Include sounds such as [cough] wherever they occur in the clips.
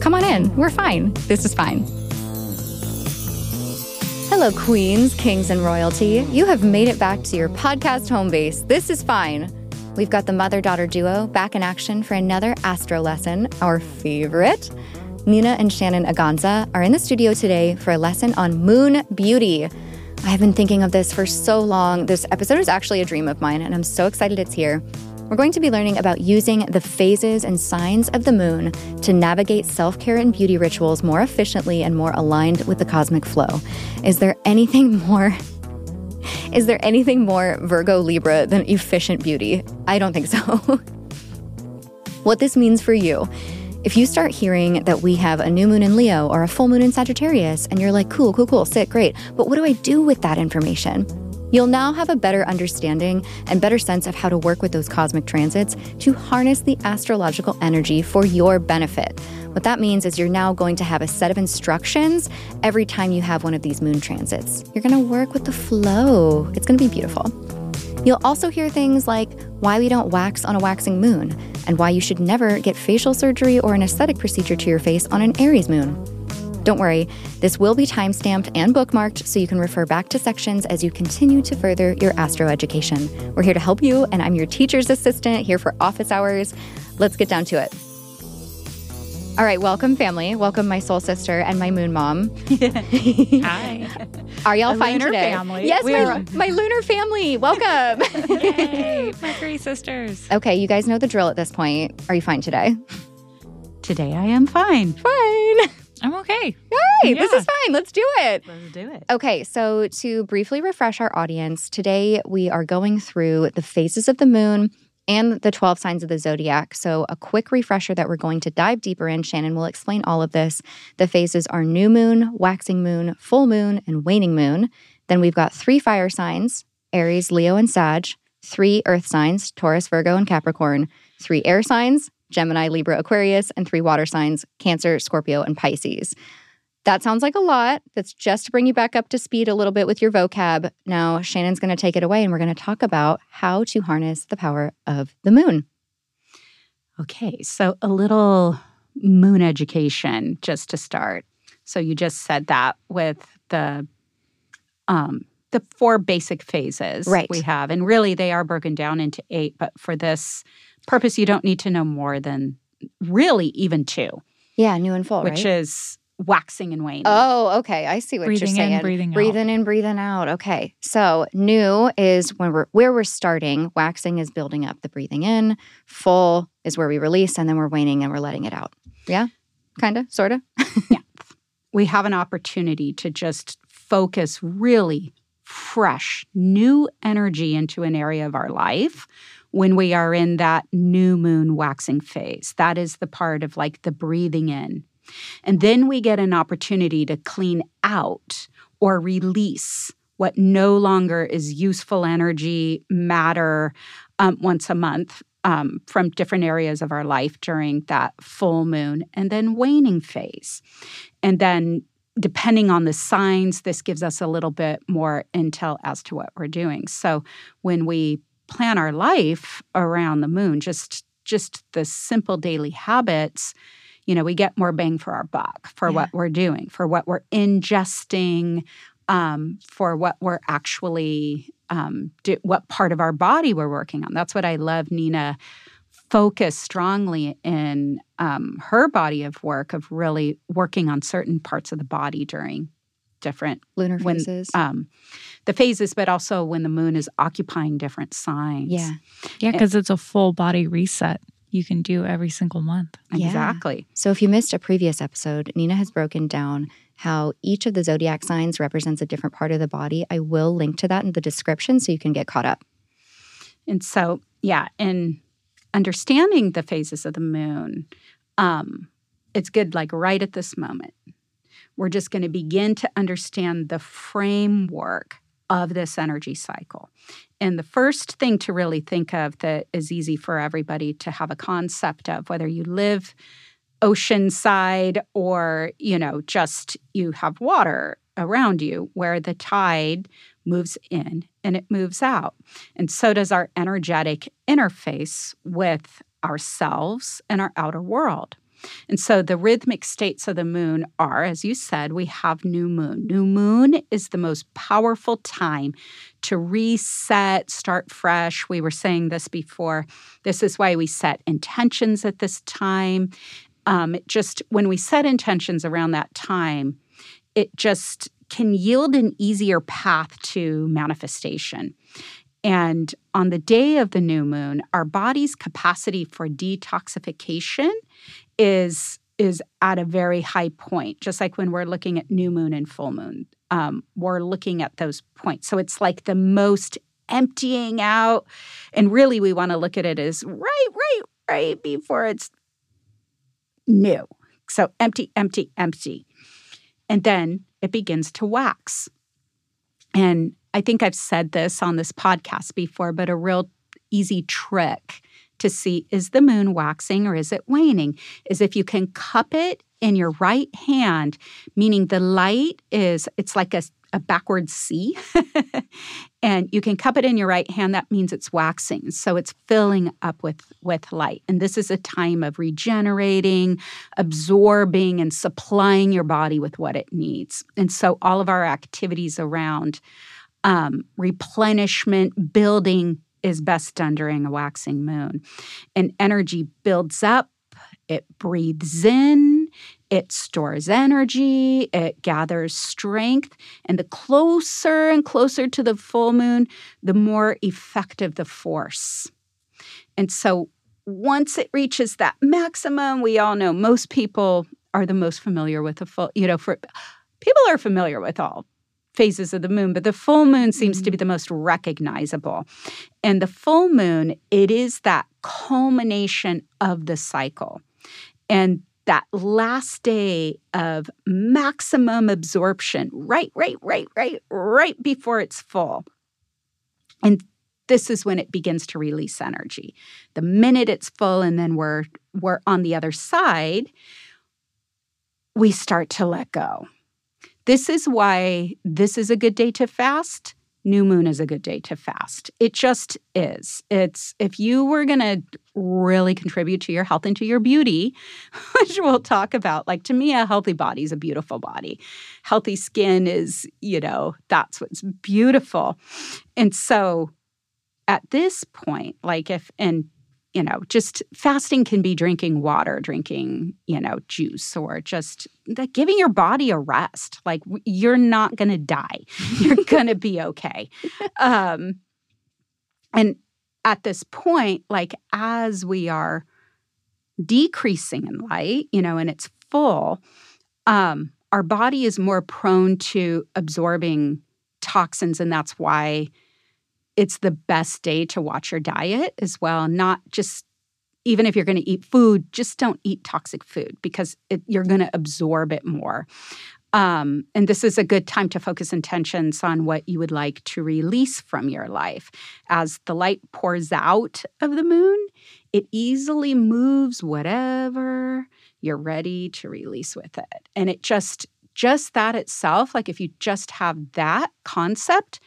Come on in. We're fine. This is fine. Hello, queens, kings, and royalty. You have made it back to your podcast home base. This is fine. We've got the mother daughter duo back in action for another astro lesson, our favorite. Nina and Shannon Aganza are in the studio today for a lesson on moon beauty. I have been thinking of this for so long. This episode is actually a dream of mine, and I'm so excited it's here. We're going to be learning about using the phases and signs of the moon to navigate self care and beauty rituals more efficiently and more aligned with the cosmic flow. Is there anything [laughs] more? Is there anything more Virgo Libra than efficient beauty? I don't think so. [laughs] what this means for you. If you start hearing that we have a new moon in Leo or a full moon in Sagittarius, and you're like, cool, cool, cool, sick, great, but what do I do with that information? You'll now have a better understanding and better sense of how to work with those cosmic transits to harness the astrological energy for your benefit. What that means is you're now going to have a set of instructions every time you have one of these moon transits. You're going to work with the flow, it's going to be beautiful. You'll also hear things like why we don't wax on a waxing moon and why you should never get facial surgery or an aesthetic procedure to your face on an Aries moon. Don't worry, this will be time stamped and bookmarked so you can refer back to sections as you continue to further your astro education. We're here to help you, and I'm your teacher's assistant here for office hours. Let's get down to it. All right, welcome, family. Welcome, my soul sister and my moon mom. [laughs] Hi. [laughs] Are y'all A fine lunar today? family. Yes, We my, are- [laughs] my lunar family. Welcome. [laughs] Yay, my three sisters. Okay, you guys know the drill at this point. Are you fine today? Today I am fine. Fine. I'm okay. Hey, this Yeah. is fine. Let's do it. Let's do it. Okay, so to briefly refresh our audience, today we are going through the phases of the moon and the 12 signs of the zodiac. So, a quick refresher that we're going to dive deeper in. Shannon will explain all of this. The phases are new moon, waxing moon, full moon, and waning moon. Then we've got three fire signs Aries, Leo, and Sag, three earth signs Taurus, Virgo, and Capricorn, three air signs Gemini, Libra, Aquarius, and three water signs Cancer, Scorpio, and Pisces. That sounds like a lot. That's just to bring you back up to speed a little bit with your vocab. Now, Shannon's going to take it away and we're going to talk about how to harness the power of the moon. Okay, so a little moon education just to start. So you just said that with the um the four basic phases Right. we have and really they are broken down into eight, but for this purpose you don't need to know more than really even two, Yeah, new and full, which right? is waxing and waning. Oh, okay. I see what breathing you're saying. in, breathing out. breathing in, breathing out. Okay. So new is when we're where we're starting. Waxing is building up the breathing in. Full is where we release, and then we're waning and we're letting it out. Yeah, kind of, sort of. we have an opportunity to just focus really fresh, new energy into an area of our life when we are in that new moon waxing phase. That is the part of like the breathing in. And then we get an opportunity to clean out or release what no longer is useful energy, matter, um, once a month um, from different areas of our life during that full moon and then waning phase. And then, depending on the signs, this gives us a little bit more intel as to what we're doing. So, when we plan our life around the moon, just just the simple daily habits, you know, we get more bang for our buck for Yeah. what we're doing, for what we're ingesting, um, for what we're actually um, do, what part of our body we're working on. That's what I love, Nina focus strongly in um, her body of work of really working on certain parts of the body during different Lunar When- phases. um, the phases, but also when the moon is occupying different signs. yeah. Yeah, because it's a full body reset you can do every single month. Yeah. exactly. So, if you missed a previous episode, Nina has broken down how each of the zodiac signs represents a different part of the body. I will link to that in the description so you can get caught [laughs] up. And so, yeah, in understanding the phases of the moon, um, it's good, like right at this moment. We're just going to begin to understand the framework of this energy cycle. And the first thing to really think of that is easy for everybody to have a concept of, whether you live oceanside or, you know, just you have water around you, where the tide moves in and it moves out. And so does our energetic interface with ourselves and our outer world. And so the rhythmic states of the moon are, as you said, we have new moon. New moon is the most powerful time to reset, start fresh. We were saying this before. This is why we set intentions at this time. Um, just when we set intentions around that time, it just can yield an easier path to manifestation. And on the day of the new moon, our body's capacity for detoxification is is at a very high point. Just like when we're looking at new moon and full moon, um, we're looking at those points. So it's like the most emptying out, and really we want to look at it as right, right, right before it's new. So empty, empty, empty, and then it begins to wax. And I think I've said this on this podcast before, but a real easy trick to see is the moon waxing or is it waning is if you can cup it in your right hand, meaning the light is, it's like a, a backward C, [laughs] and you can cup it in your right hand. That means it's waxing. So it's filling up with, with light. And this is a time of regenerating, absorbing, and supplying your body with what it needs. And so all of our activities around um, replenishment, building is best done during a waxing moon. And energy builds up, it breathes in, it stores energy, it gathers strength. And the closer and closer to the full moon, the more effective the force. And so once it reaches that maximum, we all know most people are the most familiar with the full, you know, for people are familiar with all phases of the moon, but the full moon seems to be the most recognizable. And the full moon, it is that culmination of the cycle. And that last day of maximum absorption, right, right, right, right, right before it's full. And this is when it begins to release energy. The minute it's full and then we're we're on the other side, we start to let go. This is why this is a good day to fast. New moon is a good day to fast. It just is. It's if you were going to really contribute to your health and to your beauty, [laughs] which we'll talk about. Like to me, a healthy body is a beautiful body. Healthy skin is, you know, that's what's beautiful. And so at this point, like if, and you know, just fasting can be drinking water, drinking, you know, juice, or just that giving your body a rest. Like you're not going to die. [laughs] You're going to be okay. Um, and at this point, like as we are decreasing in light, you know, and it's full, um, our body is more prone to absorbing toxins. And that's why it's the best day to watch your diet as well. Not just even if you're going to eat food, just don't eat toxic food because it, you're going to absorb it more. Um, and this is a good time to focus intentions on what you would like to release from your life. As the light pours out of the moon, it easily moves whatever you're ready to release with it. And it just, just that itself, like if you just have that concept,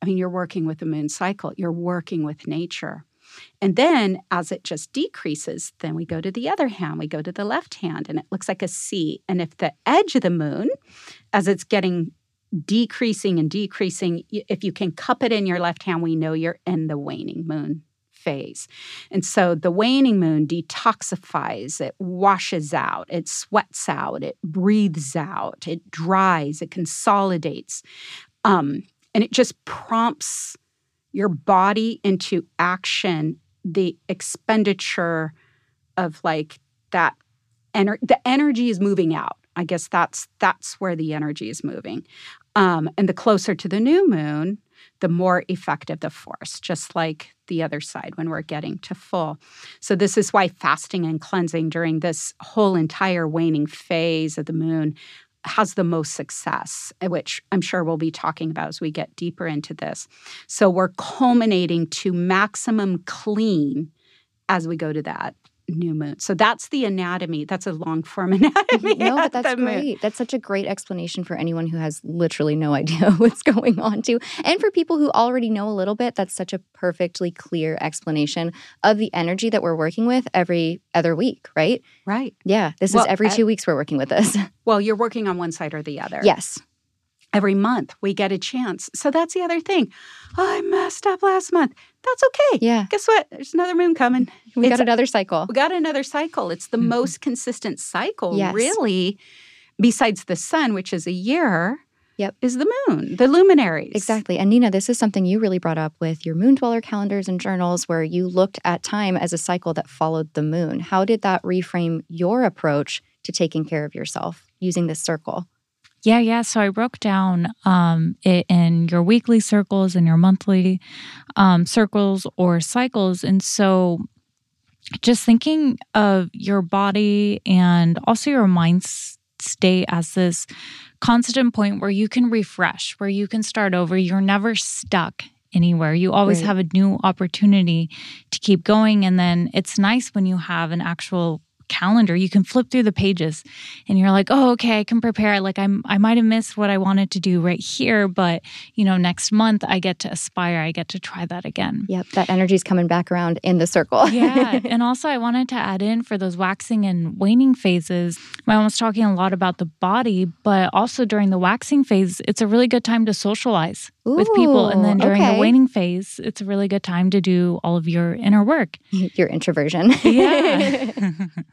I mean, you're working with the moon cycle, you're working with nature. And then as it just decreases, then we go to the other hand, we go to the left hand, and it looks like a C. And if the edge of the moon, as it's getting decreasing and decreasing, if you can cup it in your left hand, we know you're in the waning moon phase. And so the waning moon detoxifies, it washes out, it sweats out, it breathes out, it dries, it consolidates. Um, and it just prompts your body into action the expenditure of like that ener- the energy is moving out I guess that's that's where the energy is moving. Um, and the closer to the new moon, the more effective the force, just like the other side when we're getting to full. So, this is why fasting and cleansing during this whole entire waning phase of the moon has the most success, eh, which I'm sure we'll be talking about as we get deeper into this. So, we're culminating to maximum clean as we go to that new moon. So that's the anatomy. That's a long form [laughs] anatomy. No, but that's the moon. great. That's such a great explanation for anyone who has literally no [laughs] idea what's going on too. And for people who already know a little bit, that's such a perfectly clear explanation of the energy that we're working with every other week, right? Right. Yeah. This Well, is every I- two weeks we're working with [laughs] this. Well, you're working on one side or the other. yes. Every month we get a chance. So that's the other thing. Oh, I messed up last month. That's okay. Yeah. Guess what? There's another moon coming. We It's- got another cycle. We got another cycle. It's the Mhm. most consistent cycle, Mm-hmm. Yes. really, besides the sun, which is a year. Yep. Is the moon, the luminaries. Exactly. And Nina, this is something you really brought up with your moon dweller calendars and journals, where you looked at time as a cycle that followed the moon. How did that reframe your approach to taking care of yourself using this circle? Yeah, yeah. So I broke down um, it in your weekly circles and your monthly um, circles or cycles. And so just thinking of your body and also your mind s- state as this constant point where you can refresh, where you can start over. You're never stuck anywhere. You always Right. have a new opportunity to keep going. And then it's nice when you have an actual calendar you can flip through the pages and you're like oh okay i can prepare like i'm i might have missed what i wanted to do right here but you know next month i get to aspire i get to try that again Yep, that energy's coming back around in the circle. yeah. And also, I wanted to add in for those waxing and waning phases. My mom was talking a lot about the body, but also during the waxing phase, it's a really good time to socialize with people. And then Ooh, during okay. the waning phase, it's a really good time to do all of your inner work. [laughs] your introversion.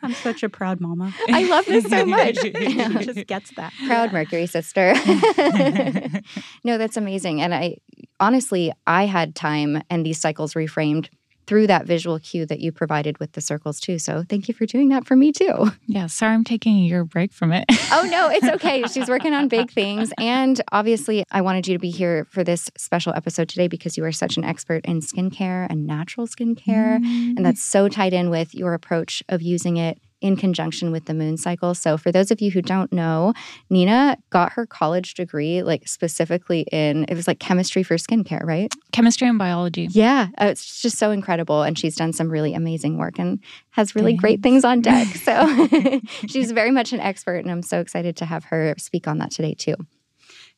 I'm such a proud mama. [laughs] I love this so [laughs] much. she just gets that. [laughs] Proud Mercury sister. [laughs] no, that's amazing. And I honestly, I had time and these cycles reframed through that visual cue that you provided with the circles too. So thank you for doing that for me too. [laughs] yeah. Sorry, I'm taking a year break from it. Oh [laughs] no, it's okay. She's working on big things. And obviously, I wanted you to be here for this special episode today because you are such an expert in skincare and natural skincare. And that's so tied in with your approach of using it in conjunction with the moon cycle. So, for those of you who don't know, Nina got her college degree like specifically in it was like chemistry for skincare, right? chemistry and biology. Yeah, uh, it's just so incredible. And she's done some really amazing work and has really great things on deck. So [laughs] she's very much an expert. And I'm so excited to have her speak on that today, too.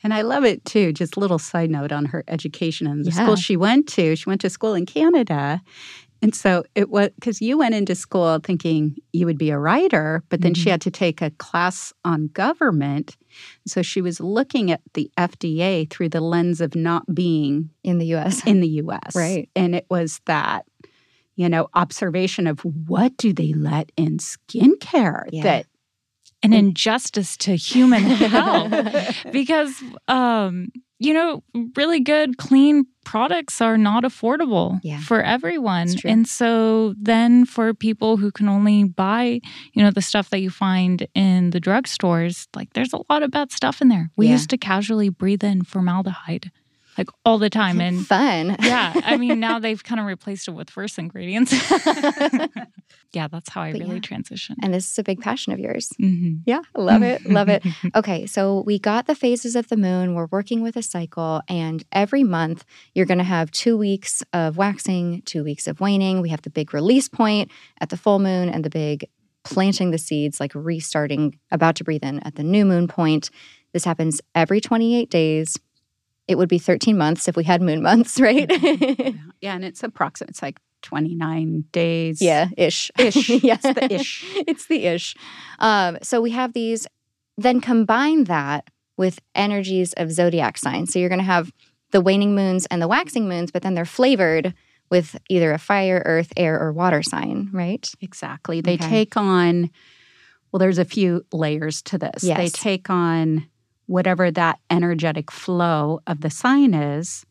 And I love it too. Just little side note on her education and the Yeah. school she went to. She went to school in Canada. And so it was because you went into school thinking you would be a writer, but then she Mm-hmm. had to take a class on government. So she was looking at the FDA through the lens of not being In the US. in the US. Right. And it was that, you know, observation of what do they let in skincare Yeah. that Oh. an injustice [laughs] to human health because um you know really good clean products are not affordable Yeah. for everyone It's true. and so then for people who can only buy you know the stuff that you find in the drugstores like there's a lot of bad stuff in there we Yeah. used to casually breathe in formaldehyde like all the time [laughs] and Fun. yeah i mean now they've kind of replaced it with worse [laughs] ingredients [laughs] yeah that's how i But really yeah. transition And this is a big passion of yours. mm-hmm. Yeah, love it. Love [laughs] it. Okay, so we got the phases of the moon. We're working with a cycle, and every month you're going to have two weeks of waxing, two weeks of waning. We have the big release point at the full moon and the big planting the seeds, like restarting, about to breathe in at the new moon point. This happens every 28 days. It would be 13 months if we had moon months, [laughs] right? [laughs] Yeah, and it's approximate. It's like 29 days. yeah, ish. Ish. [laughs] Yeah. It's [laughs] the ish. [laughs] it's the ish. Um, so we have these, then combine that with energies of zodiac signs. So you're going to have the waning moons and the waxing moons, but then they're flavored with either a fire, earth, air, or water sign, right? Exactly. They Okay. take on, well, there's a few layers to this. They Yes. take on whatever that energetic flow of the sign is,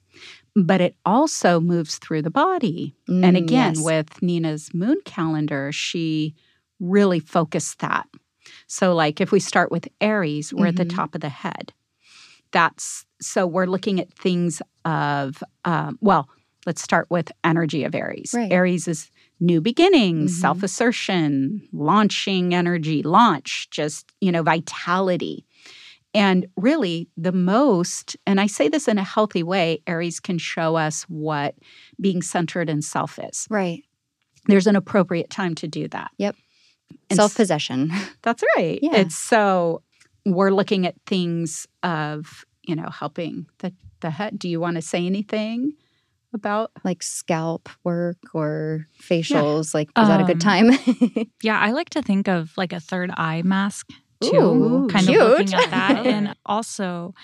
but it also moves through the body. and Mm, again, yes. with Nina's moon calendar, she really focused that. So, like if we start with Aries, we're at Mm-hmm. the top of the head. That's so we're looking at things of, um, well, let's start with energy of Aries. Right. Aries is new beginnings, Mhm. self assertion, launching energy, launch, just, you know, vitality. And really, the most, and I say this in a healthy way, Aries can show us what being centered in self is. Right. There's an appropriate time to do that. Yep. And Self possession. that's right. Yeah. It's so we're looking at things of, you know, helping the the head. Do you want to say anything about [laughs] like scalp work or facials. Like, is that a Um, good time? [laughs] Yeah, I like to think of like a third eye mask too, Ooh, kind cute. of looking [laughs] at that. Okay. and also,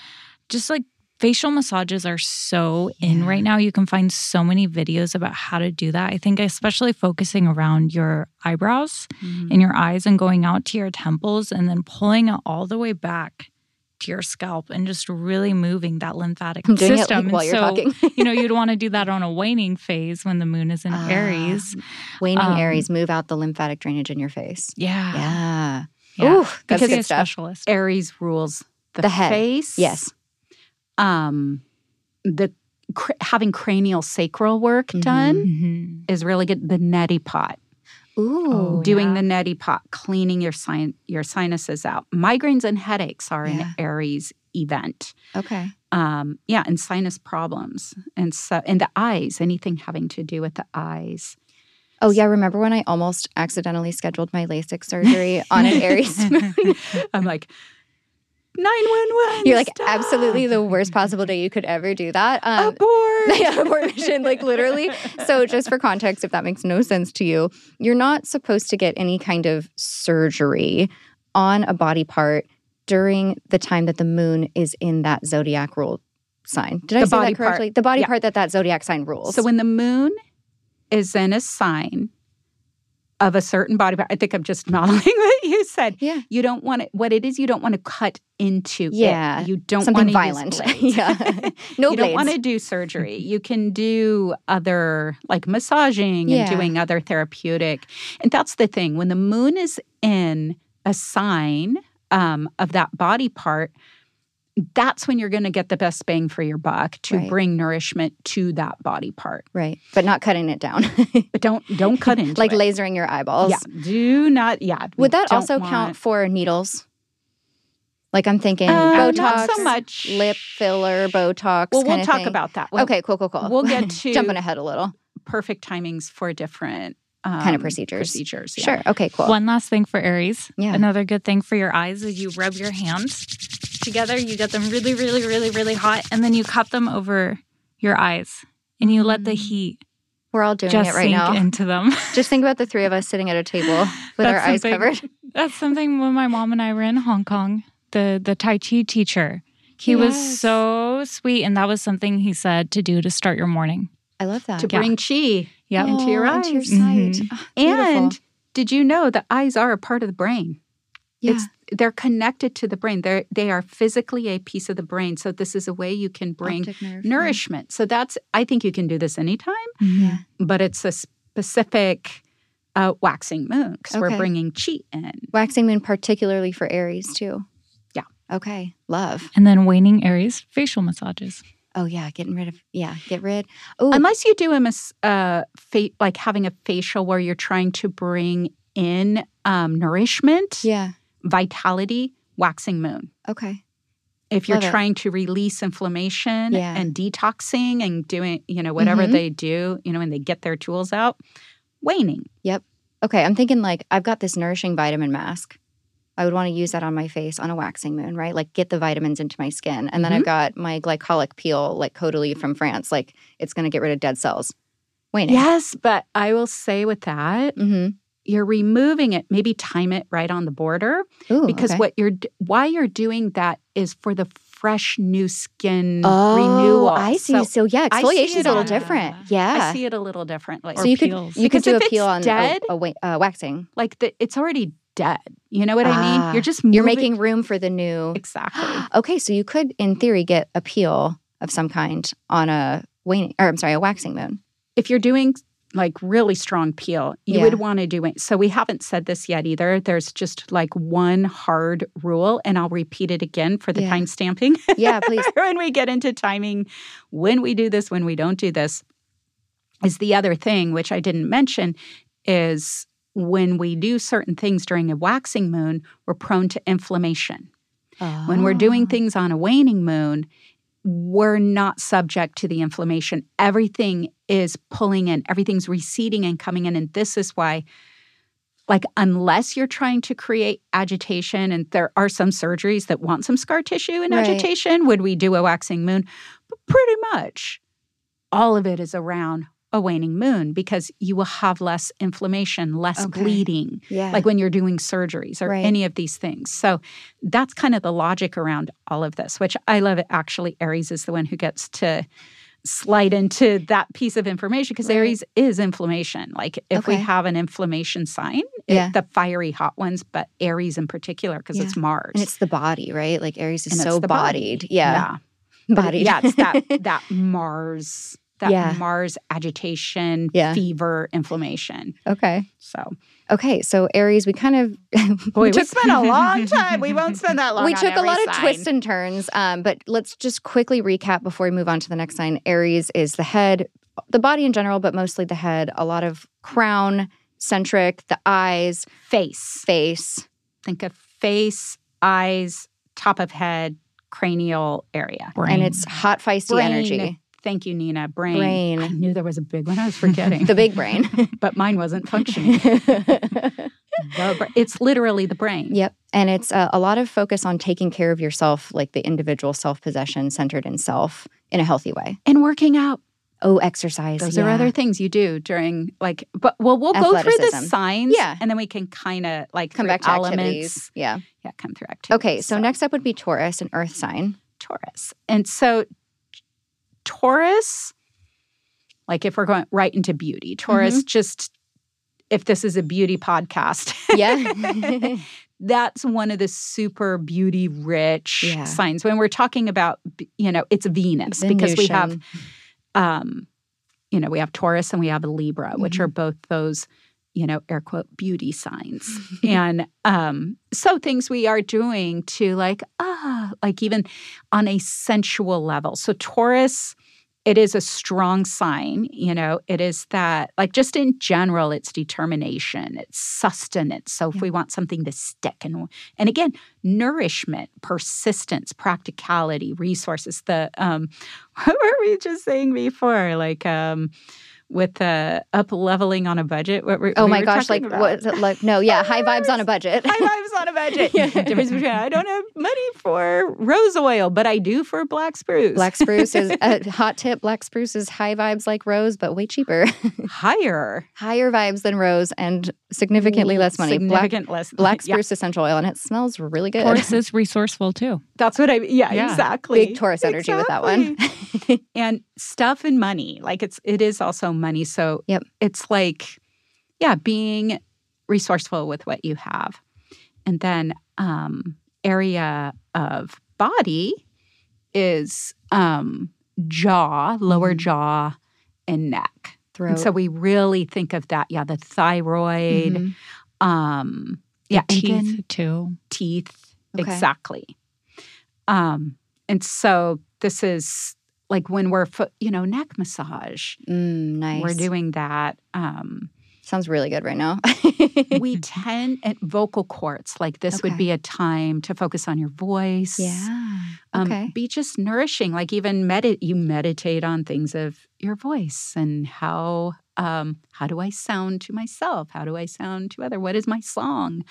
just like facial massages are so in Yeah. right now. You can find so many videos about how to do that. I think, especially focusing around your eyebrows Mm-hmm. and your eyes and going out to your temples and then pulling it all the way back to your scalp and just really moving that lymphatic I'm doing system. it And while you're so, [laughs] talking. you know, you'd want to do that on a waning phase when the moon is [laughs] in Ah. Aries. Waning um, Aries, move out the lymphatic drainage in your face. Yeah. Yeah. Ah. Yeah. Ooh, that's Because good he's a stuff. specialist. Aries rules the, The head. face? Yes. Um the cr- having cranial sacral work done Mm-hmm. Mhm. is really good. The neti pot. Ooh. Oh, doing yeah. the neti pot, cleaning your sin- your sinuses out. Migraines and headaches are Yeah. an Aries event. Okay. um, yeah, and sinus problems, and so and the eyes, anything having to do with the eyes. Oh, yeah. Remember when I almost accidentally scheduled my LASIK surgery on [laughs] an [laughs] Aries moon? I'm like [laughs] nine one one. You're like, absolutely the worst possible day you could ever do that. Um, [laughs] [laughs] abort. yeah, abort mission, like literally. So, just for context, if that makes no sense to you, you're not supposed to get any kind of surgery on a body part during the time that the moon is in that zodiac rule sign. Did I The say body that part. correctly? The body Yeah. part that that zodiac sign rules. So when the moon is in a sign of a certain body part, I think I'm just [laughs] modeling what you said. yeah, You don't want it. What it is, you don't want to cut into. it. Yeah, you don't something wanna use violent. [laughs] blades. [laughs] yeah, no you blades. don't want to do surgery. You can do other like massaging Yeah. and doing other therapeutic. And that's the thing when the moon is in a sign um, of that body part, that's when you're going to get the best bang for your buck to Right. bring nourishment to that body part. right, but not cutting it down, [laughs] But don't don't cut into like it. lasering your eyeballs. Yeah, do not. Yeah, we Would that don't also count want- for needles? Like I'm thinking Uh, Botox, Not so much lip filler, Botox. Well, we'll kinda talk thing. about that. We'll- okay, cool, cool, cool. [laughs] We'll get to jumping ahead a little. perfect timings for different um, Kind of procedures. Procedures, yeah. Sure. Okay, cool. One last thing for Aries. Yeah. Another good thing for your eyes is you rub your hands together, you get them really, really, really, really hot, and then you cup them over your eyes and you let the Mm. heat We're all doing just it right sink now. [laughs] into them. Just think about the three of us sitting at a table [laughs] with our That's eyes something- covered. That's something when my mom and I were in Hong Kong, the the Tai Chi teacher. He Yes. was so sweet, and that was something he said to do to start your morning. I love that. to Yeah. bring chi Yep. into your Oh, Into your eyes. Mm-hmm. sight. Mhm. Ah, beautiful. And did you know the eyes are a part of the brain? yeah. It's they're connected to the brain. They they are physically a piece of the brain. So this is a way you can bring Optic nerve. nourishment. So that's I think you can do this anytime, Oh, Mm-hmm. Yeah. but it's a specific uh, waxing moon because Okay. we're bringing chi in. Waxing moon, particularly for Aries too. Yeah. Okay. Love. And then waning Aries facial massages. Oh yeah, getting rid of yeah, get rid. Oh, Unless you do a mas- uh, fa- like having a facial where you're trying to bring in um, nourishment, yeah. vitality, waxing moon. Okay. if you're Love it. trying to release inflammation Yeah. and detoxing and doing you know whatever Mhm. they do you know when they get their tools out waning Okay, I'm thinking like I've got this nourishing vitamin mask. I would want to use that on my face on a waxing moon, right? Like get the vitamins into my skin. And then I've got my glycolic peel, like Caudalie from France. Like it's going to get rid of dead cells. Wait. yes but i will say with that Mm-hmm. you're removing it maybe time it right on the border Ooh, because okay. what you're d- why you're doing that is for the fresh new skin oh, renewal I see. So, So yeah, I see exfoliation's it a little on- different. i Yeah. see it a little differently So or you peels. could you could do Because if a it's peel on a, dead- a wa- uh, waxing. like the, it's already dead you know what i Ah, mean you're just You're moving- making room for the new. exactly [gasps] okay, so you could in theory get a peel of some kind on a waning, or I'm sorry, a waxing moon. if you're doing like really strong peel. You Yeah. would want to do it. So we haven't said this yet either. There's just like one hard rule, and I'll repeat it again for the Yeah. time stamping [laughs] Yeah, please. when we get into timing, when we do this, when we don't do this. Is the other thing, which I didn't mention, is when we do certain things during a waxing moon, we're prone to inflammation. When we're doing Ah. things on a waning moon, we're not subject to the inflammation. Everything is pulling in, everything's receding and coming in. And this is why, like, unless you're trying to create agitation, and there are some surgeries that want some scar tissue and Right. agitation, would we do a waxing moon? But pretty much all of it is around a waning moon because you will have less inflammation, less Okay. bleeding yeah, like when you're doing surgeries or Right. any of these things. So that's kind of the logic around all of this, which I love it. Actually, Aries is the one who gets to slide into that piece of information because Right. Aries is inflammation. Like if we Okay. have an inflammation sign, it- Yeah. the fiery hot ones, but Aries in particular because it's Mars. and it's the body, right? Like Aries is And it's so the body. bodied. Yeah, But it- [laughs] bodied. yeah, it's that [laughs] that Mars, that Yeah. Mars agitation, Yeah. fever, inflammation. okay. So Okay, so Aries, we kind of [laughs] boy, we, took- [laughs] spent a [laughs] long time. We won't spend that long. we on took a every lot of sign. twists and turns, um, but let's just quickly recap before we move on to the next sign. Aries is the head, the body in general, but mostly the head. A lot of crown centric, the eyes, face. face. Think of face, eyes, top of head, cranial area. and it's hot feisty Brain. energy Thank you, Nina. Brain. Brain. I knew there was a big one. I [laughs] was forgetting, the big [laughs] brain [laughs] but mine wasn't [laughs] functioning. The bra- it's literally the brain. yep and it's uh, a lot of focus on taking care of yourself like the individual self-possession centered in self in a healthy way And working out. oh exercise Those are yeah. other things you do during like. But well, we'll go through the Athleticism. signs. Yeah. and then we can kind of like come through back to elements. activities yeah Yeah, come through activities. okay so next up would be taurus an earth sign Taurus. And so Taurus, like if we're going right into beauty, Taurus just if this is a beauty podcast, [laughs] [laughs] yeah that's one of the super beauty rich Yeah. signs. When we're talking about, b- you know, it's Venus because we have, Venusian. um, you know, we have Taurus and we have Libra, which are both those, you know, air quote beauty signs. and um, so things we are doing to like, ah, like even on a sensual level. So Taurus, it is a strong sign, you know, it is that like just in general, it's determination, it's sustenance. So if we want something to stick and and again, nourishment, persistence, practicality, resources, the um [laughs] what were we just saying before? Like um with uh up leveling on a budget. What were oh we my were gosh talking like about? [laughs] Oh, what like no yeah high vibes on a budget [laughs] High vibes on a budget. Yeah. [laughs] Difference between I don't have money for rose oil, but I do for black spruce. black spruce [laughs] is a hot tip black spruce is high vibes like rose but way cheaper [laughs] higher, higher vibes than rose and significantly less money black significant less. black [laughs] Yeah, spruce essential oil and it smells really good Taurus is resourceful too. that's what I. Yeah, Yeah. exactly. big taurus energy with that one Exactly. [laughs] and stuff and money, like it's it is also money. So Yep. it's like, yeah, being resourceful with what you have, and then um, area of body is um, jaw, lower Mhm. jaw, and neck. throat And so we really think of that. Yeah, the thyroid. Mhm. Um, yeah, and teeth then too. teeth. Okay. Exactly. Um, and so this is like when we're, fo- you know, neck massage. Mm, nice We're doing that. Um, sounds really good right now [laughs] we tend at vocal cords. Like this would Okay. be a time to focus on your voice. yeah okay. Um, be just nourishing. Like even medit. You meditate on things of your voice and how um, how do I sound to myself? How do I sound to other? What is my song?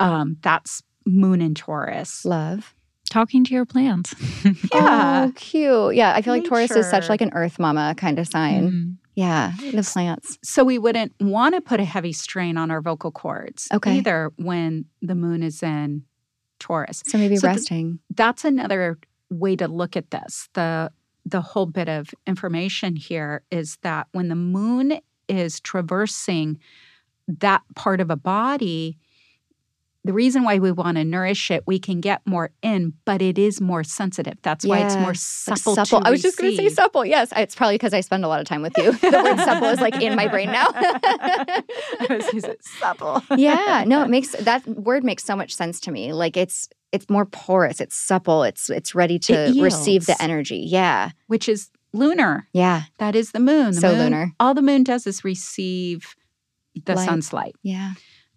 Um, that's Moon and Taurus. love Talking to your plants. [laughs] Yeah. oh cute yeah i feel like taurus is such Nature. Mm-hmm. like an earth mama kind of sign Mhm. yeah the plants So we wouldn't want to put a heavy strain on our vocal cords Okay. either when the Moon is in Taurus. so maybe So the- resting that's another way to look at this. The the whole bit of information here is that when the moon is traversing that part of a body, the reason why we want to nourish it, we can get more in, but it is more sensitive. That's why it's Yeah, more like supple. supple. to I was just going to say receive. supple. Yes, it's probably because I spend a lot of time with [laughs] you. the word supple is like in my brain now. I was gonna say supple. yeah, no, it makes that word makes so much sense to me. Like it's it's more porous, it's supple, it's it's ready to It receive the yields. energy. Yeah, [laughs] Which is lunar. yeah, That is the moon. The So moon- lunar. All the moon does is receive the Light. sun's light yeah.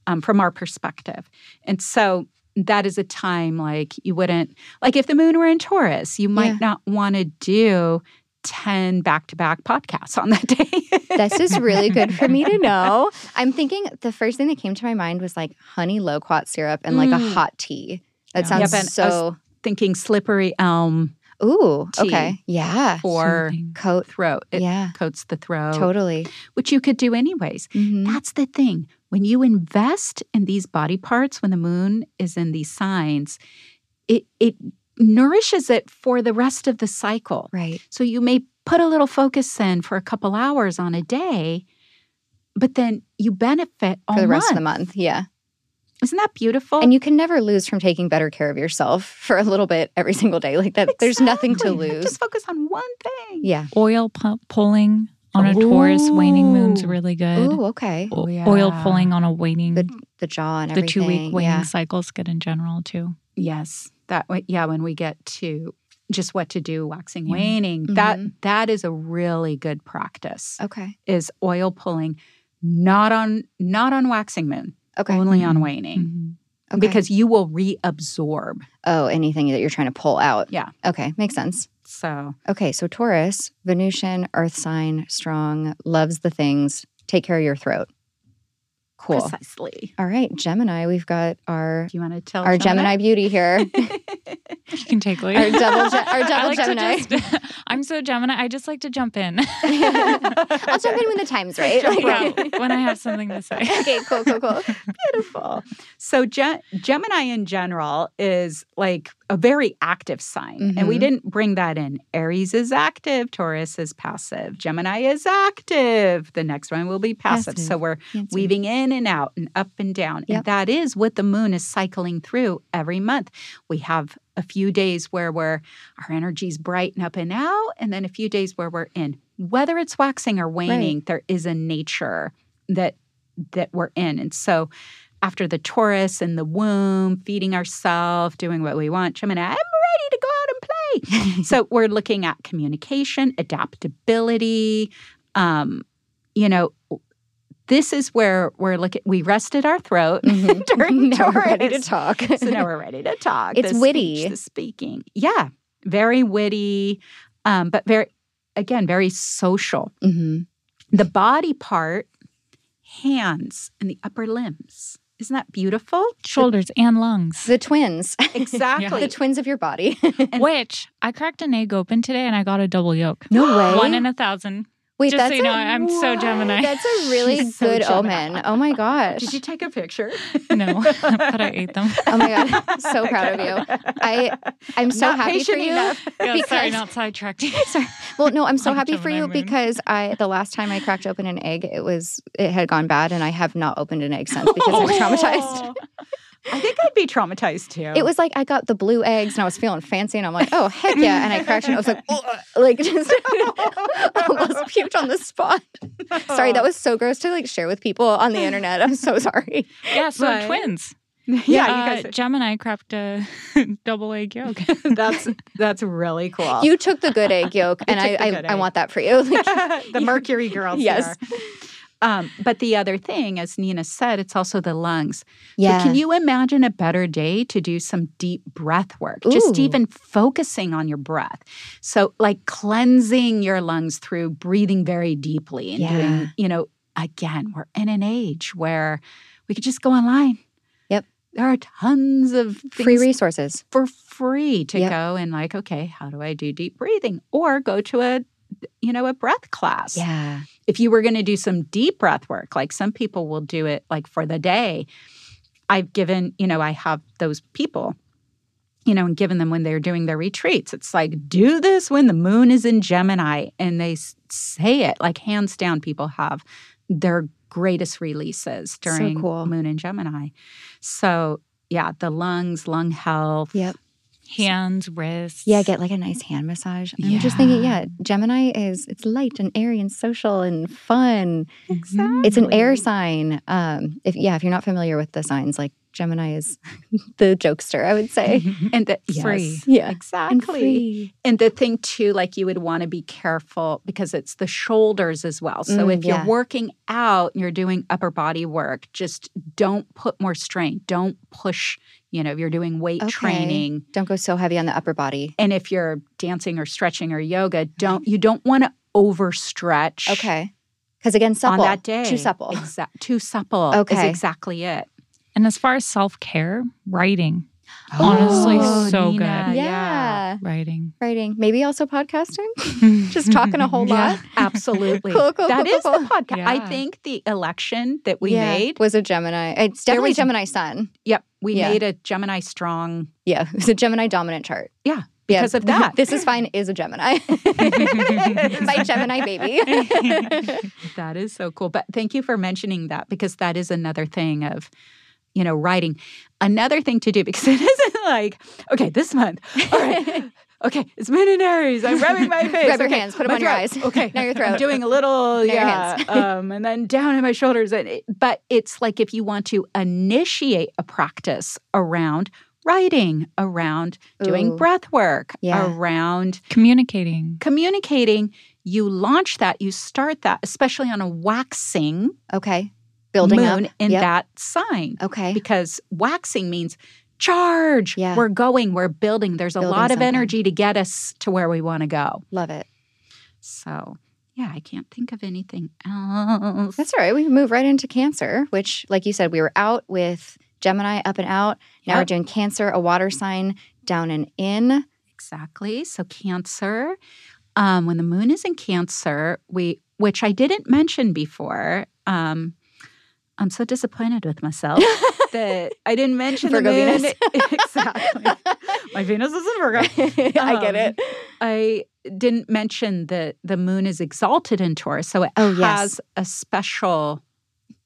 um, from our perspective. And so that is a time like you wouldn't, like if the moon were in Taurus, you might Yeah. not want to do 10 back to back podcasts on that [laughs] day. This is really good for me to [laughs] know. I'm thinking the first thing that came to my mind was like honey loquat syrup and like a Mm. hot tea. That Yeah. sounds Yep, and us- so. Thinking slippery elm Ooh, tea. okay, yeah, or Soothing. coat. throat. It Oh. yeah, coats the throat, totally. which you could do anyways. Mhm. That's the thing. When you invest in these body parts, when the moon is in these signs, it, it nourishes it for the rest of the cycle. Right. So you may put a little focus in for a couple hours on a day, but then you benefit all For the rest of the month. Oh. month. Yeah. Isn't that beautiful? And you can never lose from taking better care of yourself [laughs] for a little bit every single day. Like that, there's nothing to Exactly. lose. Just focus on one thing. Yeah. Oil pu- pulling on a Taurus waning moon's Ooh. really good. Ooh, okay. O- yeah. Oil pulling on a waning, The, the jaw and the everything. two week waning Yeah. cycle's good in general too. Yes, that way. Yeah, when we get to just what to do, waxing, Yeah. waning. That Mhm. that is a really good practice. Okay. Is oil pulling, not on not on waxing moon, Okay. only on Mhm. waning, Mhm. okay. because you will reabsorb. oh, anything that you're trying to pull out. Yeah. Okay. Makes sense. So Okay. So Taurus, Venusian, earth sign, strong, loves the things. Take care of your throat. Cool. precisely. All right. Gemini, we've got our Do you want to tell our Gemini beauty here. You can take leave. Our double Ge- [laughs] our I double like to Gemini. just- [laughs] I'm so Gemini. I just like to jump in. [laughs] I'll jump in when the time's [laughs] right. Jump Like- out. Wow, [laughs] when I have something to say. [laughs] okay, cool, cool, cool. Beautiful. So Ge- Gemini in general is like a very active sign, and we Mhm. didn't bring that in. Aries is active, Taurus is passive, Gemini is active. The next one will be passive. So Passive. we're Cancer. [laughs] weaving in and out and up and down, Yep. and that is what the moon is cycling through every month. We have a few days where we're our energies brighten up and out, and then a few days where we're in. Whether it's waxing or waning, there is a nature that that we're in, and so after the Taurus and the womb, feeding ourselves, doing what we want. Gemini, I'm ready to go out [laughs] and play. so we're looking at communication, adaptability. Um, you know, this is where we're looking. We rested our [laughs] throat [laughs] Mhm. during now we're Taurus, ready to talk. so now we're ready to [laughs] talk. It's the speech, witty. the speaking, yeah, very witty, um, but very, again, very social. hmm The body part, hands, and the upper limbs. Isn't [laughs] that beautiful? Shoulders and lungs. The twins, [laughs] Exactly. the twins of your body. Which I cracked an egg open today and I got a double yolk. No [laughs] way. One in a thousand. Wait, Just so you know, I'm so [laughs] Gemini. That's a really She's so good Gemini. omen. Oh my gosh. Did you take a picture? No, [laughs] but I ate them. oh my [laughs] god, so proud of you. I I'm so Not happy for patient you. enough. Yeah, sorry, Because- not [laughs] sidetracked. Well, no, I'm so I'm happy for Gemini you moon. because I the last time I cracked open an egg, it was it had gone bad, and I have not opened an egg since because I was Oh. [laughs] traumatized. I think I'd be traumatized too. It was like I got the blue eggs and I was feeling fancy and I'm like, oh heck yeah. And I cracked and I was [laughs] like, [laughs] "Ugh," like just [laughs] almost puked on the spot. Sorry, [laughs] that was so gross to like share with people on the internet. I'm so [laughs] sorry. yeah, [laughs] so [laughs] But- twins. yeah. Uh, you guys, Gemini cracked a [laughs] double egg yolk. uh, that's that's [laughs] really cool. You took the good egg yolk and I took the I, good I egg. want that for you. [laughs] Like, the Mercury girls. Yes. here. Um, but the other thing, as Nina said, it's also the lungs. yeah. So can you imagine a better day to do some deep breath work? Just Ooh. even focusing on your breath. So like cleansing your lungs through breathing very deeply and Yeah. doing, you know, again, we're in an age where we could just go online. Yep. There are tons of Free things resources. for free to Yep. go and like, okay, how do I do deep breathing? Or go to a you know, a breath class Yeah. if you were going to do some deep breath work, like some people will do it like for the day, I've given, you know, I have those people, you know, and given them when they're doing their retreats. It's like, do this when the moon is in Gemini. And they s- say it like hands down, people have their greatest releases during cool. moon and Gemini. So yeah, the lungs, lung health. Yep. Hands, wrists. Yeah, [laughs] get like a nice hand massage. I'm just thinking, yeah, Gemini is it's light and airy and social and fun. Exactly. It's an air sign. Um, if yeah, if you're not familiar with the signs, like Gemini is [laughs] the jokester, I would say. And the, Free. yes, Yeah. And Exactly. free. And the thing too, like you would want to be careful because it's the shoulders as well. So Mm, if you're yeah. working out and you're doing upper body work, just don't put more strain. Don't push, you know, if you're doing weight Okay. training Don't go so heavy on the upper body. and if you're dancing or stretching or yoga, don't you don't want to overstretch Okay. Because again, on supple. that day. Too supple. Exa- too supple is Okay. exactly it. And as far as self care, writing, Honestly, Oh, so [laughs] Nina, Yeah. good. yeah. writing. Writing. Maybe also podcasting. [laughs] Just talking a [laughs] whole lot. Absolutely. Cool, cool, That cool, is cool, cool. the podcast. I Yeah. think the election that we Yeah, made was a Gemini. It's There definitely was- Gemini Sun. Yep. We Yeah. made a Gemini strong Yeah, [laughs] it's a Gemini dominant chart. Yeah, Yeah, because of [laughs] that. This is fine is a Gemini. [laughs] My Gemini baby. [laughs] that is so cool. But thank you for mentioning that because that is another thing of, you know, writing. Another thing to do [laughs] because it isn't like, okay, this month. [laughs] All right. Okay, it's Moon in Aries. I'm rubbing my face. Rub your okay, hands, put 'em my on your throat, eyes. Okay, [laughs] Now your I'm throat. doing [laughs] a little, your yeah, hands. um, and then down in my shoulders. And it, but it's like if you want to initiate a practice around writing, around doing Ooh. breath work, Yeah. around Communicating. communicating, you launch that, you start that, especially on a waxing okay. Building moon up. in Yep. that sign. Okay. Because waxing means charge. Yeah. We're going, we're building. There's a Building lot of something. energy to get us to where we want to go. Love it. So, yeah, I can't think of anything else. That's all right. We can move right into Cancer, which, like you said, we were out with Gemini up and out. Now we're Yep. doing Cancer, a water sign, down and in. Exactly. So Cancer, um, when the moon is in Cancer, we which I didn't mention before. Um, I'm so disappointed with myself that I didn't mention Virgo the moon. Venus. [laughs] exactly. My Venus is in Virgo. [laughs] I get Um, it. I didn't mention that the moon is exalted in Taurus, so it Oh, yes. has a special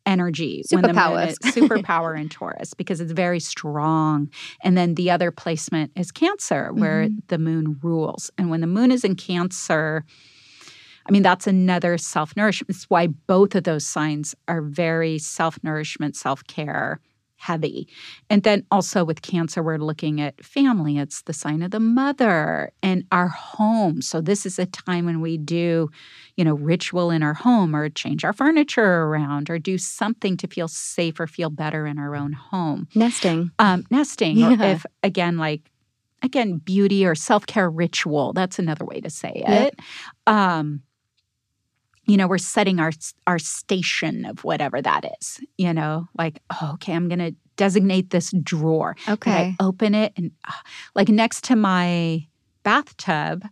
energy when the moon is Superpowers. superpower in Taurus because it's very strong. And then the other placement is Cancer, where the moon rules. And when the moon is in Cancer, I mean that's another self nourishment. It's why both of those signs are very self nourishment, self care heavy. And then also with Cancer, we're looking at family. It's the sign of the mother and our home. So this is a time when we do, you know, ritual in our home or change our furniture around or do something to feel safe or feel better in our own home. Nesting. Um, nesting, or Yeah. if again, like, again, beauty or self care ritual. That's another way to say it. Yep. Um, you know, we're setting our our station of whatever that is. You know, like oh, okay, I'm gonna designate this drawer. And Okay. I open it and ah, like next to my bathtub,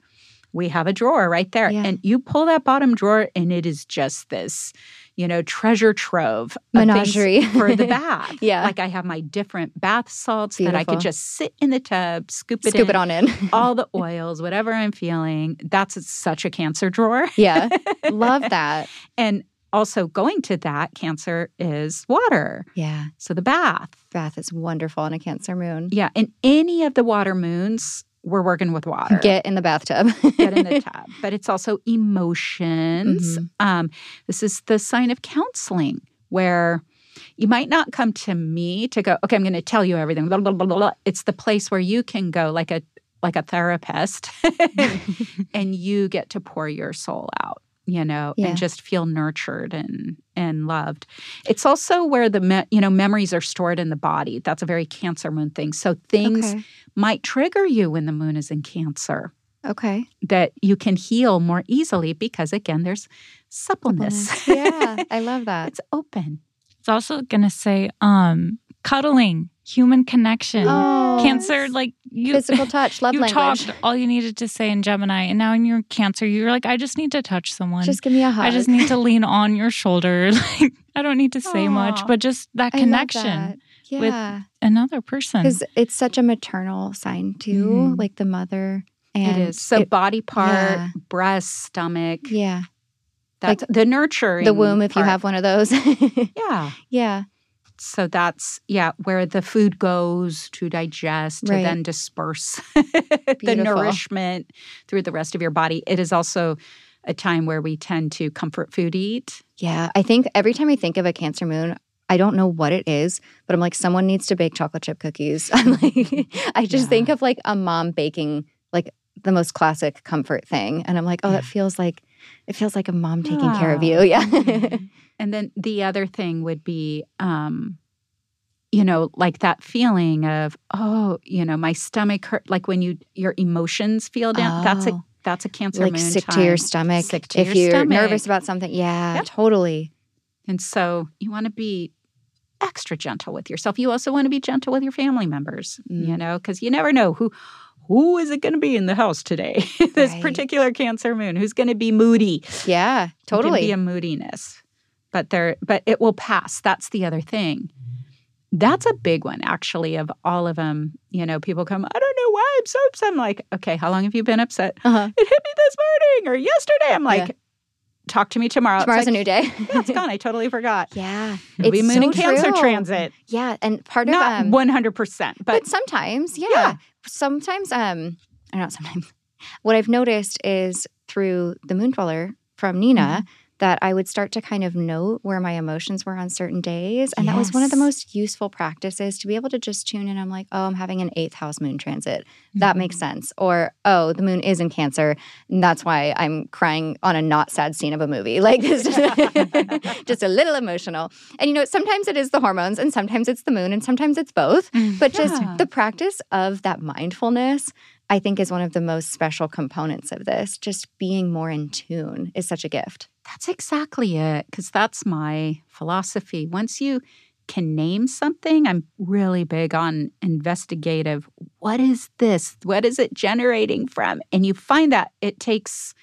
we have a drawer right there, Yeah. and you pull that bottom drawer, and it is just this, you know, treasure trove of things Menagerie. for [laughs] the bath. Yeah. like I have my different bath salts that I Beautiful. could just sit in the tub, scoop it Scoop in, it on in. [laughs] all the oils, whatever I'm feeling. That's such a cancer drawer. yeah. Love that. And also going to that cancer is water. Yeah. So the bath. Bath is wonderful on a Cancer moon. Yeah. And any of the water moons, we're working with water. Get in the bathtub. [laughs] Get in the tub. But it's also emotions. Mm-hmm. Um, this is the sign of counseling where you might not come to me to go, okay, I'm gonna tell you everything. Blah, blah, blah, blah, blah. It's the place where you can go like a like a therapist [laughs] and you get to pour your soul out you know Yeah. and just feel nurtured and and loved it's also where the me- you know memories are stored in the body that's a very cancer moon thing so things Okay. might trigger you when the moon is in cancer Okay. that you can heal more easily because again there's [laughs] suppleness, [laughs] yeah. I love that. it's open It's also gonna say um cuddling, human connection. Oh. Cancer, like you Physical touch, love you language. talked all you needed to say in Gemini, and now in your Cancer, you're like, I just need to touch someone. Just give me a hug. I just need to lean on your shoulder. [laughs] Like I don't need to say Aw. much, but just [laughs] that I love connection, that. with- Yeah. another person. Because it's such a maternal sign too, Mhm. like the mother. And Mm-hmm. it is so it- body part yeah. breast stomach yeah, that's the nurturing the womb if you part. have one of those. [laughs] yeah [laughs] yeah, So that's, yeah, where the food goes to digest, to Right. then disperse [laughs] [laughs] the Beautiful. nourishment through the rest of your body. It is also a time where we tend to comfort food eat. Yeah, I think every time I think of a Cancer Moon, I don't know what it is, but I'm like, someone needs to bake chocolate chip cookies. [laughs] I'm like, I just Yeah. think of like a mom baking like the most classic comfort thing, and I'm like, oh, Yeah. that feels like it feels like a mom taking care of Yeah. you. Yeah, [laughs] and then the other thing would be, um, you know, like that feeling of, oh, you know, my stomach hurt. Like when you your emotions feel down. That's a Oh. that's a cancer like moon sick time. to your stomach Sick to if your you're stomach. nervous about something. Yeah, Yep. totally. And so you want to be extra gentle with yourself. You also want to be gentle with your family members, Mm. you know, because you never know who who is it going to be in the house today. [laughs] this Right. particular Cancer moon, who's going to be moody? Yeah, It can be totally. a moodiness, but there, but it will pass. That's the other thing. That's a big one, actually, of all of them. You know, people come, I don't know why I'm so upset. I'm like, okay, how long have you been upset? Uh-huh. It hit me this morning or yesterday. I'm like, Yeah. talk to me tomorrow. It's Tomorrow's like, a new [laughs] day. [laughs] yeah, it's gone. I totally forgot. yeah, It'll be It's moon so and cancer true. transit. Yeah, and part of Not um, one hundred percent, but, but sometimes yeah. Yeah. sometimes um or not sometimes [laughs] what i've noticed is through the moon dweller from nina Mm-hmm. that i would start to kind of note where my emotions were on certain days and that was one of the Yes. most useful practices to be able to just tune in i'm like oh i'm having an eighth house moon transit that makes Mm-hmm. sense or oh the moon is in cancer and that's why i'm crying on a not sad scene of a movie [laughs] like it's [laughs] just, [laughs] just a little emotional and you know sometimes it is the hormones and sometimes it's the moon and sometimes it's both Mm. but just Yeah. the practice of that mindfulness, I think, is one of the most special components of this. Just being more in tune is such a gift. that's exactly it. Because that's my philosophy. Once you can name something, I'm really big on investigative. What is this? What is it generating from? And you find that it takes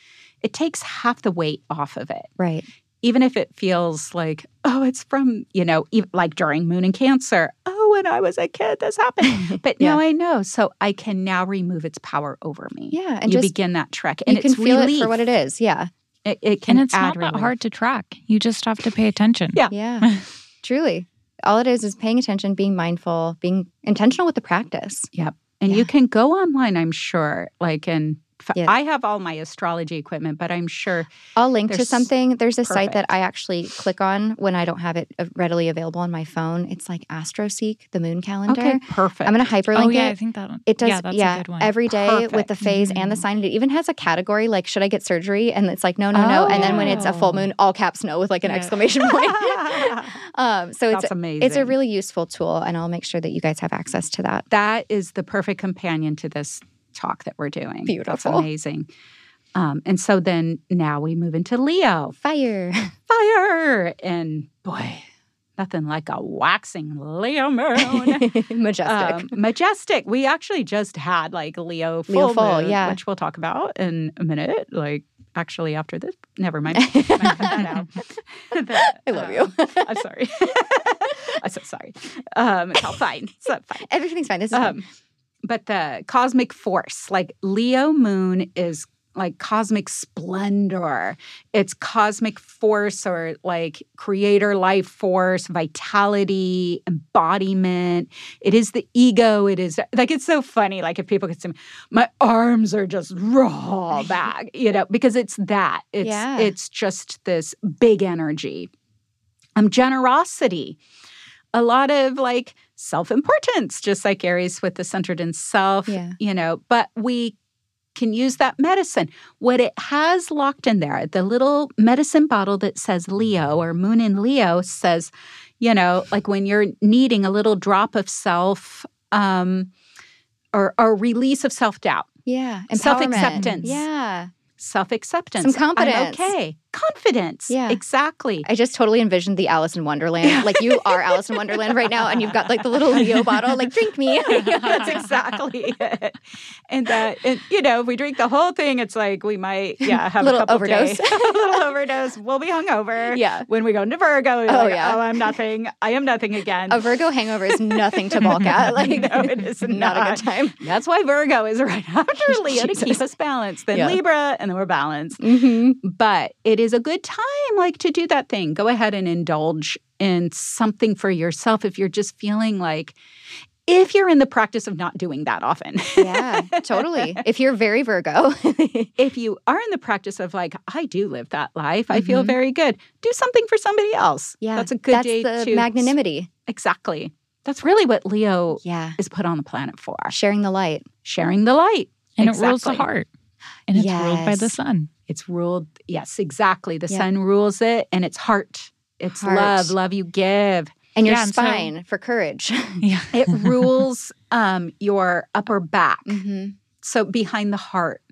it takes half the weight off of it. Right. even if it feels like, oh, it's from, you know, ev- like during Moon and Cancer, oh, when I was a kid, [laughs] this happened. But now I know. So I can now remove its power over me. Yeah. And you just begin that trek. And you can it's feel relief. it for what it is. Yeah. It, it can and it's not add that relief. hard to track. You just have to pay attention. Yeah. [laughs] Yeah. Truly. All it is is paying attention, being mindful, being intentional with the practice. And Yeah. you can go online, I'm sure. Like, and f- Yeah. I have all my astrology equipment, but I'm sure. I'll link to There's- something. There's a site that perfect. I actually click on when I don't have it uh, readily available on my phone. It's like AstroSeek, the moon calendar. Okay, perfect. [laughs] I'm going to hyperlink Oh yeah, it. I think that one. It does, Yeah, yeah. that's a good one. Every day with the Perfect. phase and the Mm. sign. It even has a category like, should I get surgery? And it's like, no, no, no. And then when it's a full Oh. moon, all caps no with like an Yeah. [laughs] exclamation [laughs] point. um, so it's That's amazing. it's a really useful tool, and I'll make sure that you guys have access to that. that is the perfect companion to this talk that we're doing. That's Beautiful. amazing. Um, and so then now we move into Leo Fire. fire, and boy, nothing like a waxing Leo Oh, moon. [laughs] [laughs] Majestic. Um, majestic. We actually just had like Leo full, Leo full, moon, yeah. which we'll talk about in a minute. Like actually after this, never [laughs] mind. Might cut that out. [laughs] That, I love um, you. I'm sorry. [laughs] I'm so sorry. Um, it's all fine. It's all fine Everything's fine. This is fun. um, but the cosmic force like leo moon is like cosmic splendor it's cosmic force or like creator life force vitality embodiment it is the ego it is like it's so funny like if people could say my arms are just raw back you know because it's that it's Yeah. it's just this big energy um generosity a lot of like self importance, just like Aries with the centered in self, Yeah. you know, but we can use that medicine. What it has locked in there, the little medicine bottle that says Leo or Moon in Leo says, you know, like when you're needing a little drop of self um, or, or release of self doubt, [laughs] yeah. Empowerment. self-acceptance. Yeah. self acceptance, Some confidence. okay, confidence. Yeah. Exactly. I just totally envisioned the Alice in [laughs] Wonderland. Like you are Alice in Wonderland right now, and you've got like the little Leo bottle. Like drink [laughs] me. [laughs] That's exactly it. And that, and, you know, if we drink the whole thing, it's like we might, [laughs] yeah, have Little a couple overdose. days- a [laughs] [laughs] little overdose. We'll be hungover. yeah. When we go into Virgo, we're Oh, like, yeah. oh, I'm nothing. I am [laughs] nothing again. A Virgo hangover is nothing to balk [laughs] at. Like [laughs] No, it [laughs] is not a not. good time. That's why [laughs] Virgo is right after Leo to Jesus. keep us balanced. Then Yeah. Libra, and then we're balanced. Mm-hmm. But it it is a good time, like to do that thing. Go ahead and indulge in something for yourself if you're just feeling like, if you're in the practice of not doing that often. yeah, totally. If you're very Virgo, if you are in the practice of like, I do live that life, I feel Mhm. very good, do something for somebody else. yeah, That's a [laughs] good that's day the to magnanimity. Exactly. That's really what Leo Yeah, is put on the planet for sharing the light. sharing the light. And it rules the Exactly. heart. And it's ruled by the Yes. sun. [laughs] It's ruled, yes, exactly. The Yeah. sun rules it and it's heart. It's Heart. love. Love you give. And your Yeah, and so- spine for courage. [laughs] Yeah. It rules um, your upper back. hmm So behind the heart.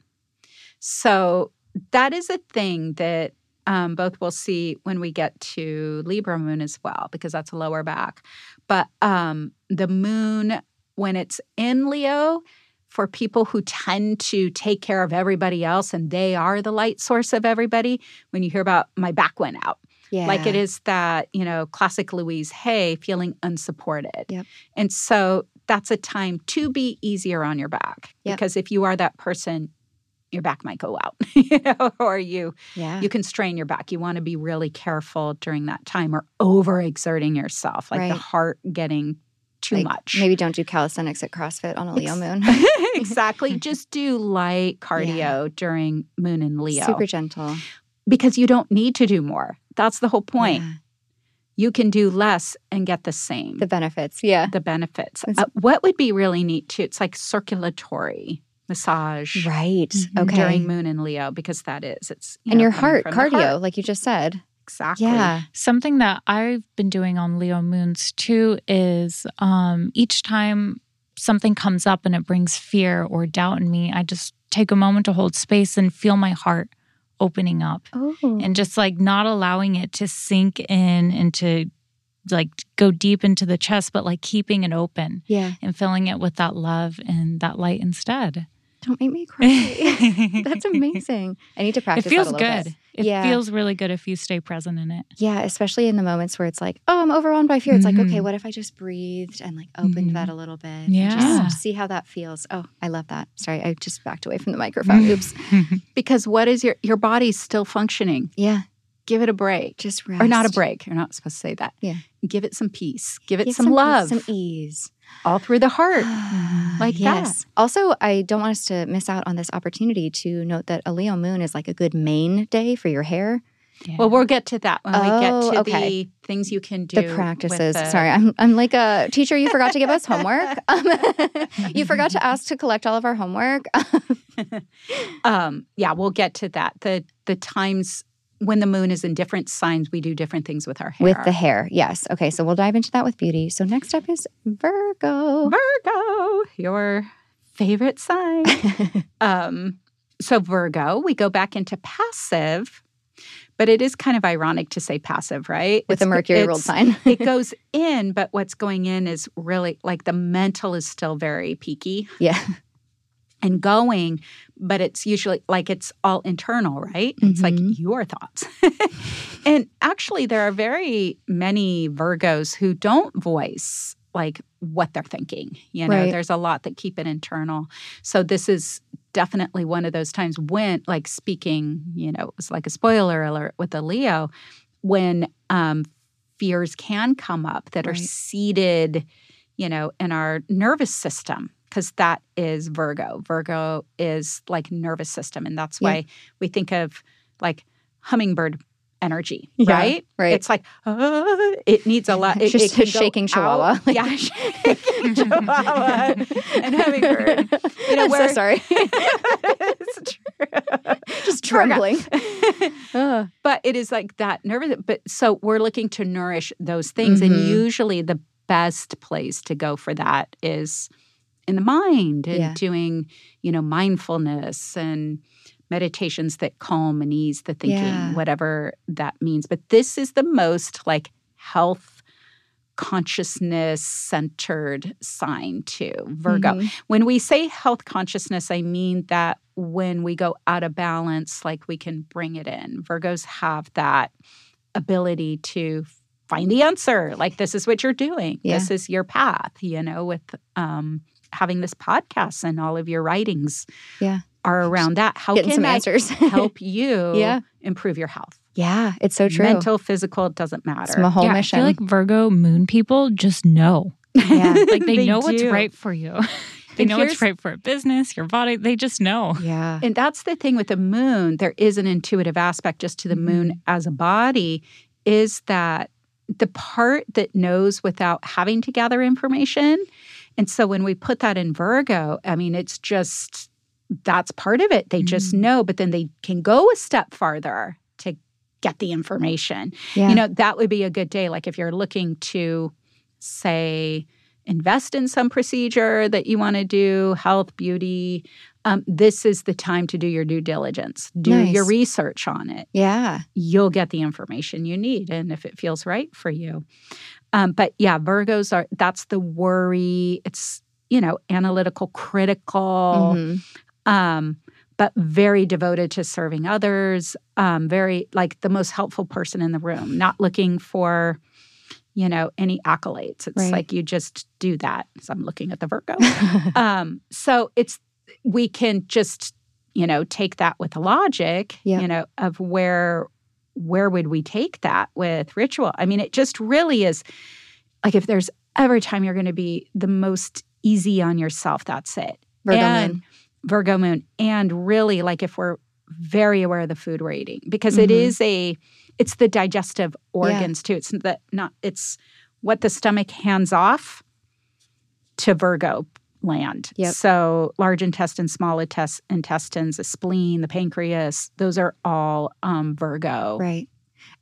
So that is a thing that um, both we'll see when we get to Libra moon as well, because that's a lower back. But um, the moon, when it's in Leo, for people who tend to take care of everybody else and they are the light source of everybody, when you hear about my back went out, Yeah, like it is that, you know, classic Louise Hay feeling unsupported. Yep. And so that's a time to be easier on your back Yep. because if you are that person, your back might go out, [laughs] you know, or you Yeah, you can strain your back. You want to be really careful during that time or overexerting yourself, like the Right. heart getting too Like, much. Maybe don't do calisthenics at CrossFit on a Leo Ex- moon. [laughs] [laughs] exactly. Just do light cardio during moon and [laughs] Leo [laughs] Super gentle. because you don't need to do more. That's the whole point. Yeah, You can do less and get the same. The benefits. Yeah. the benefits. It's- Uh, what would be really neat too? It's like circulatory massage Right. Mhm. Okay. during Moon and Leo because that is it's Mm-hmm. you and know, your coming heart from the cardio, heart. like you just said. exactly. Yeah. Something that I've been doing on Leo moons too is um, each time something comes up and it brings fear or doubt in me, I just take a moment to hold space and feel my heart opening up Oh. and just like not allowing it to sink in and to like go deep into the chest, but like keeping it open yeah. and filling it with that love and that light instead. Don't make me [laughs] [laughs] cry. [laughs] That's amazing. I need to It practice. that a feels little bit. good. It Yeah. feels really good if you stay present in it. Yeah, especially in the moments where it's like, oh, I'm overwhelmed by fear. It's like, okay, Mm-hmm. Mhm. what if I just breathed and like opened Mhm. that a little bit? and Yeah. just see how that feels. Oh, I love that. Sorry, I just backed away from the microphone. Mm. Oops. Because what is your your body's still functioning? Yeah, Give it a break. just rest. Or not a break. You're not supposed to say that. Yeah. Give it some peace. Give it Give some, peace, love. some e-, [sighs] Ah. ease. all through the heart. Like yes. Also, I don't want us to miss out on this opportunity to note that a Leo moon is like a good main day for your hair. Yeah. Well, we'll get to that when we Oh, get to okay. the things you can do. The with practices. the- Sorry, I'm, I'm like a teacher. You forgot to give us homework. [laughs] Um, you forgot to ask to collect all of our homework. um yeah we'll get to that the the times when the moon is in different signs we do different things with our hair With the hair, yes. Okay, so we'll dive into that with beauty. So next up is Virgo. virgo your [laughs] favorite sign um so virgo we go back into passive but it is kind of ironic to say passive right With the Mercury ruled sign. sign. [laughs] it goes in but what's going in is really like the mental is still very peaky Yeah. and going, but it's usually like it's all internal, right? It's like Mhm. your thoughts. [laughs] and actually, there are very many Virgos who don't voice like what they're thinking. You know, Right. there's a lot that keep it internal. So this is definitely one of those times when, like, speaking, you know, it was like a spoiler alert with a Leo, when um, fears can come up that are Right. seated you know, in our nervous system, because that is Virgo. Virgo is like nervous system. And that's Yeah. why we think of like hummingbird energy, Yeah, right? Right. It's like, uh, it needs a lot. It, Just it can a go shaking out. chihuahua. Yeah, [laughs] [laughs] shaking chihuahua and hummingbird. [laughs] You know, I'm so [laughs] where- sorry. it's true. Just [laughs] trembling. Ugh. but it is like that nervous but so we're looking to nourish those things and Mhm. usually the best place to go for that is in the mind and Yeah. doing you know mindfulness and meditations that calm and ease the thinking Yeah. whatever that means but this is the most like health consciousness centered sign too virgo Mhm. when we say health consciousness, I mean that when we go out of balance, like we can bring it in. Virgos have that ability to find the answer. Like this is what you're doing. Yeah. This is your path, you know, with um having this podcast and all of your writings Yeah. are around that. How Getting can some [laughs] I [laughs] answers. help you Yeah. improve your health? yeah, it's so true. Mental, physical, it doesn't matter. it's my whole yeah, mission. I feel like Virgo moon people just know. [laughs] yeah. Like they, know what's do. right for you. [laughs] they And know what's here's- right for a business, your body. They just know. [laughs] Yeah. And that's the thing with the moon. There is an intuitive aspect just to the moon as a body, is that the part that knows without having to gather information. And so when we put that in Virgo, I mean, it's just that's part of it. They just Mhm. know, but then they can go a step farther to get the information. Yeah. [laughs] You know, that would be a good day. Like if you're looking to, say, invest in some procedure that you want to do, health, beauty, um, this is the time to do your due diligence. Do your Nice. research on it. [laughs] yeah. You'll get the information you need, and if it feels right for you. Um, but yeah, Virgos are that's the worry. It's you know analytical, critical Mhm. um, but very devoted to serving others. Um, very like the most helpful person in the room, not looking for, you know, any accolades. It's Right. like you just do that. So I'm looking at the Virgo. um, so it's we can just you know take that with the logic, Yeah. you know, of where where would we take that with ritual? I mean, it just really is like if there's ever a time you're going to be the most easy on yourself, that's it. Virgo and moon. Virgo moon. And really, like if we're very aware of the food we're eating, because it Mhm. is a, it's the digestive organs too. It's the not, it's what the stomach hands off to Virgo land. Yep. So large intestine, small intes- intestines, the spleen, the pancreas, those are all um, Virgo. Right.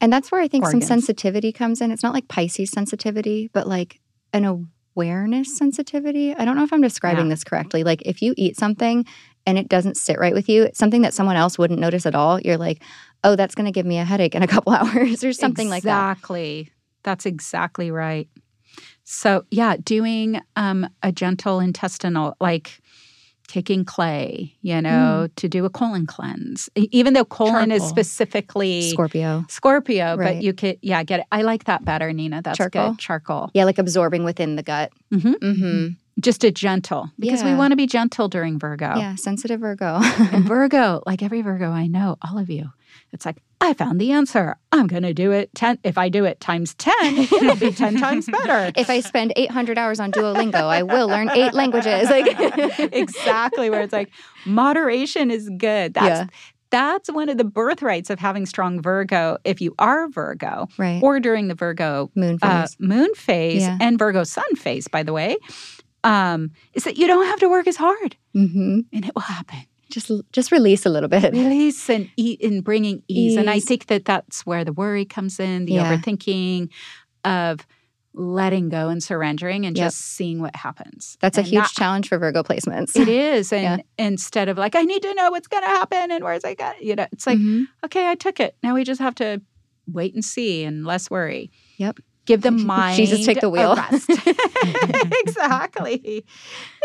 And that's where I think Organs. some sensitivity comes in. It's not like Pisces sensitivity, but like an awareness sensitivity. I don't know if I'm describing Yeah. this correctly. Like if you eat something and it doesn't sit right with you, it's something that someone else wouldn't notice at all, you're like, oh, that's going to give me a headache in a [laughs] couple hours or something like that. Exactly. That's exactly right. So, yeah, doing um, a gentle intestinal, like taking clay, you know, Mm. to do a colon cleanse, E- even though colon is Charcoal. specifically Scorpio. Scorpio, Right. but you could, yeah, get it. I like that better, Nina. That's Charcoal? good. Charcoal. Yeah, like absorbing within the gut. Mhm. Mm-hmm. Just a gentle, because we Yeah. want to be gentle during Virgo. Yeah, sensitive Virgo. And Virgo, like every Virgo I know, all of you, it's like, I found the answer. I'm going to do it 10. If I do it times 10, it'll [laughs] be 10 times better. [laughs] if I spend 800 hours on Duolingo, I will learn eight languages. [laughs] Like, [laughs] exactly where it's like moderation is good. That's Yeah. that's one of the birthrights of having strong Virgo. If you are Virgo right. or during the Virgo Moon phase. uh, moon phase Yeah. and Virgo sun phase, by the way, um, is that you don't have to work as hard, mm-hmm. and it will happen. Just just release a little bit. Release and eat in bringing ease. And I Ease. think that that's where the worry comes in, the Yeah. overthinking of letting go and surrendering and Yep. just seeing what happens. That's a And huge not challenge for Virgo placements. [laughs] [laughs] It is. And Yeah. instead of like, I need to know what's going to happen and where's I got, you know, it's like, Mhm. okay, I took it. Now we just have to wait and see and less worry. Yep. Give the [laughs] mind Jesus, take the a wheel. [laughs] rest. [laughs] exactly.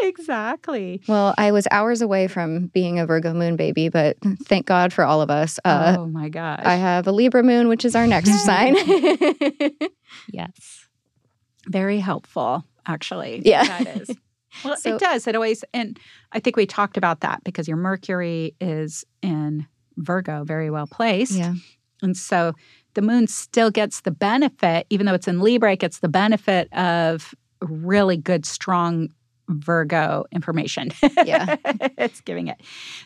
Exactly. Well, I was hours away from being a Virgo moon baby, but thank God for all of us. Uh, oh my gosh. I have a Libra moon, which [laughs] is our next Yay. sign. [laughs] [laughs] Yes. Very helpful, actually. Yeah. That [laughs] is. Well, So- it does. It always, and I think we talked about that because your Mercury is in Virgo, very well placed. yeah. And so the moon still gets the benefit, even though it's in Libra, it gets the benefit of really good, strong Virgo information. Yeah. [laughs] it's giving it.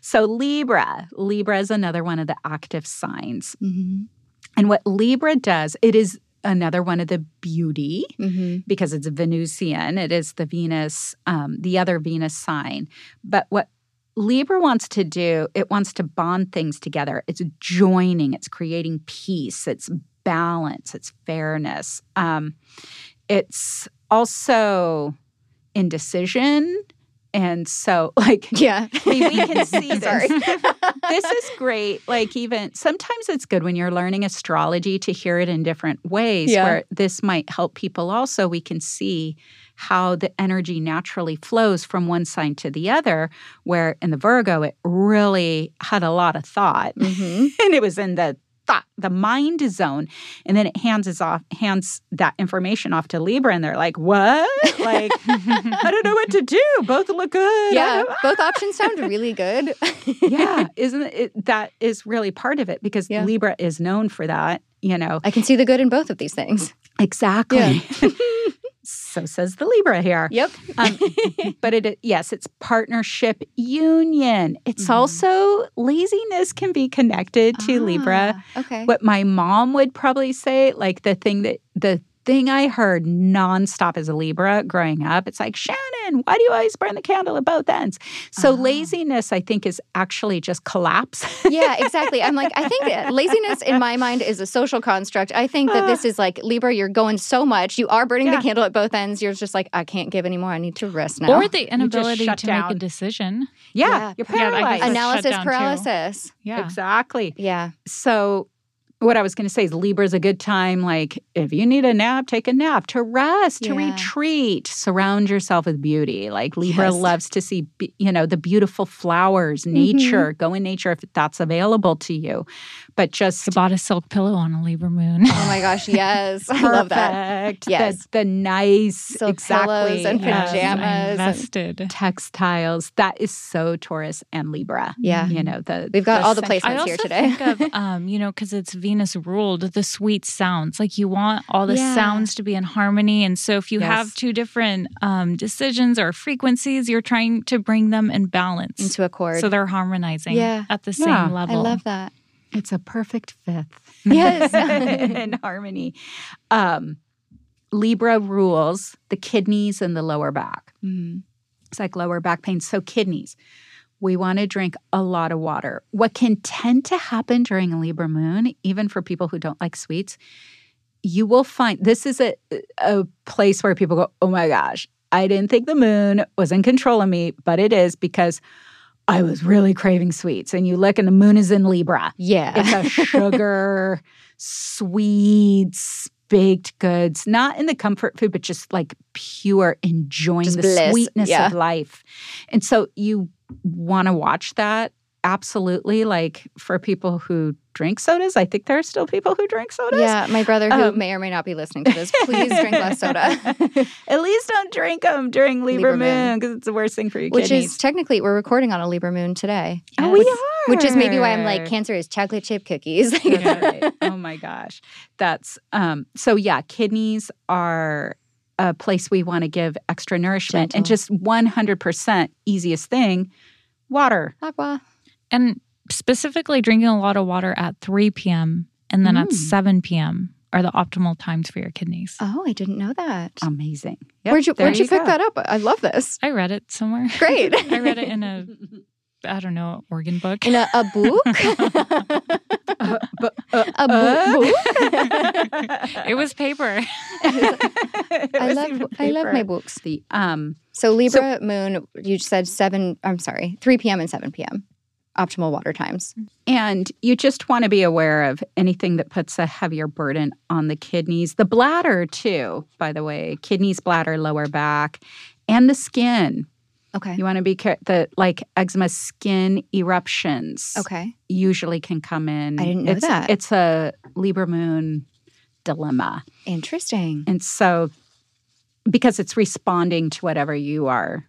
So Libra, Libra is another one of the active signs. hmm And what Libra does, it is another one of the beauty hmm because it's Venusian. It is the Venus, um, the other Venus sign. But what Libra wants to do, it wants to bond things together. It's joining, it's creating peace, it's balance, it's fairness. Um, it's also indecision. And so, [laughs] like, Yeah. I mean, we [laughs] can see this. Sorry. this is great. Like even sometimes it's good when you're learning astrology to hear it in different ways Yeah. where this might help people also we can see how the energy naturally flows from one sign to the other where in the Virgo it really had a lot of thought [laughs] hmm and it was in the thought, the mind zone. And then it hands is off, hands that information off to Libra, and they're like, "What? Like, I don't know what to do. Both look good. Yeah, both options sound really good. [laughs] yeah, [laughs] isn't it? That is really part of it because Yeah. Libra is known for that. You know, I can see the good in both of these things. exactly. [laughs] so says the Libra here. Yep. [laughs] Um, but it yes, it's partnership union. It's Mhm. Mm-hmm. also laziness can be connected to Libra. Ah, Okay. What my mom would probably say, like the thing that the thing I heard nonstop as a Libra growing up, it's like Shannon, why do you always burn the candle at both ends? So Ah. laziness, I think, is actually just collapse. yeah, exactly. I'm like, I think that laziness in my mind is a social construct. I think that [sighs] this is like Libra, you're going so much, you are burning Yeah. the candle at both ends. You're just like, I can't give anymore. I need to rest now. Or the inability shut to make down. a decision. yeah, Yeah. Yeah, you're I guess paralyzed. that's- shut analysis down, too. paralysis. Yeah. Exactly. Yeah. So, what I was going to say is Libra's a good time. Like, if you need a nap, take a nap to rest, to Yeah. retreat, surround yourself with beauty. Like, Libra Yes. Mm-hmm. loves to see, be- you know, the beautiful flowers, nature, go in nature if that's available to you. But just I bought a silk pillow on a Libra moon. [laughs] Oh my gosh. Yes. I love that. perfect, Yes. The, the nice, Silk pillows exactly. and yes, pajamas. I and- invested. Textiles. That is so Taurus and Libra. Yeah. You know, the. We've got all the placements sensual- I also here today. [laughs] think of, um, you know, because it's Venus ruled, the sweet sounds. Like you want all the Yeah. sounds to be in harmony, and so if you Yes. have two different um, decisions or frequencies, you're trying to bring them in balance, Into a chord. so they're harmonizing Yeah. at the Yeah. I I same level. love [laughs] that. It's a perfect fifth. Yes. [laughs] [laughs] in harmony. Um, Libra rules the kidneys and the lower back. Mm. It's like lower back pain. So, kidneys, we want to drink a lot of water. What can tend to happen during a Libra moon, even for people who don't like sweets, you will find this is a, a place where people go, oh my gosh, I didn't think the moon was in control of me, but it is because I was really craving sweets. And you look and the moon is in Libra. Yeah. It's [laughs] a sugar, sweets, baked goods, not in the comfort food, but just like pure enjoying Just the bliss, sweetness yeah. of life. And so you want to watch that. Absolutely. Like for people who drink sodas, I think there are still people who drink sodas. yeah. My brother, who Um, may or may not be listening to this, please drink [laughs] less soda. At least don't drink them during Libra, Libra moon. moon because it's the worst thing for your Which kidneys. is technically, we're recording on a Libra moon today. oh, Yes. we Which- are. Which is maybe why I'm like, cancer is chocolate chip cookies. [laughs] [laughs] Like, That's right. Oh my gosh. That's um so yeah, kidneys are a place we want to give extra nourishment and Gentle. just 100% easiest thing, water. Aqua. and specifically drinking a lot of water at 3 p.m. and then Mm. at 7 p.m. are the optimal times for your kidneys. Oh, I didn't know that. Amazing. Yep, where'd you, there where'd you, pick go. [laughs] that up? I love [laughs] this. I read it [laughs] somewhere. Great. I read it in a I don't know organ book. In a, a book? Uh, but, uh, [laughs] a uh? [laughs] book? [laughs] it [laughs] was paper. It I was love even I love my paper. books. The um So Libra moon, you said seven. I'm sorry, three p.m. and seven p.m. Optimal water times. and you just want to be aware of anything that puts a heavier burden on the kidneys, the bladder too, by the way, kidneys, bladder, lower back, and the skin. Okay. You want to be care- the like eczema skin eruptions. Okay. usually can come in. I didn't know it's, that. It's a Libra moon dilemma, Interesting. and so because it's responding to whatever you are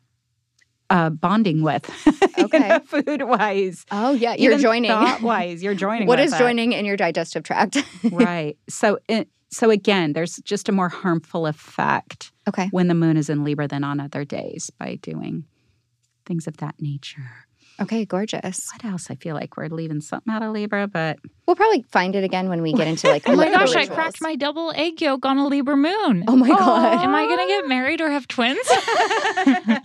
uh, bonding with, [laughs] Okay. food wise, Oh [laughs] yeah, you're joining. [laughs] thought wise, you're joining. What with is it. joining [laughs] in your digestive tract? [laughs] right? So, it, so again, there's just a more harmful effect okay. when the moon is in Libra than on other days by doing things of that nature. Okay. Gorgeous. What else? I feel like we're leaving something out of Libra, but [laughs] We'll probably find it again when we get into like. Oh my Libra gosh, I rituals. cracked my double egg yolk on a Libra moon. Oh my god. Am I going to get married or have twins?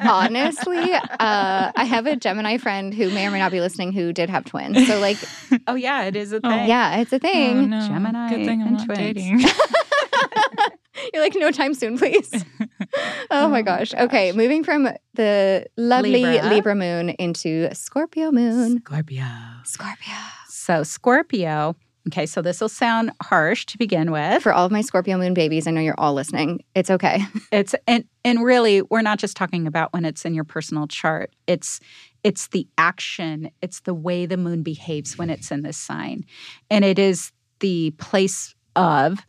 Honestly, uh, I have a Gemini friend who may or may not be listening who did have twins. So like, [laughs] oh yeah, it is a thing. Oh. yeah, it's a thing. [laughs] Oh, no. Gemini Good thing I'm and not twins. dating. [laughs] You're like, no time soon, please. [laughs] [laughs] oh my my gosh. Okay, gosh. moving from the lovely Libra, Libra. moon into Scorpio moon. Scorpio. Scorpio. So Scorpio. Okay, so this will sound harsh to begin with. For all of my Scorpio moon babies, I know you're all listening. It's okay. It's and and really we're not just talking about when it's in your personal chart. It's it's the action, it's the way the moon behaves when it's in this sign. And it is the place of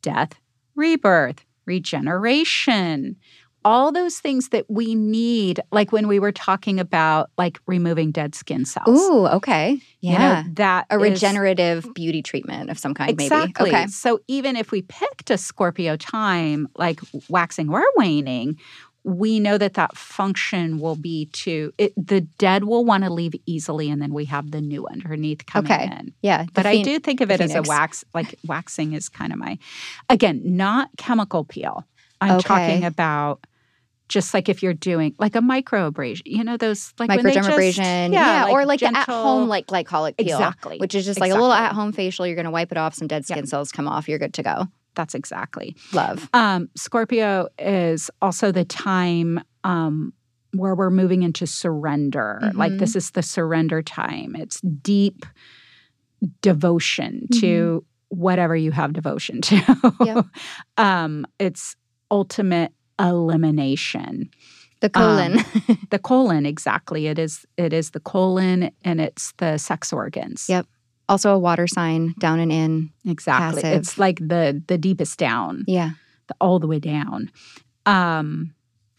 death, rebirth, regeneration, all those things that we need, like when we were talking about like removing dead skin cells. Ooh, okay. You Yeah. know, that a is- regenerative beauty treatment of some kind, Exactly. maybe. Okay. So even if we picked a Scorpio time, like waxing or waning, we know that that function will be to it, the dead will want to leave easily, and then we have the new underneath coming Okay. in. Yeah. the But I phen- do think of it as phoenix. a wax, like waxing is kind of my, again, not chemical peel. I'm Okay. talking about just like if you're doing like a microabrasion, you know, those like when they just- microdermabrasion. yeah. like or like the at gentle- home, like glycolic peel, exactly, which is just like a little Exactly. at home facial. You're going to wipe it off. Some dead skin cells come off. You're good to go. That's exactly. Love. Um, Scorpio is also the time um, where we're moving into surrender. Like Mhm. this is the surrender time. It's deep devotion to whatever you have devotion to. Mm-hmm. Yep. [laughs] um, it's ultimate elimination. The colon. [laughs] The colon, exactly. It is. It is the colon, and it's the sex organs. Yep. also a water sign down and in. Exactly. Passive. It's like the the deepest down. Yeah. the- all the way down. Um,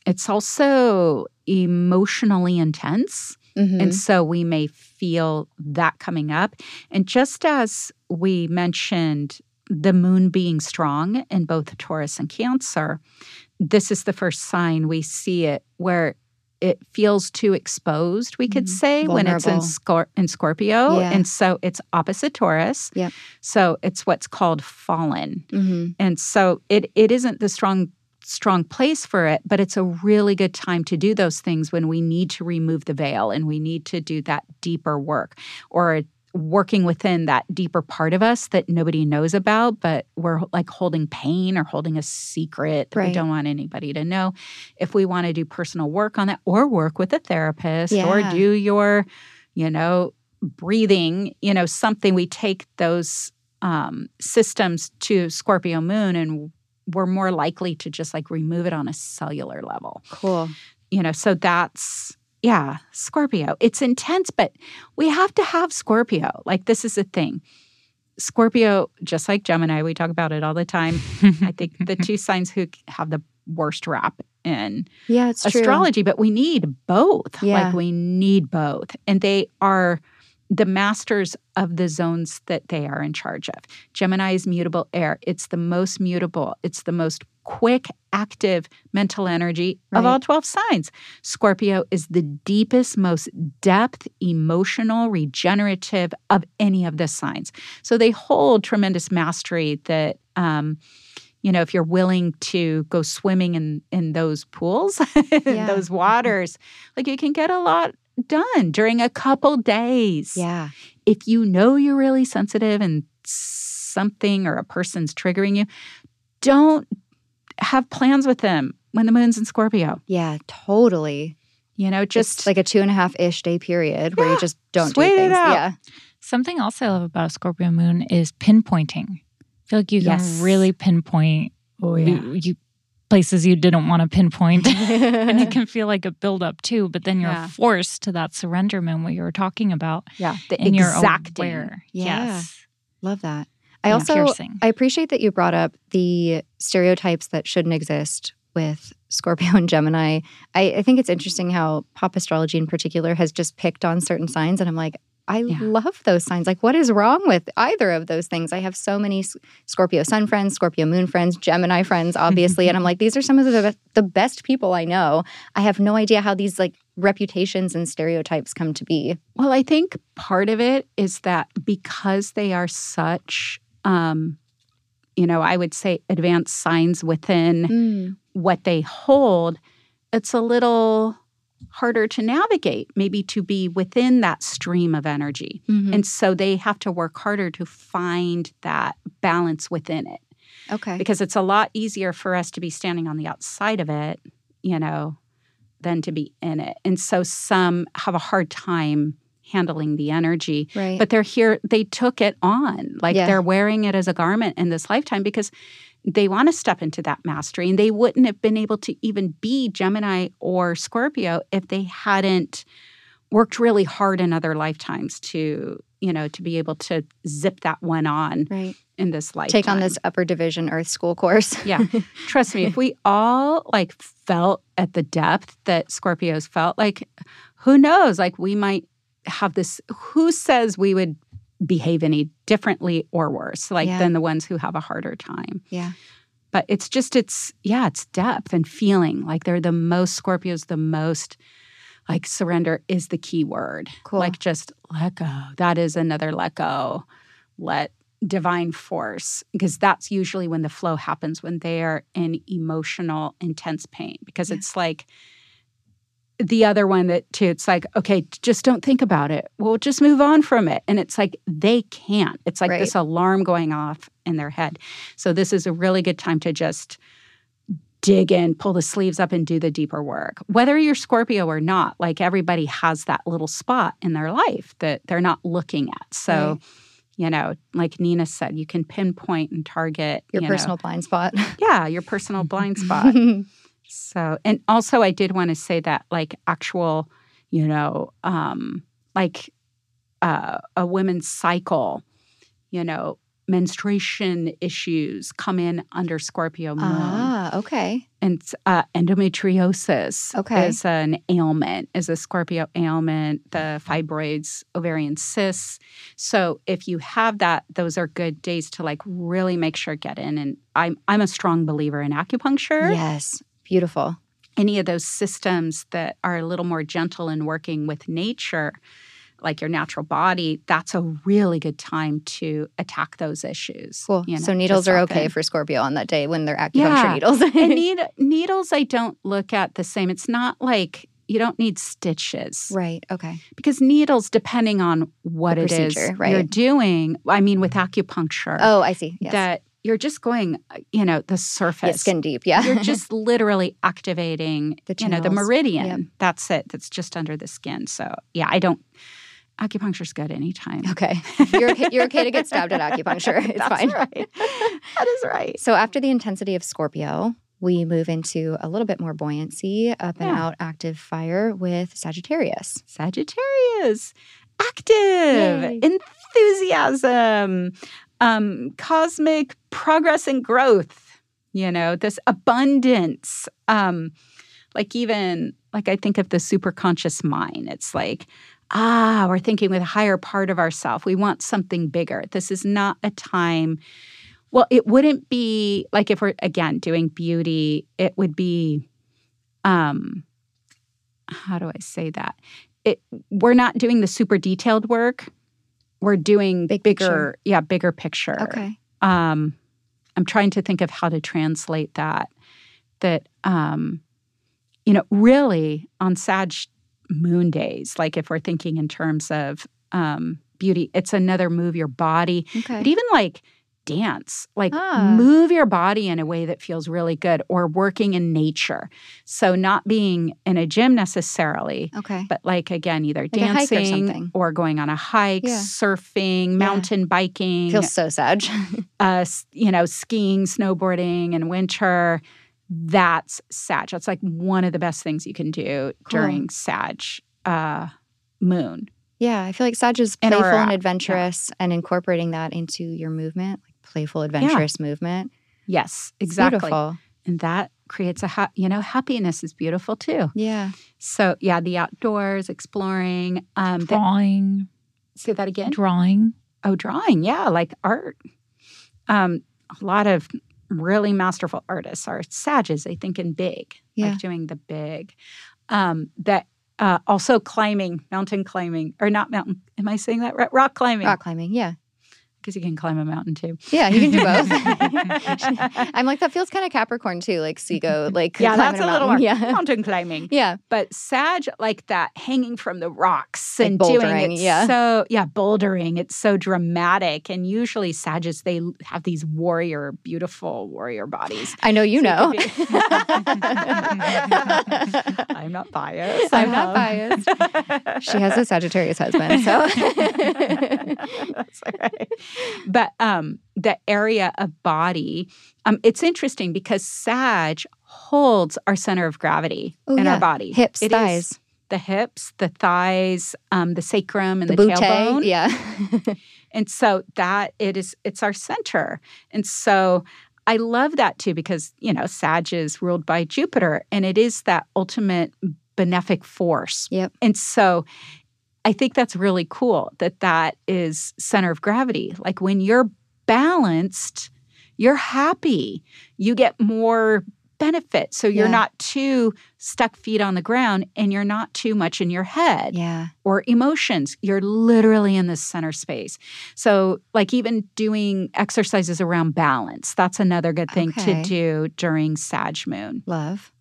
it's also emotionally intense. Mhm. And so we may feel that coming up. And just as we mentioned the moon being strong in both Taurus and Cancer, this is the first sign we see it where it feels too exposed, we could Mhm. say, when it's in, Mm-hmm. Vulnerable. Scor- in Scorpio. Yeah. And so it's opposite Taurus. Yep. So it's what's called fallen Mhm. and so it it isn't the strong strong place for it but it's a really good time to do those things when we need to remove the veil and we need to do that deeper work or working within that deeper part of us that nobody knows about but we're like holding pain or holding a secret that we Right. don't want anybody to know if we want to do personal work on that or work with a therapist or Yeah. do your you know breathing you know something we take those um, systems to Scorpio moon and we're more likely to just like remove it on a cellular level. Cool. You know, so that's yeah, Scorpio. It's intense, but we have to have Scorpio. Like this is a thing. Scorpio, just like Gemini, we talk about it all the time. I think the two signs who have the worst rap in Yeah, it's true. astrology, but we need both. Yeah. Like we need both. And they are the masters of the zones that they are in charge of. Gemini is mutable air. It's the most mutable, it's the most quick, active mental energy of Right. all 12 signs. Scorpio is the deepest, most depth, emotional, regenerative of any of the signs. So they hold tremendous mastery that um, you know, if you're willing to go swimming in in those pools, [laughs] in Yeah. those waters, like you can get a lot done during a couple days. Yeah. If you know you're really sensitive and something or a person's triggering you, don't have plans with them when the moon's in Scorpio. Yeah, totally. You know, just It's like a two and a half ish day period where you Yeah. just don't do Sweat it things. [laughs] out. Yeah. Something else I love about a Scorpio moon is pinpointing. I feel like you can Yes. really pinpoint oh, you, you places you didn't want to [laughs] pinpoint. [laughs] and it can feel like a buildup too, but then you're Yeah. forced to that surrenderment what you were talking about. yeah, the And you're exacting. aware. Yeah. Yes. Love that. I Yeah. also Piercing. I appreciate that you brought up the stereotypes that shouldn't exist with Scorpio [laughs] and Gemini. I, I think it's interesting how pop astrology in particular has just picked on certain signs. And I'm like, I Yeah. love those signs. Like, what is wrong with either of those things? I have so many S- Scorpio sun friends, Scorpio moon friends, Gemini friends, [laughs] obviously. and I'm like, these are some of the, be- the best people I know. I have no idea how these like reputations and stereotypes come to be. Well, I think part of it is that because they are such, um, you know, I would say advanced signs within what they hold, it's a little harder to navigate, maybe to be within that stream of energy. Mhm. And so they have to work harder to find that balance within it okay. because it's a lot easier for us to be standing on the outside of it, you know, than to be in it. And so some have a hard time handling the energy Right. but they're here they took it on like Yeah. they're wearing it as a garment in this lifetime because they want to step into that mastery and they wouldn't have been able to even be gemini or scorpio if they hadn't worked really hard in other lifetimes to you know to be able to zip that one on Right. in this life Take on this upper division earth school course. [laughs] yeah trust me if we all like felt at the depth that scorpios felt like who knows like we might have this who says we would behave any differently or worse like Yeah. than the ones who have a harder time Yeah. but it's just it's yeah it's depth and feeling like they're the most scorpios the most like surrender is the key word Cool. like just let go that is another let go let divine force because that's usually when the flow happens when they're in emotional intense pain because Yeah. it's like the other one that too it's like okay just don't think about it we'll just move on from it and it's like they can't it's like Right. this alarm going off in their head so this is a really good time to just dig in pull the sleeves up and do the deeper work whether you're scorpio or not like everybody has that little spot in their life that they're not looking at so Right. you know like nina said you can pinpoint and target Your you know, personal blind spot. yeah your [laughs] personal blind spot Mm-hmm. so, and also, I did want to say that, like, actual, you know, um, like uh, a women's cycle, you know, menstruation issues come in under Scorpio moon, ah, okay. and uh, endometriosis Okay. is an ailment, is a Scorpio ailment. The fibroids, ovarian cysts. So, if you have that, those are good days to like really make sure get in. And I'm I'm a strong believer in acupuncture Yes. Beautiful. any of those systems that are a little more gentle in working with nature, like your natural body, that's a really good time to attack those issues. Cool. you know, so needles just are often. okay for Scorpio on that day when they're acupuncture [laughs] Yeah. needles. and need, needles, I don't look at the same. It's not like you don't need stitches right. Okay. because needles, depending on what The it is procedure, you're right. doing, I mean, with acupuncture, Oh, I see. Yes. that you're just going, you know, the Yeah, surface. skin deep. [laughs] Yeah. you're just literally activating The you know the channels. meridian Yep. that's it that's just under the skin so yeah i don't acupuncture's good anytime [laughs] [laughs] okay. You're okay, you're okay to get stabbed at [laughs] acupuncture. It's that's fine. [laughs] right. that is right So after the intensity of Scorpio, we move into a little bit more buoyancy, up and Yeah. out active fire with Sagittarius. sagittarius active Yay. enthusiasm um cosmic progress and growth you know this abundance um like even like i think of the superconscious mind it's like ah we're thinking with a higher part of ourself we want something bigger this is not a time well it wouldn't be like if we're again doing beauty it would be um how do i say that it we're not doing the super detailed work we're doing Big bigger picture. yeah bigger picture Okay. um, I'm trying to think of how to translate that. That um, you know, really on Sag moon days, like if we're thinking in terms of um, beauty, it's another move your body, Okay. but even like dance, like Ah. move your body in a way that feels really good, or working in nature. So not being in a gym necessarily, okay. but like again, either a hike or dancing something. or, going on a hike, Yeah. surfing, mountain biking, Feels so Sag. uh, s- you know, skiing, snowboarding in winter, that's Sag. That's like one of the best things you can do Cool. during Sag uh, moon. yeah, I feel like Sag is And playful or, and uh, adventurous, and incorporating that into your movement, like playful, adventurous movement. Yes, It's exactly. Beautiful. And that creates a, ha- you know, happiness is beautiful too. Yeah. So, yeah, the outdoors, exploring. Um, the- Drawing, say that again. drawing. Oh, drawing. Yeah, like art. Um, a lot of really masterful artists are Sages. They think in big, Yeah. like doing the big. Um, that uh, also climbing, mountain climbing, or not mountain. Am I saying that right? Rock climbing, Rock climbing. Yeah. because you can climb a mountain too. Yeah, you can do [laughs] both. [laughs] I'm like, that feels kind of Capricorn too, like [laughs] seago, like Yeah, climbing that's a little more mountain. [laughs] Yeah. [laughs] mountain climbing. Yeah. But Sag like that, hanging from the rocks Like and doing bouldering, it yeah. so yeah, bouldering. It's so dramatic, and usually Sages they have these warrior, beautiful warrior bodies. I know you know. So it could be- I'm not biased. [laughs] [laughs] Um, I'm not [laughs] biased. biased. She has a Sagittarius husband. [laughs] So [laughs] That's all right. But um, the area of body, um, it's interesting because Sag holds our center of gravity Oh, in yeah. our body. hips, It is- thighs. the hips, the thighs, um, the sacrum, and the, boute, tailbone. [laughs] Yeah. And so that it is it's our center. And so I love that too because, you know, Sag is ruled by Jupiter and it is that ultimate benefic force. Yep. And so I think that's really cool that that is center of gravity. Like when you're balanced, you're happy. You get more benefit. So you're Yeah. not too stuck feet on the ground and you're not too much in your head yeah. or emotions. You're literally in this center space. So, like, even doing exercises around balance, that's another good thing Okay. to do during Sag Moon. Love.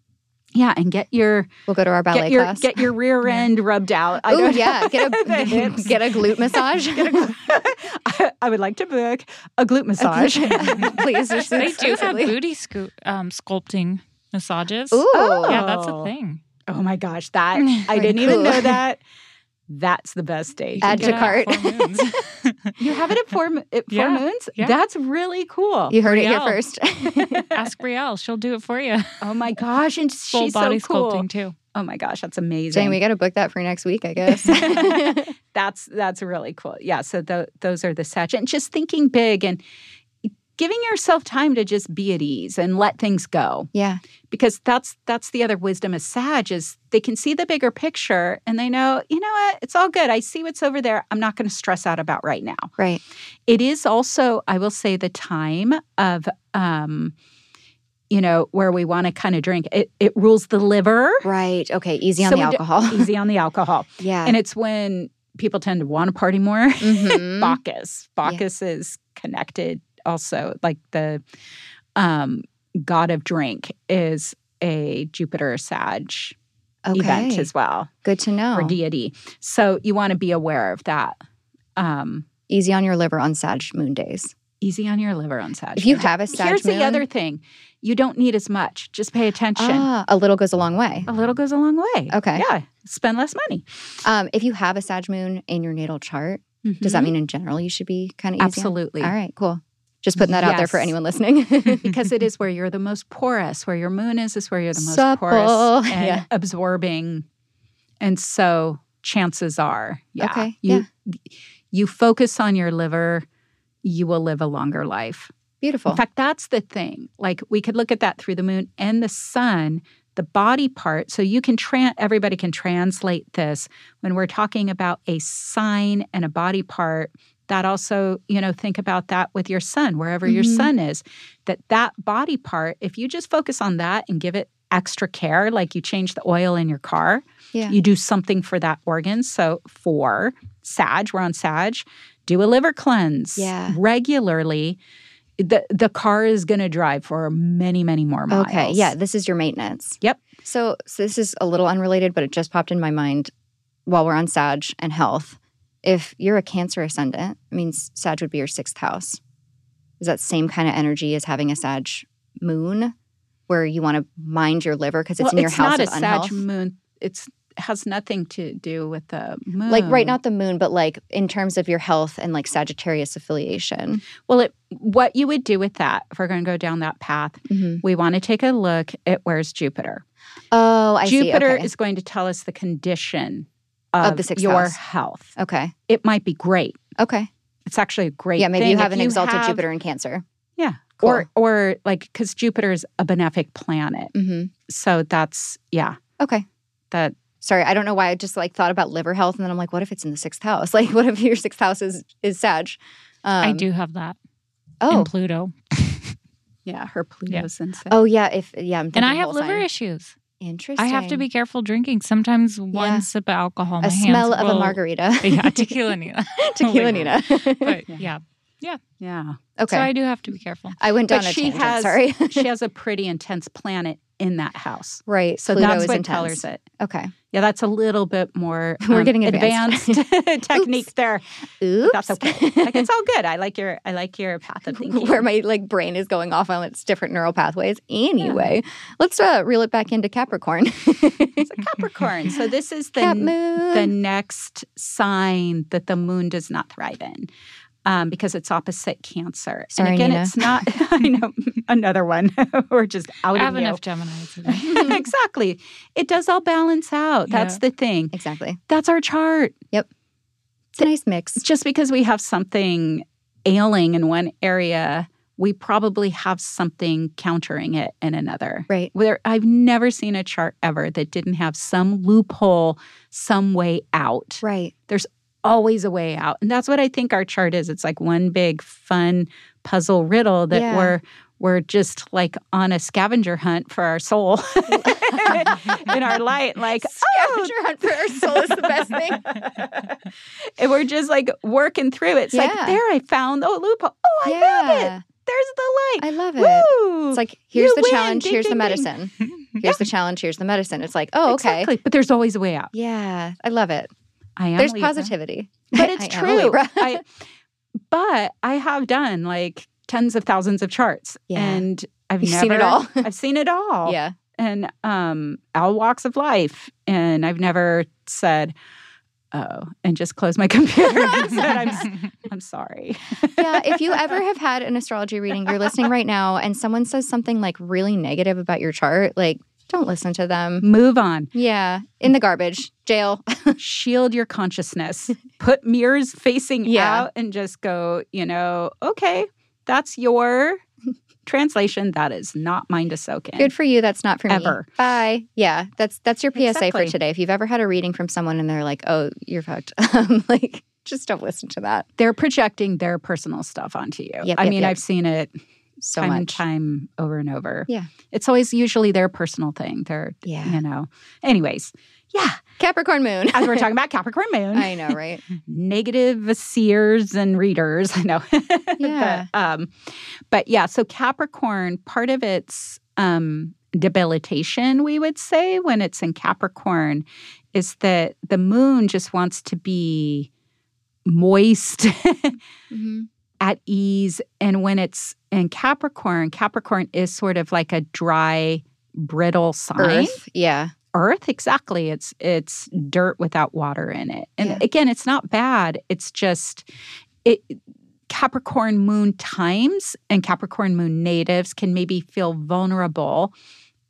Yeah, and get your We'll go to our ballet get your class. get your [laughs] rear Yeah. end rubbed out. I Ooh, don't- yeah. [laughs] Get [laughs] the a hips. get a glute massage. Get a gl- I would like to book a glute massage. [laughs] Please. just they do have explicitly. booty sco- um, sculpting massages. Ooh. Yeah, that's a Oh. thing. [laughs] oh my gosh, [laughs] that I Very didn't cool. even [laughs] know that. That's the best date. You can Add get to it cart. at Four [laughs] Moons. You have it at four, mo- at four Yeah, moons. yeah. That's really cool. You heard it here Real. first. Ask Brielle; she'll do it [laughs] for you. Oh my gosh, and Full she's body so cool. sculpting too. Oh my gosh, that's amazing. Dang, we got to book that for next week, I guess. [laughs] that's that's really cool. Yeah, so tho- those are the such and just thinking big and giving yourself time to just be at ease and let things go yeah. because that's that's the other wisdom of Sag is they can see the bigger picture and they know you know what it's all good. I see what's over there. I'm not going to stress out about right now. Right. It is also, I will say, the time of, um, you know, where we want to kind of drink. It, it rules the liver, Right. Okay. Easy on So the we do- [laughs] alcohol. easy on the alcohol. yeah. And it's when people tend to want to party more. Mhm. Bacchus. Bacchus is connected also, like the um, god of drink is a Jupiter Sag event Okay. Oh. as well, Good to know. or deity. So you want to be aware of that. Um, Easy on your liver on Sag moon days. easy on your liver on Sag. If you have a Sag Here's moon, the other thing you don't need as much, just pay attention. ah, a little goes a long way. a little goes a long way. Okay. Yeah. Spend less money. Um, if you have a Sag moon in your natal chart, does that Mhm. mean in general you should be kind of easy? on- Absolutely. All right. Cool. Just putting that out there for Yes. anyone listening. [laughs] because it is where you're the most porous, where your moon is, is where you're the [laughs] most Supple. porous and Yeah. absorbing. And so chances are, yeah, Okay, you, you focus on your liver, you will live a longer life. Beautiful. In fact, that's the thing. Like we could look at that through the moon and the sun, the body part. So you can tran everybody can translate this when we're talking about a sign and a body part. That also, you know, think about that with your sun, wherever your Mhm. sun is. That that body part, if you just focus on that and give it extra care, like you change the oil in your car, yeah. you do something for that organ. So for Sag, we're on Sag, do a liver cleanse Yeah. regularly. The the car is gonna drive for many, many more miles. Okay. Yeah. This is your maintenance. Yep. So, so this is a little unrelated, but it just popped in my mind while we're on Sag and health. If you're a Cancer ascendant, I mean, S- Sag would be your sixth house. Is that same kind of energy as having a Sag moon where you want to mind your liver because it's Well, in your it's house not of a unhealth? Sag moon. It's has nothing to do with the moon. Like, right, not the moon, but like in terms of your health and like Sagittarius affiliation. Well, it what you would do with that, if we're gonna go down that path, Mhm. we want to take a look at where's Jupiter. Oh, I Jupiter see. Okay. is going to tell us the condition Of of, the sixth your house. health. okay. It might be great. Okay. It's actually a great Yeah. Maybe thing you if have an exalted have- Jupiter in Cancer. Yeah. Cool. Or or like because Jupiter is a benefic planet, hmm so that's yeah Okay. that Sorry, I don't know why I just like thought about liver health, and then I'm like, what if it's in the sixth house? [laughs] Like, what if your sixth house is is Sag? Um, I do have that in Oh, Pluto, yeah her Pluto's in Sag. oh yeah. If yeah, I'm and I thinking have whole liver sign. issues. Interesting. I have to be careful drinking. Sometimes one Yeah. sip of alcohol, my a smell hands of a will- margarita. [laughs] yeah, [laughs] tequila, Nina. tequila, Nina. Oh But Yeah. yeah, yeah [laughs] okay, so I, I do have to be careful. went down But a she tangent. [laughs] has- sorry. she has a pretty intense planet in that house, right. so Pluto that's is what intense. colors it. Okay. Yeah, that's a little bit more. [laughs] um, We're getting advanced. [laughs] advanced, [laughs] technique there. Oops. That's okay. Like it's all good. I like your I like [laughs] your path of thinking. Where my like brain is going off on its different neural pathways. Anyway, let's uh, reel it back into Capricorn. [laughs] it's a Capricorn, so this is the Cap the moon. next sign that the moon does not thrive in. um, because it's opposite Cancer. Sorry, and again, Nina. it's not, [laughs] I know, another one. [laughs] We're just out I have of [laughs] [laughs] enough Gemini today. exactly. It does all balance out. That's Yeah. the thing. [laughs] Exactly. That's our chart. It's a nice mix. Just because we have something ailing in one area, we probably have something countering it in another. Right. Where I've never seen a chart ever that didn't have some loophole, some way out. Right. [laughs] Always a way out. And that's what I think our chart is. It's like one big fun puzzle riddle that Yeah. we're we're just like on a scavenger hunt for our soul [laughs] in our light. [laughs] Like, oh, Scavenger hunt for our soul is the best [laughs] thing. and we're just like working through it. It's Yeah. like there I found the loophole. Oh, I found it. yeah. There's the light. I love it. Woo! It's like here's You the win. challenge, Ding, here's the ding, ding. medicine. [laughs] Here's the challenge, here's the medicine. It's like, oh, okay. Exactly. But there's always a way out. Yeah. I love it. I am There's a Libra. positivity. But [laughs] it's I am a true. Libra. I, but I have done like tens of thousands of charts. Yeah. And I've You've never seen it all. [laughs] I've seen it all. yeah. And um all walks of life. And I've never said, Oh, and just closed my [laughs] computer and said, [laughs] I'm s- [laughs] I'm sorry. yeah, if you ever have had an astrology reading, you're listening right now, and someone says something like really negative about your chart, like don't listen to them. Move on. Yeah, in the garbage, jail. shield your [laughs] consciousness. Put mirrors facing Yeah. out and just go, you know, okay, that's your translation. That is not mine to soak in. Good for you. That's not for Ever. me. Bye. Yeah, that's that's your PSA Exactly. for today. If you've ever had a reading from someone and they're like, "Oh, you're fucked," [laughs] um, like just don't listen to that. They're projecting their personal stuff onto you. Yep, I yep, mean, yep. I've seen it So time and much. time over and over. Yeah. It's always usually their personal thing. They're, Yeah. you know, anyways, yeah. Capricorn Moon. As [laughs] we're talking about Capricorn Moon, [laughs] I know, right? negative seers and readers. [laughs] I know. Yeah. but, um, but yeah, so Capricorn, part of its um, debilitation, we would say, when it's in Capricorn, is that the moon just wants to be moist, [laughs] Mhm. at ease. And when it's in Capricorn, Capricorn is sort of like a dry, brittle sign Earth. Yeah. earth exactly it's it's dirt without water in it and Yeah. again it's not bad it's just it capricorn moon times and capricorn moon natives can maybe feel vulnerable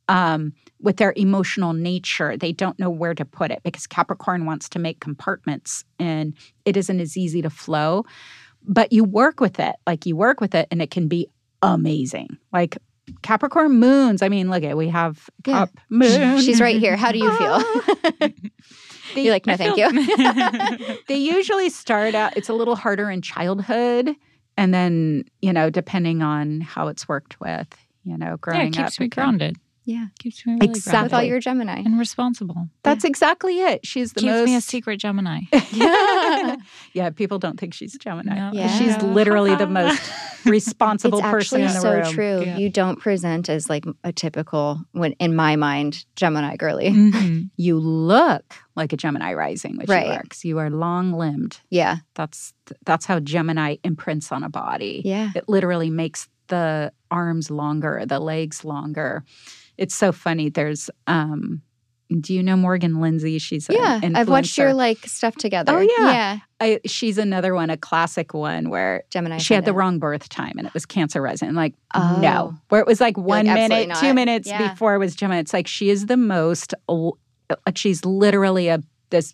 um, with their emotional nature they don't know where to put it because capricorn wants to make compartments and it isn't as easy to flow but you work with it like you work with it and it can be amazing like capricorn moons i mean look at we have Yeah. cup moon She's right here. How do you [laughs] feel? Ah. [laughs] They- You're like, no, thank [laughs] you. [laughs] they usually start out it's a little harder in childhood and then you know depending on how it's worked with you know yeah, growing it up keeps me it can- grounded. Yeah. Keeps me really With all Exactly. your [laughs] Gemini. [laughs] grounded and responsible. that's exactly it she's the keeps most me a secret Gemini. [laughs] [laughs] yeah people don't think she's gemini No, Yeah. she's no. [laughs] literally [laughs] the most responsible it's actually person in so the room true. Yeah. You don't present as like a typical, when in my mind, Gemini girly. Mm-hmm. Mhm. you look like a gemini rising which Right. you are 'cause you are long limbed Yeah, that's that's how gemini imprints on a body yeah, It literally makes the arms longer, the legs longer. It's so funny. There's um do you know Morgan Lindsay? She's yeah. an I've watched your influencer. like stuff together. Oh, yeah. yeah. I, she's another one, a classic one where Gemini. she had the ascendant. wrong birth time and it was cancer resident. Like Oh. no, where it was like one like, absolutely minute, two not. minutes Yeah. before it was Gemini. It's like she is the most. l- She's literally a this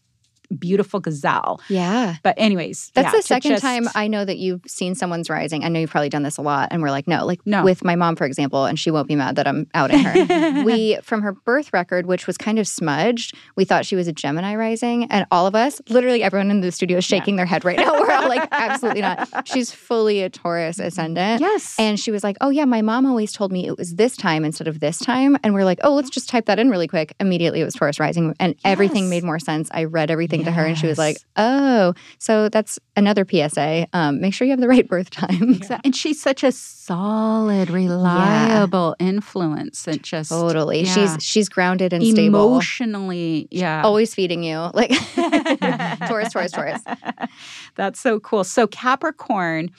beautiful gazelle. Yeah. But anyways, That's yeah, the to second just- time I know that you've seen someone's rising. I know you've probably done this a lot, and we're like, no, like No. with my mom, for example, and she won't be mad that I'm outing [laughs] her. we, from her birth record, which was kind of smudged, we thought she was a Gemini rising, and all of us, literally everyone in the studio, is shaking their head right now. We're all like, absolutely [laughs] not. She's fully a Taurus ascendant. yes, And she was like, Oh, yeah, my mom always told me it was this time instead of this time. And we're like, Oh, let's just type that in really quick. Immediately it was Taurus rising and everything Yes. made more sense. I read everything to her and she was like, Yes. Oh, so that's another PSA. Um, make sure you have the [laughs] right birth time. So- and she's such a solid, reliable influence and just totally. Yeah. She's she's grounded and stable. emotionally, yeah. Always feeding you. Like [laughs] Taurus, Taurus, Taurus. That's so cool. So Capricorn,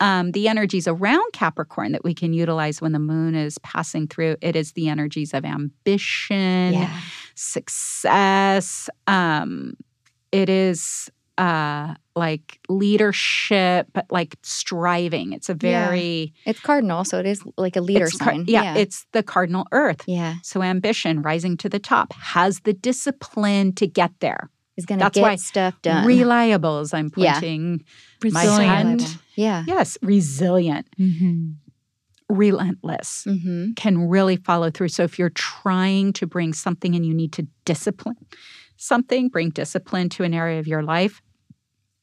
um, the energies around Capricorn that we can utilize when the moon is passing through, it is the energies of ambition, Yeah. success. Um, it is uh, like leadership, but like striving. It's a very It's cardinal, so it is like a leader it's car- sign. yeah, it's the cardinal earth. yeah. So ambition, rising to the top, has the discipline to get there. It's gonna That's get why stuff done. Reliable, as I'm Yeah. pointing. My Resilient. hand. Yeah. Yes, resilient, Mm-hmm. relentless. Mm-hmm. can really follow through. So if you're trying to bring something and you need to discipline something, bring discipline to an area of your life,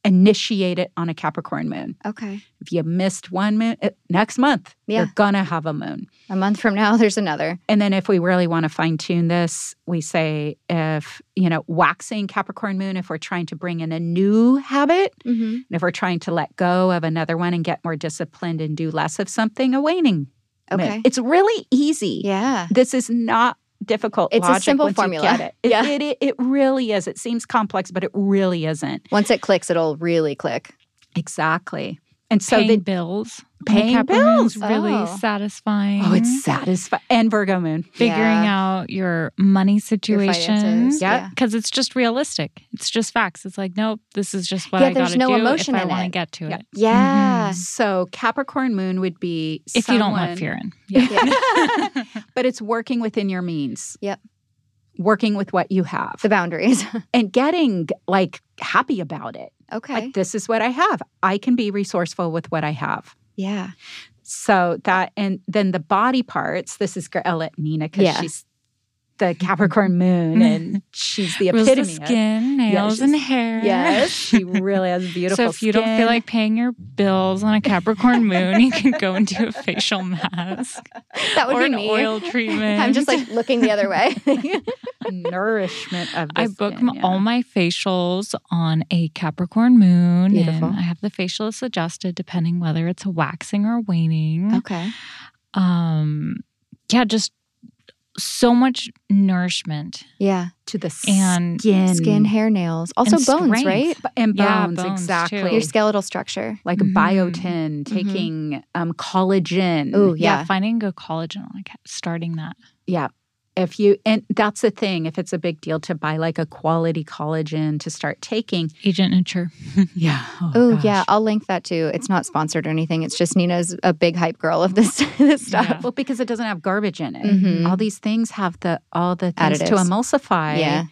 initiate it on a Capricorn moon. Okay. If you missed one moon, eh, next month, Yeah. you're going to have a moon. A month from now, there's another. And then if we really want to fine tune this, we say if, you know, waxing Capricorn moon, if we're trying to bring in a new habit, Mm-hmm. and if we're trying to let go of another one and get more disciplined and do less of something, a waning. moon. Okay. It's really easy. Yeah. This is not difficult. It's a logic simple once you formula. get it. It, Yeah. it, it, it really is. It seems complex, but it really isn't. Once it clicks, it'll really click. Exactly. And so paying the bills. Paying Like, Capricorn Moon's bills. really Oh. satisfying. oh, it's satisfying. And Virgo moon. figuring Yeah. out your money Your situation. finances. Yeah. Yeah. Because it's just realistic. It's just facts. It's like, nope, this is just what Yeah, I there's got to no do emotion if I in want it. to get to Yeah. it. Yeah. So Capricorn moon would be If you don't want someone- fear in. [laughs] Yeah. but it's working within your means. Yep. Working with what you have The boundaries. [laughs] and getting like happy about it. okay. Like this is what I have. I can be resourceful with what I have. yeah. So that, and then the body parts. This is gr- I'll let Nina because Yeah. she's the [laughs] Capricorn moon and she's the Rules epitome. the skin, nails, she's- and hair. [laughs] Of, yes, she really has beautiful. So if you don't feel skin. like paying your bills on a Capricorn moon, you can go and do a facial mask That would or be an me. oil treatment. [laughs] I'm just like [laughs] looking the other way. [laughs] nourishment of, the I book skin, m- yeah. all my facials on a Capricorn moon. Beautiful. And I have the facialist adjusted depending whether it's a waxing or waning. okay. Um, yeah, just so much nourishment. Yeah. to the and skin, Skin, hair, nails, also and bones, strength. right? b- and Yeah, bones, bones, too. exactly. Your skeletal structure. Like Mhm. biotin, taking um, collagen. Mm-hmm. Ooh, Yeah. yeah. finding good collagen, like starting that. Yeah. If you and that's the thing. If it's a big deal to buy like a quality collagen to start taking, Agent Nature. yeah. Ooh, Oh, gosh. Mm-hmm. yeah. Oh, I'll link that too. It's not sponsored or anything. It's just Nina's a big hype girl of this [laughs] this stuff. Yeah. [laughs] Well, because it doesn't have garbage in it. Mhm. All these things have the all the things to Additives. emulsify Yeah.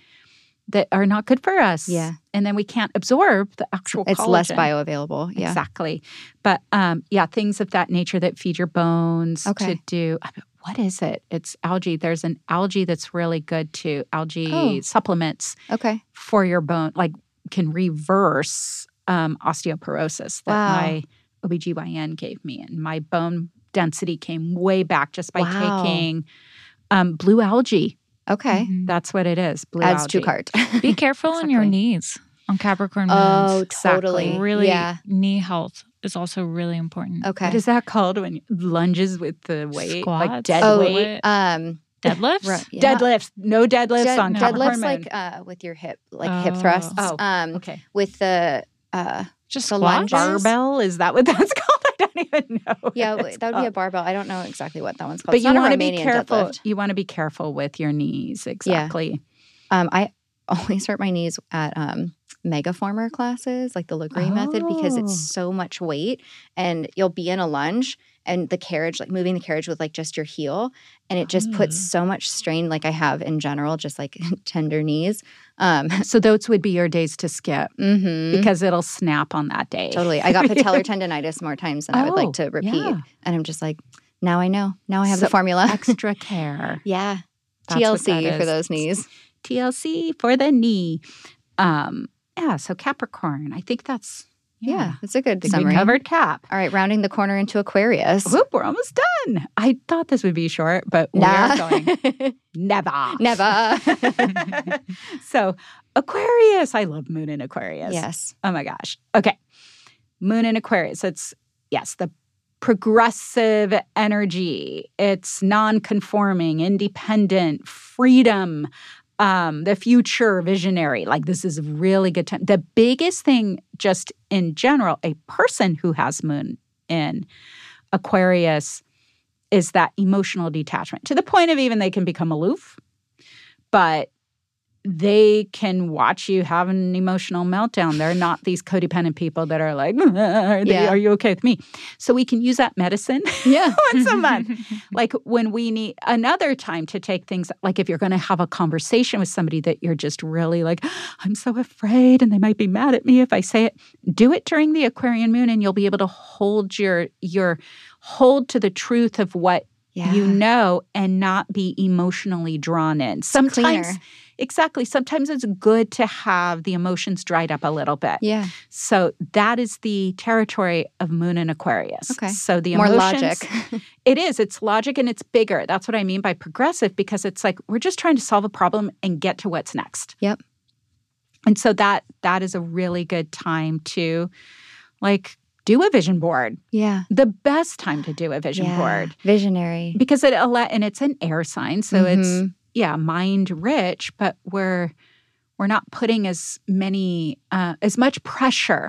that are not good for us. Yeah. And then we can't absorb the actual It's less collagen. bioavailable. Yeah. Exactly. But um, yeah, things of that nature that feed your bones Okay. to do I mean, what is it? It's algae. There's an algae that's really good too. Algae Oh. supplements Okay. for your bone, like can reverse um, osteoporosis that Wow. my OBGYN gave me. And my bone density came way back just by Wow. taking um, blue algae. Okay. Mhm. That's what it is. Blue Adds algae. to cart. [laughs] Be careful on your Exactly. knees on Capricorn moons. oh, Exactly. totally. really Yeah. Oh, knee health is also really important. Okay. What is that called when you, lunges with the weight? Like Squats. dead oh, weight. weight? um, Deadlifts? right, yeah. Deadlifts. No deadlifts Dead- on no. Capricorn deadlifts Moon. like uh, with your hip, like hip Oh. thrusts. Oh, um, okay. with the uh, Just The lunges? squats? Barbell, is that what [laughs] that's called? I don't even know. what yeah, it's w- that would be a called. barbell. I don't know exactly what that one's called. but It's you not a want to be Romanian careful. deadlift. You want to be careful with your knees. Exactly. [clears throat] Um, I [laughs] always hurt my knees at um, mega farmer classes, like the Legree method, because Oh. it's so much weight, and you'll be in a lunge and the carriage, like moving the carriage with like just your heel, and it just puts Oh. so much strain, like I have in general, just like [laughs] tender knees. Um, [laughs] So those would be your days to skip mhm. because it'll snap on that day. Totally. [laughs] I got patellar tendonitis more times than I would Oh, like to repeat. yeah. And I'm just like, now I know. Now I have the So- formula. [laughs] Extra care. yeah. That's what TLC that for is. those knees. TLC for the knee. Um, yeah. So Capricorn. I think that's Yeah. That's a good I think we summary. covered Cap. All right. Rounding the corner into Aquarius. [laughs] Whoop, we're almost done. I thought this would be short, but Nah. we're going never. [laughs] Never. so Aquarius. I love Moon in Aquarius. yes. Oh my gosh. Okay. Moon in Aquarius. It's, yes, the progressive energy. It's non conforming, independent, freedom, um, the future, visionary. Like, this is a really good time. The biggest thing, just in general, a person who has Moon in Aquarius is that emotional detachment to the point of even they can become aloof. But they can watch you have an emotional meltdown. They're not these codependent people that are like, [laughs] are, they, Yeah. are you okay with me? So we can use that medicine [laughs] Yeah. once [laughs] a month. like when we need another time to take things, like if you're going to have a conversation with somebody that you're just really like, I'm so afraid and they might be mad at me if I say it, do it during the Aquarian moon and you'll be able to hold your, your hold to the truth of what Yeah. you know and not be emotionally drawn in. Sometimes, cleaner. exactly, sometimes it's good to have the emotions dried up a little bit. Yeah. So that is the territory of Moon and Aquarius. Okay. So the More emotions, logic. [laughs] It is. It's logic and it's bigger. That's what I mean by progressive because it's like we're just trying to solve a problem and get to what's next. Yep. And so that that is a really good time to like do a vision board. Yeah. The best time to do a vision Yeah. board Visionary. because it allow and it's an air sign so it's Mhm. yeah mind rich but we're we're not putting as many uh, as much pressure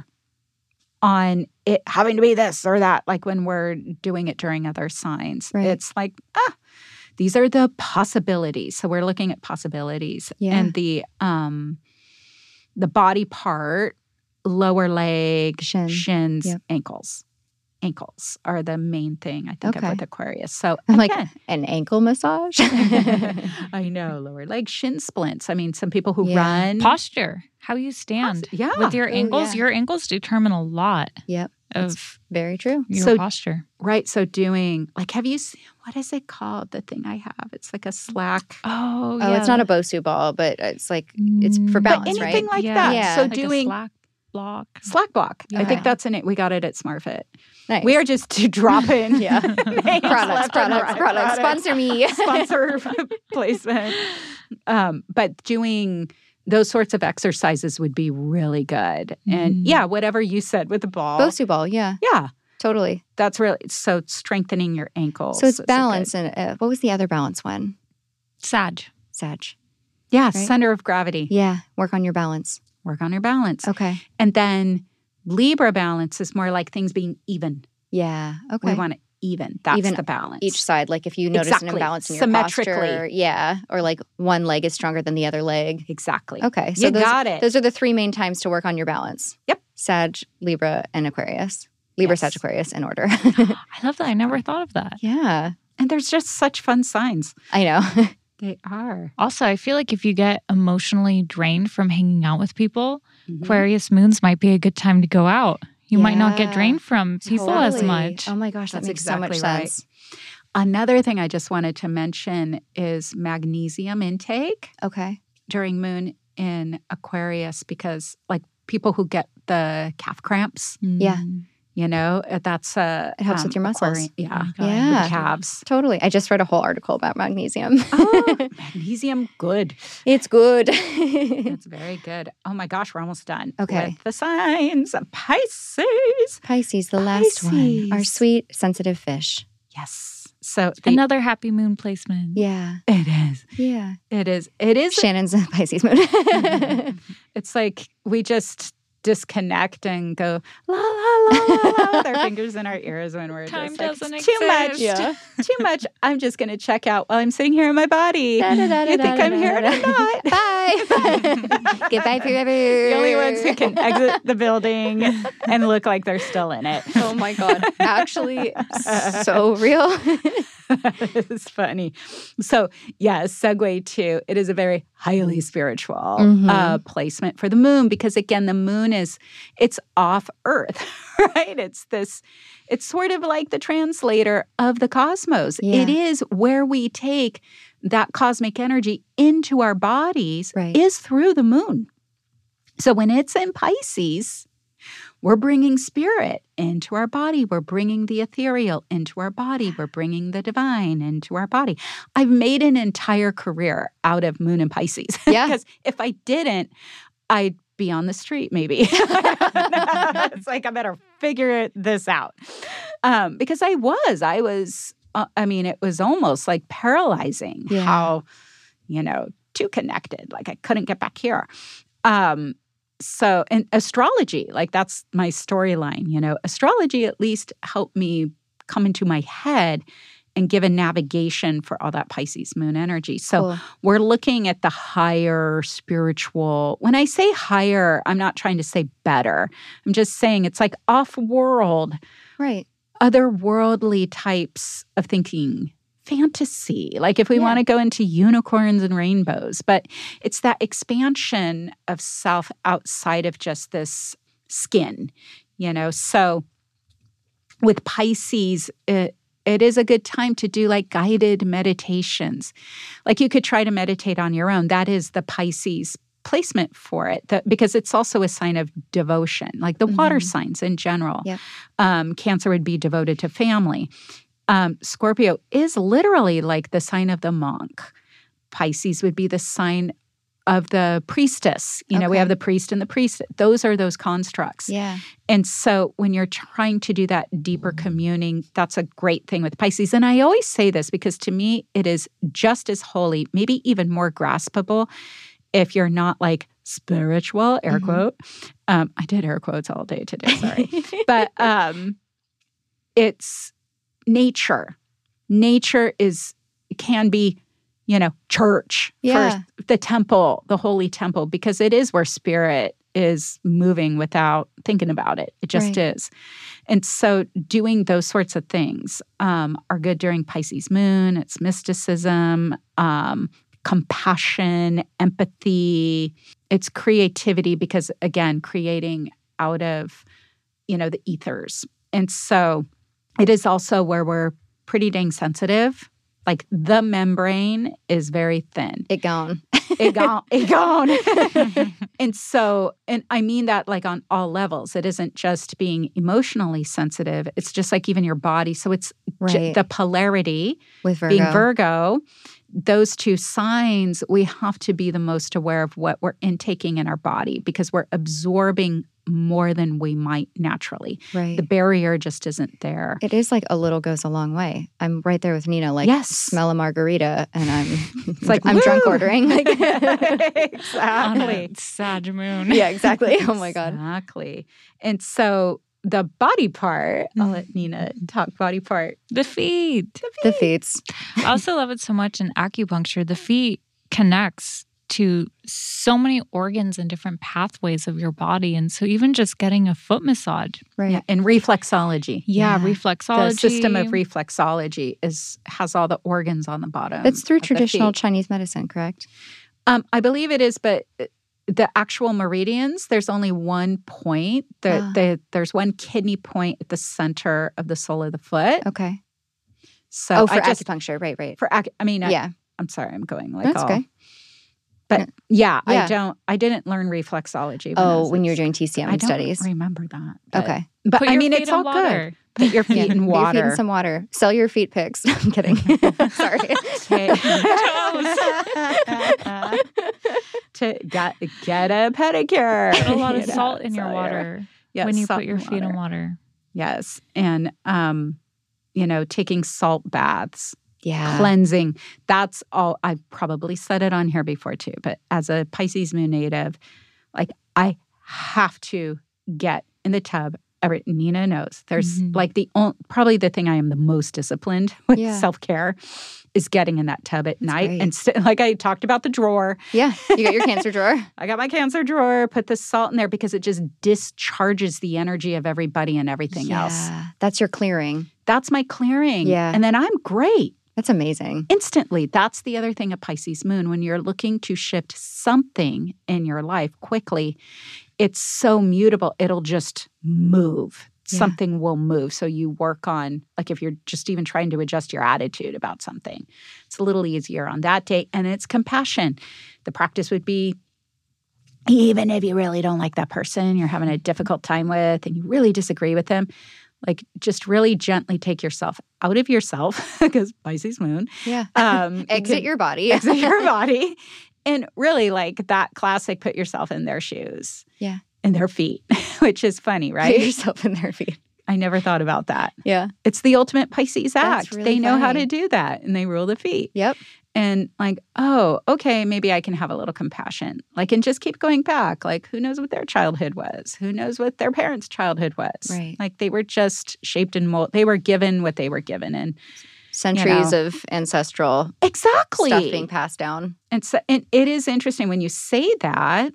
on it having to be this or that like when we're doing it during other signs Right. it's like ah these are the possibilities so we're looking at possibilities Yeah. and the um the body part lower leg Shin. shins Yep. ankles ankles are the main thing i think Okay. of with aquarius so I'm like, again, an ankle [laughs] massage. I know, lower leg shin splints. I mean, some people who Yeah. run. Posture, how you stand Ah, Yeah. with your Ooh, ankles. yeah. Your ankles determine a lot yep. of Very true. your So- posture. right. So doing like, have you seen, what is it called? The thing I have. It's like a slack. Oh, Oh, yeah. it's not a Bosu ball, but it's like it's for Mm, balance, but right? anything like Yeah. that. Yeah. So like a doing slack block. [laughs] slack block. I Okay. think that's in it. We got it at SmartFit. Nice. We are just to drop in. [laughs] [laughs] Yeah. names products, left and products, right. products. Sponsor [laughs] me. sponsor placement. Um, but doing those sorts of exercises would be really good. And Mhm. yeah, whatever you said with the ball. Bosu ball. Yeah. Yeah. Totally. That's really so strengthening your ankles. So is it's a good- balance. And uh, what was the other balance one? Sag. Sag. Yeah, right? center of gravity. Yeah. Oh. Work on your balance. Work on your balance. Okay. And then Libra balance is more like things being even. Yeah. Okay. We want it even. That's Even the balance. each side, like if you notice an Exactly. imbalance in your Symmetrically. posture, yeah, or like one leg is stronger than the other leg. Exactly. Okay, so you those, got it. those are the three main times to work on your balance. Yep. Sag, Libra, and Aquarius. Libra, Yes. Sag, Aquarius in order. [laughs] I love that. I never thought of that. yeah, and there's just such fun signs. I know. They are. Also, I feel like if you get emotionally drained from hanging out with people, Mhm. Aquarius moons might be a good time to go out. You might not Yeah. get drained from people as Totally. much. Oh my gosh, that That's makes so much exactly right. sense. Another thing I just wanted to mention is magnesium intake Okay. during moon in Aquarius because like people who get the calf cramps, Yeah. Mm. you know, uh, that's uh, It helps with your muscles. Aquari- Oh Yeah. my God. Yeah. The calves. Totally. I just read a whole article about magnesium. [laughs] Oh, [laughs] magnesium, good. it's good. [laughs] [laughs] That's very good. Oh my gosh, we're almost done. Okay. With the signs of Pisces. Pisces, the last one. Our Pisces. sweet, sensitive fish. Yes. So the- Another happy moon placement. Yeah. it is. Yeah. It is. It is. Shannon's [laughs] a Pisces [laughs] moon. It's like we just disconnect and go la la la la la [laughs] with our fingers in our ears when we're Time just like, doesn't "It's too much. exist." Yeah. Too much. I'm just gonna check out while I'm sitting here in my body. you think I'm here and [laughs] I'm [laughs] not. Bye. [laughs] Goodbye [laughs] forever. The The only [laughs] ones who can exit [laughs] the building and look like they're still in it. Oh my god! [laughs] Actually, so real. [laughs] it's funny. So, yeah, segue to it is a very highly spiritual Mhm. uh, placement for the moon because again, the moon is it's off Earth, [laughs] right? It's this. It's sort of like the translator of the cosmos. Yeah. It is where we take that cosmic energy into our bodies Right. is through the moon. So when it's in Pisces, we're bringing spirit into our body. We're bringing the ethereal into our body. We're bringing the divine into our body. I've made an entire career out of Moon and Pisces. Yeah. Because if I didn't, I'd be on the street maybe. [laughs] it's like, I better figure this out. Um, because I was, I was, uh, I mean, it was almost like paralyzing Yeah. how, you know, too connected. Like I couldn't get back here. Um, so and astrology like that's my storyline you know astrology at least helped me come into my head and given navigation for all that Pisces moon energy. So cool. we're looking at the higher spiritual. When I say higher, I'm not trying to say better. I'm just saying it's like off world, right? Otherworldly types of thinking, fantasy. Like if we yeah. want to go into unicorns and rainbows, but it's that expansion of self outside of just this skin, you know? So with Pisces, it, it is a good time to do like guided meditations. Like you could try to meditate on your own. That is the Pisces placement for it the, because it's also a sign of devotion, like the mm-hmm. water signs in general. Yep. Um, cancer would be devoted to family. Um, Scorpio is literally like the sign of the monk. Pisces would be the sign of the priestess. You okay. know, we have the priest and the priest. Those are those constructs. Yeah. And so when you're trying to do that deeper communing, that's a great thing with Pisces. And I always say this because to me, it is just as holy, maybe even more graspable if you're not like spiritual, air mm-hmm. quote. Um, I did air quotes all day today, [laughs] sorry. but um, it's nature. Nature is can be you know, church, yeah. first, the temple, the holy temple, because it is where spirit is moving without thinking about it. It just right. is. And so doing those sorts of things um, are good during Pisces moon. It's mysticism, um, compassion, empathy, it's creativity, because again, creating out of, you know, the ethers. And so it is also where we're pretty dang sensitive like the membrane is very thin. It gone. it [laughs] gone. It gone. and so, and I mean that like on all levels. It isn't just being emotionally sensitive. It's just like even your body. So it's right. j- the polarity with Virgo. being Virgo. Those two signs, we have to be the most aware of what we're intaking in our body because we're absorbing more than we might naturally. Right. The barrier just isn't there. It is like a little goes a long way. I'm right there with Nina, like yes. smell a margarita and I'm [laughs] it's like I'm Woo! drunk ordering. [laughs] Like exactly. sad [laughs] moon. Yeah, exactly. Oh my God. Exactly. And so the body part, I'll Mm. let Nina talk body part. The feet. The feet. The feet. I also love it so much in acupuncture. The feet connects to so many organs and different pathways of your body. And so even just getting a foot massage. Right. Yeah, and reflexology. Yeah, yeah, reflexology. The system of reflexology is has all the organs on the bottom. That's through traditional Chinese medicine, correct? Um, I believe it is, but uh, the actual meridians, there's only one point. The, ah. the, there's one kidney point at the center of the sole of the foot. Okay. So oh, for just, acupuncture, right, right. For ac- I mean, I, yeah. I'm sorry, I'm going like That's all, okay but yeah, yeah, I don't. I didn't learn reflexology. When oh, was, when you were doing TCM I studies, I remember that. [laughs] But, okay, but Put I mean, it's all water. [laughs] good. Put [laughs] your feet yeah, in water. Your feet in [laughs] some water. Sell your feet pics. [laughs] I'm kidding. Sorry. [laughs] to get get a pedicure. Put a lot [laughs] of salt in your water yes, when you put your feet water. in water. Yes, and um, you know, taking salt baths yeah. cleansing. That's all. I probably said it on here before too, but as a Pisces moon native, like I have to get in the tub. Every, Nina knows there's mm-hmm. like the only, probably the thing I am the most disciplined [laughs] with yeah. self care is getting in that tub at that's night. Great. And st- like I talked about the drawer. Yeah. You [laughs] got your cancer drawer. I got my cancer drawer, put the salt in there because it just discharges the energy of everybody and everything yeah. else. That's your clearing. That's my clearing. Yeah. And then I'm great. That's amazing. Instantly. That's the other thing of Pisces moon. When you're looking to shift something in your life quickly, it's so mutable, it'll just move. Yeah. Something will move. So you work on, like, if you're just even trying to adjust your attitude about something, it's a little easier on that day. And it's compassion. The practice would be even if you really don't like that person you're having a difficult time with and you really disagree with them, like just really gently take yourself out of yourself [laughs] because Pisces moon. Yeah. Um, [laughs] exit you your body. [laughs] exit your [laughs] body. And really like that classic put yourself in their shoes. Yeah. In their feet, [laughs] which is funny, [laughs] right? Put yourself in their feet. I never thought about that. Yeah. It's the ultimate Pisces act. Really they know funny. how to do that and they rule the feet. Yep. And like, oh, okay, maybe I can have a little compassion. Like, and just keep going back. Like, who knows what their childhood was? Who knows what their parents' childhood was? Right. Like, they were just shaped and molded. They were given what they were given. And centuries of ancestral Exactly. stuff being passed down. And so and it is interesting when you say that,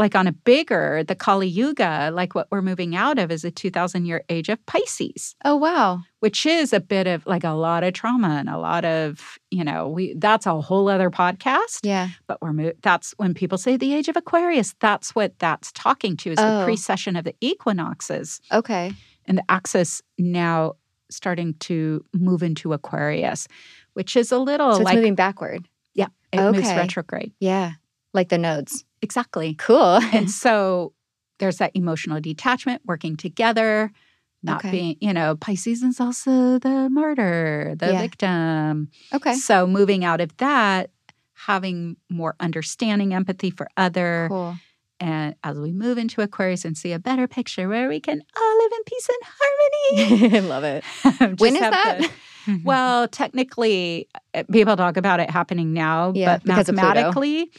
like on a bigger, the Kali Yuga, like what we're moving out of is a 2000 year age of Pisces, Oh wow. which is a bit of like a lot of trauma and a lot of, you know, we that's a whole other podcast, Yeah. but we're mo- that's when people say the age of Aquarius, that's what that's talking to is Oh. the precession of the equinoxes Okay. and the axis now starting to move into Aquarius, which is a little so it's like moving backward. it moves okay. retrograde. Yeah. Like the nodes. Exactly. [laughs] Cool. and so there's that emotional detachment working together not Okay. being you know pisces is also the martyr the Yeah. victim okay. so moving out of that having more understanding empathy for other Cool. and as we move into aquarius and see a better picture where we can all live in peace and [laughs] harmony [laughs] I love it. Just When is have that? the- well technically uh, people talk about it happening now Yeah, but because of Pluto. mathematically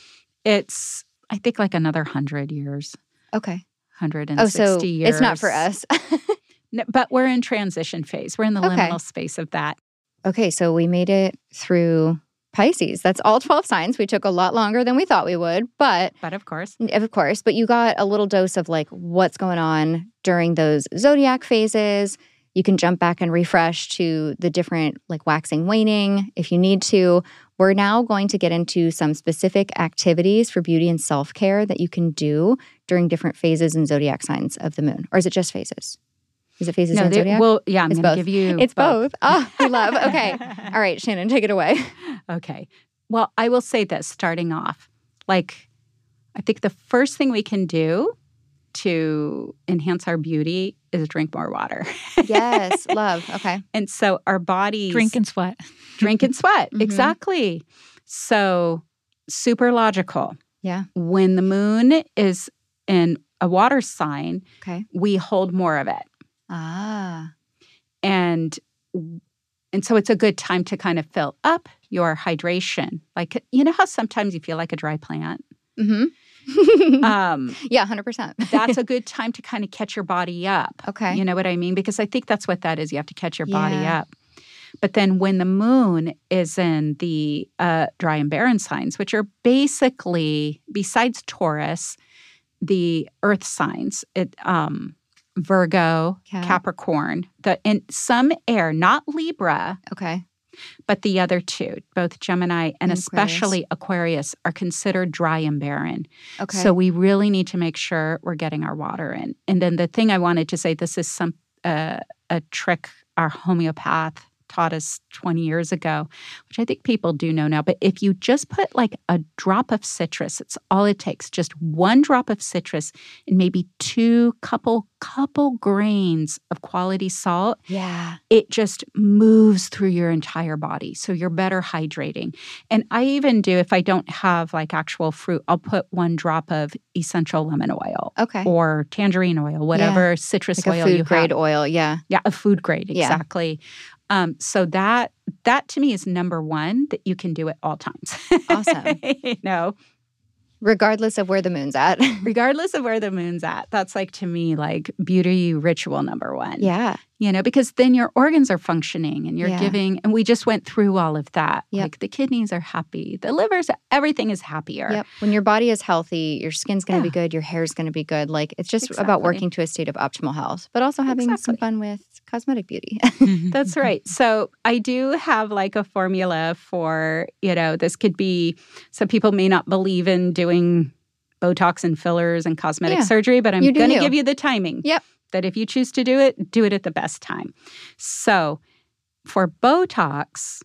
it's i think like another 100 years okay. Oh, 160 so years. it's not for us. No, but we're in transition phase. We're in the Okay. liminal space of that. okay. So we made it through Pisces. That's all 12 signs. We took a lot longer than we thought we would, but But of course, of course, but you got a little dose of like what's going on during those zodiac phases. You can jump back and refresh to the different like waxing, waning if you need to. We're now going to get into some specific activities for beauty and self care that you can do during different phases and zodiac signs of the moon. Or is it just phases? Is it phases and they- zodiac? well, yeah, I'm It's going to both. give you. it's both. Oh, I love. Okay. [laughs] [laughs] All right, Shannon, take it away. okay. Well, I will say this starting off. Like, I think the first thing we can do to enhance our beauty is drink more water. [laughs] Yes, love. Okay. And so our bodies Drink and sweat. drink and sweat. Mhm. Exactly. So super logical. Yeah. When the moon is in a water sign, Okay. we hold more of it. Ah. and and so it's a good time to kind of fill up your hydration like you know how sometimes you feel like a dry plant Mm-hmm. [laughs] um, yeah, [laughs] 100%. that's [laughs] a good time to kind of catch your body up Okay. you know what i mean because i think that's what that is you have to catch your body Yeah. up but then when the moon is in the uh, dry and barren signs which are basically besides taurus the earth signs it um, virgo Cap. capricorn the and some air not libra Okay. but the other two, both Gemini And and Aquarius. especially Aquarius, are considered dry and barren. Okay. So we really need to make sure we're getting our water in. And then the thing I wanted to say, this is some uh, a trick our homeopath taught us 20 years ago, which I think people do know now. But if you just put like a drop of citrus, it's all it takes, just one drop of citrus and maybe two couple couple grains of quality salt, yeah. it just moves through your entire body. So you're better hydrating. And I even do, if I don't have like actual fruit, I'll put one drop of essential lemon oil Okay. or tangerine oil, whatever citrus Like a oil you food grade have. oil. Yeah. Yeah, a food grade, Yeah. exactly. Um, so that that to me is number one that you can do at all times. Awesome. [laughs] you know, Regardless of where the moon's at. [laughs] regardless of where the moon's at, that's like to me like beauty ritual number one. yeah. you know, because then your organs are functioning and you're Yeah. giving. And we just went through all of that. Yep. Like the kidneys are happy, the livers, everything is happier. Yep. When your body is healthy, your skin's going to be Yeah. good, your hair's going to be good. Like it's just about Exactly. working to a state of optimal health, but also having some Exactly. fun with cosmetic beauty. [laughs] That's Mm-hmm. right. So I do have like a formula for, you know, this could be so people may not believe in doing Botox and fillers and cosmetic Yeah. surgery, but I'm You do going to you. give you the timing. Yep. That if you choose to do it, do it at the best time. So for Botox,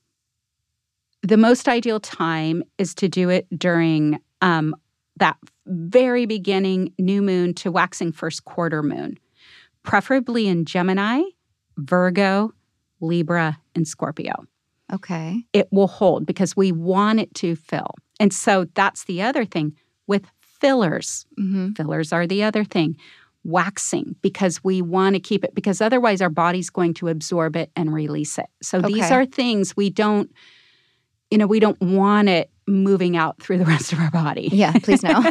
the most ideal time is to do it during um, that very beginning new moon to waxing first quarter moon, preferably in Gemini, Virgo, Libra, and Scorpio. okay. It will hold because we want it to fill. And so that's the other thing with fillers. hmm Fillers are the other thing. Waxing because we want to keep it because otherwise our body's going to absorb it and release it. So these Okay. are things we don't, you know, we don't want it moving out through the [laughs] rest of our body. Yeah. Please no.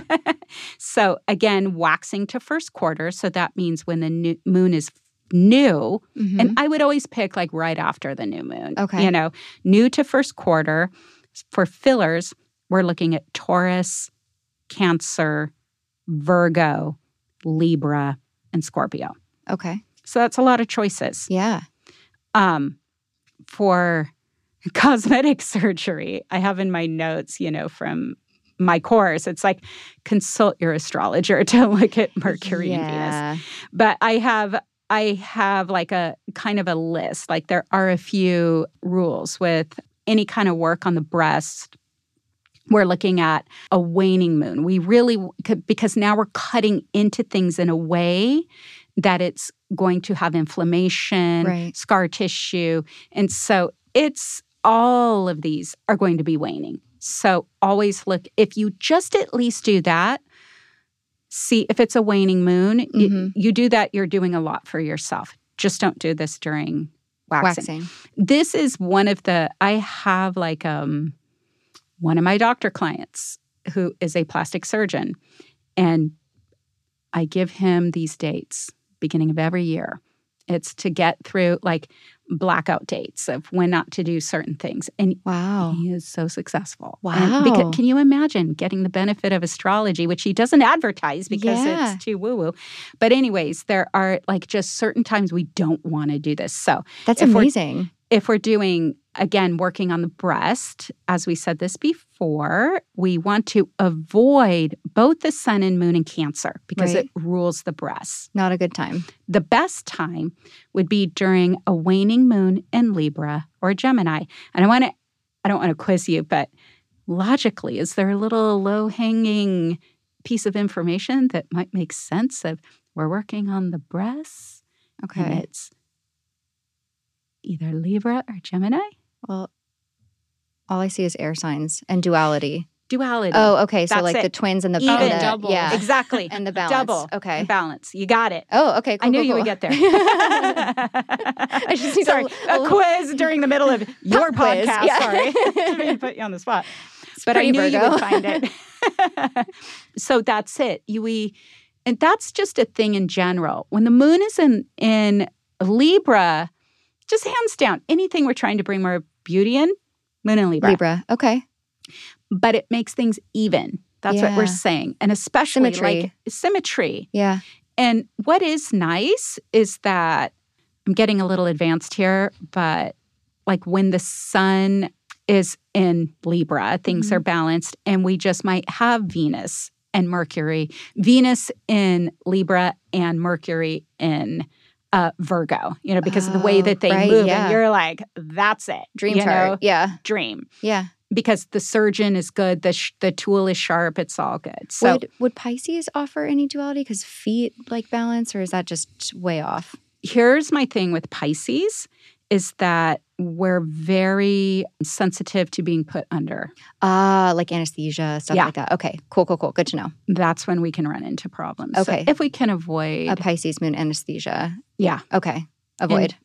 so again, waxing to first quarter. So that means when the new moon is new. Mhm. And I would always pick like right after the new moon. Okay. You know, new to first quarter. For fillers, we're looking at Taurus, Cancer, Virgo, Libra, and Scorpio. okay. So that's a lot of choices. Yeah. Um, for [laughs] cosmetic surgery, I have in my notes, you know, from my course, it's like consult your astrologer [laughs] to look at Mercury and Venus yeah. but i have i have like a kind of a list like there are a few rules with any kind of work on the breast we're looking at a waning moon we really because now we're cutting into things in a way that it's going to have inflammation Right. scar tissue and so it's all of these are going to be waning so always look if you just at least do that see if it's a waning moon y- Mhm. you do that you're doing a lot for yourself just don't do this during waxing. Waxing. this is one of the i have like um one of my doctor clients who is a plastic surgeon and i give him these dates beginning of every year it's to get through like blackout dates of when not to do certain things and Wow. he is so successful. Oh. Wow. because, can you imagine getting the benefit of astrology, which he doesn't advertise because Yeah. it's too woo woo? But, anyways, there are like just certain times we don't want to do this. So, That's if we're- amazing. if we're doing, again, working on the breast, as we said this before, we want to avoid both the sun and moon in Cancer because Right. it rules the breast. Not a good time. The best time would be during a waning moon in Libra or Gemini. And I want to, I don't want to quiz you, but logically, is there a little low hanging piece of information that might make sense of we're working on the breasts and Okay. it's either Libra or Gemini? Well, all I see is air signs and duality. Duality. Oh, okay. So That's like the it. twins and the, Even and the- double. Yeah. exactly. [laughs] And the balance. [laughs] Double. Okay. Balance. You got it. Oh, okay. Cool, I knew cool, you would cool. [laughs] get there. I just need a sorry, l- a a, l- quiz during [laughs] the middle of your quiz, podcast. yeah. [laughs] Sorry, Didn't mean to put you on the spot, but I pretty knew you Virgo. would find it. [laughs] so that's it. You, we, and that's just a thing in general. When the moon is in in Libra, just hands down, anything we're trying to bring more beauty in, moon in [laughs] Libra. Libra. Okay. But it makes things even. That's what we're Yeah. saying, and especially like Symmetry. symmetry. Yeah. And what is nice is that I'm getting a little advanced here, but like when the sun is in Libra, things Mhm. are balanced, and we just might have Venus and Mercury, Venus in Libra and Mercury in uh, Virgo, you know, because of the way Oh, that they right, move. yeah. And you're like, that's it. Dream you chart. know, Yeah. dream. Yeah. Because the surgeon is good, the, sh- the tool is sharp, it's all good. So would would Pisces offer any duality because feet like balance or is that just way off? here's my thing with Pisces is that we're very sensitive to being put under. Ah, like anesthesia stuff Yeah. like that. Okay. Cool. Cool. Cool. Good to know. That's when we can run into problems. Okay. So if we can avoid, A Pisces moon anesthesia. yeah, Okay. Avoid.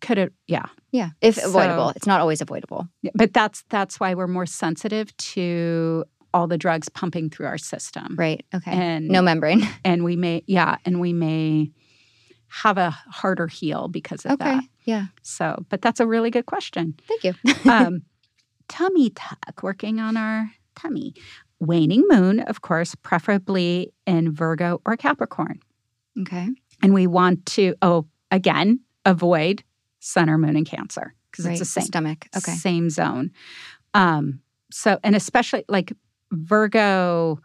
could it, yeah. yeah. If so- avoidable. It's not always avoidable. But that's that's why we're more sensitive to all the drugs pumping through our system. Right. Okay. And no membrane. and we may yeah, and we may have a harder heal because of Okay. that. Yeah. So, but that's a really good question. Thank [laughs] you. [laughs] um, tummy tuck, working on our tummy. Waning moon, of course, preferably in Virgo or Capricorn. Okay. And we want to, oh, again, avoid sun or moon in Cancer because Right. it's the the same, stomach. Okay. same zone. Um, so, and especially like Virgo,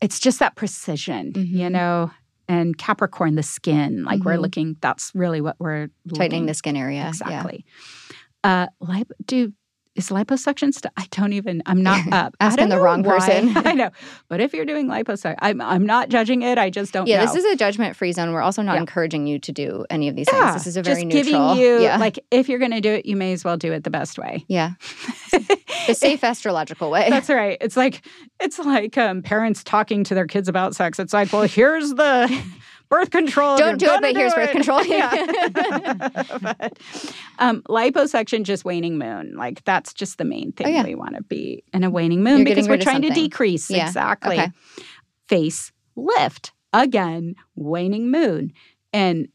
it's just that precision, you Mhm. know? And Capricorn, the skin, like we're Mhm. looking, that's really what we're Tightening looking the skin area. Yeah. exactly. Uh, lip, do is liposuction stuff? I don't even. [laughs] I'm not up. I Asking don't the know wrong why. person. [laughs] I know, but if you're doing liposuction, I'm I'm not judging it. I just don't. Yeah, know. this is a judgment free zone. We're also not Yeah. encouraging you to do any of these yeah, things. This is a very just neutral. giving you yeah. like if you're going to do it, you may as well do it the best way. [laughs] yeah. The safe astrological [laughs] way. That's right. It's like it's like um, parents talking to their kids about sex. It's like, well, here's the [laughs] birth control. Don't do You're it, but gonna here's birth control. [laughs] [laughs] yeah. but, um, liposuction, just waning moon. Like that's just the main thing Oh, yeah. we want to be in a waning moon You're because getting we're rid of trying to something. decrease Yeah. exactly. Okay. Face lift again, waning moon, and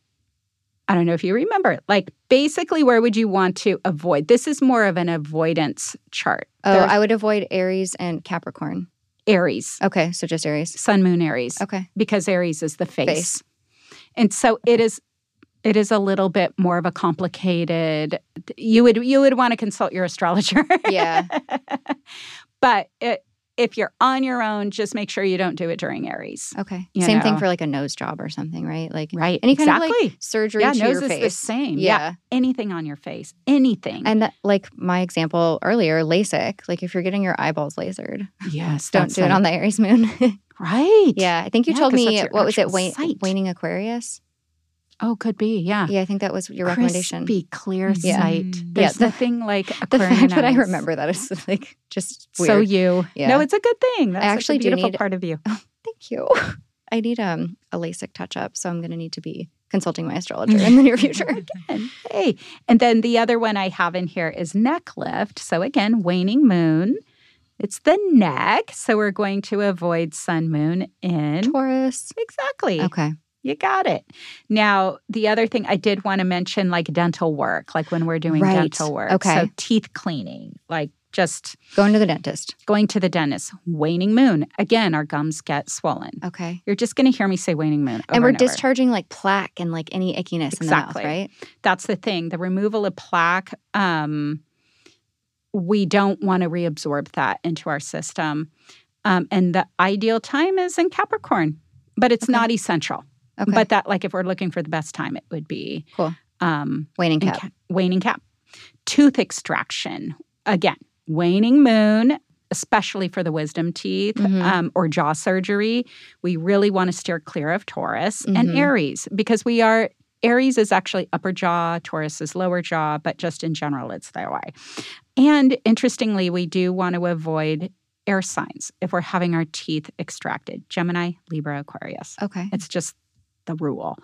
I don't know if you remember it. Like basically, where would you want to avoid? This is more of an avoidance chart. Oh, There- I would avoid Aries and Capricorn. Aries, Okay, so just Aries. Sun Moon Aries, Okay. because Aries is the face. Face. and so it is. It is a little bit more of a complicated. You would you would want to consult your astrologer, [laughs] Yeah. but it, if you're on your own, just make sure you don't do it during Aries. Okay. You Same thing know. for like a nose job or something, right? Like Right. any kind of, exactly. like, surgery yeah, to nose your is face. the same. Yeah. Yeah. Anything on your face. Anything. And that, like my example earlier, LASIK. Like if you're getting your eyeballs lasered, yes. don't that's do it on the Aries moon. [laughs] Right. yeah, I think you Yeah, told 'cause that's me your what was it, actual Wa- sight. waning Aquarius? Oh, could be. Yeah. Yeah, I think that was your recommendation. [laughs] Crispy clear Yeah. sight. Mm. There's Yeah, the- nothing like [laughs] The aquarium fact that I eyes. remember that is like just weird. So you. Yeah. No, it's a good thing. That's such actually a do beautiful need- part of [laughs] you. [laughs] Thank you. I need um a LASIK touch up, so I'm gonna need to be consulting my astrologer in the [laughs] near future. And, hey. And then the other one I have in here is neck lift. So again, waning moon. It's the neck. So we're going to avoid sun, moon, in. Taurus. Exactly. Okay. You got it. Now, the other thing I did want to mention like dental work, like when we're doing Right. dental work. Okay. So, teeth cleaning, like just Going to the dentist. going to the dentist, waning moon. Again, our gums get swollen. Okay. You're just going to hear me say waning moon. over and we're over. discharging like plaque and like any ickiness Exactly. in the mouth, right? That's the thing. The removal of plaque, um, we don't want to reabsorb that into our system. Um, and the ideal time is in Capricorn, but it's Okay. not essential. Okay. But that, like, if we're looking for the best time, it would be Cool. Um, waning and cap. ca- waning cap. Tooth extraction. Again, waning moon, especially for the wisdom teeth Mhm. um, or jaw surgery. We really want to steer clear of Taurus and Mhm. Aries because we are. Aries is actually upper jaw, Taurus is lower jaw, but just in general, it's that way. And interestingly, we do want to avoid air signs if we're having our teeth extracted Gemini, Libra, Aquarius. Okay. It's just the rule.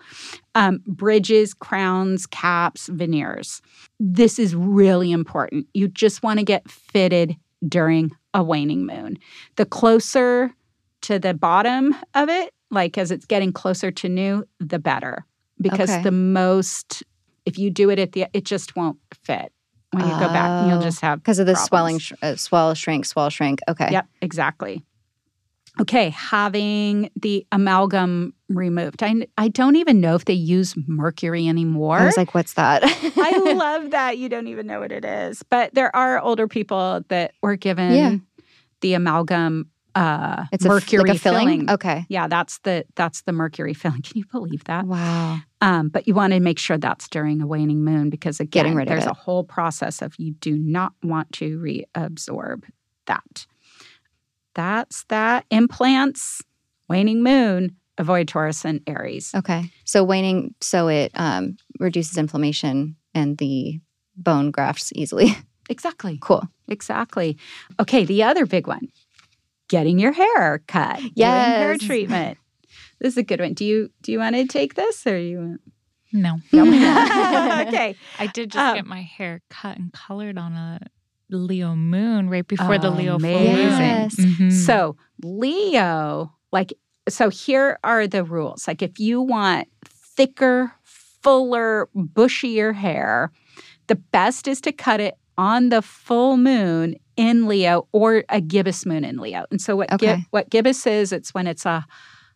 Um, bridges, crowns, caps, veneers. This is really important. You just want to get fitted during a waning moon. The closer to the bottom of it, like as it's getting closer to new, the better. Because Okay. the most, if you do it at the, it just won't fit when you go back. You'll Oh. just have Because of the problems. swelling, sh- uh, swell, shrink, swell, shrink. Okay. Yep, exactly. Okay, having the amalgam removed. I, I don't even know if they use mercury anymore. I was like, what's that? [laughs] [laughs] I love that you don't even know what it is. But there are older people that were given Yeah. the amalgam uh, it's a f- mercury like a filling. Oh. Okay. Yeah, that's the that's the mercury filling. [laughs] Can you believe that? Wow. Um, but you want to make sure that's during a waning moon because again, Getting rid of there's it. a whole process of you do not want to reabsorb that. That's that. Implants, waning moon, avoid Taurus and Aries. Okay. So waning, so it um, reduces inflammation and the bone grafts easily. [laughs] Exactly. cool. Exactly. Okay, the other big one. Getting your hair cut. Doing hair Yes. treatment. This is a good one. Do you do you want to take this or you [laughs] [laughs] want [laughs] No. [laughs] okay. I did just Um, get my hair cut and colored on a Leo moon right before the Leo full moon. Oh, Amazing. Yes. Mhm. So, Leo, like, so here are the rules. Like, if you want thicker, fuller, bushier hair, the best is to cut it on the full moon in Leo or a gibbous moon in Leo. And so, what, gib- Okay. what gibbous is, it's when it's a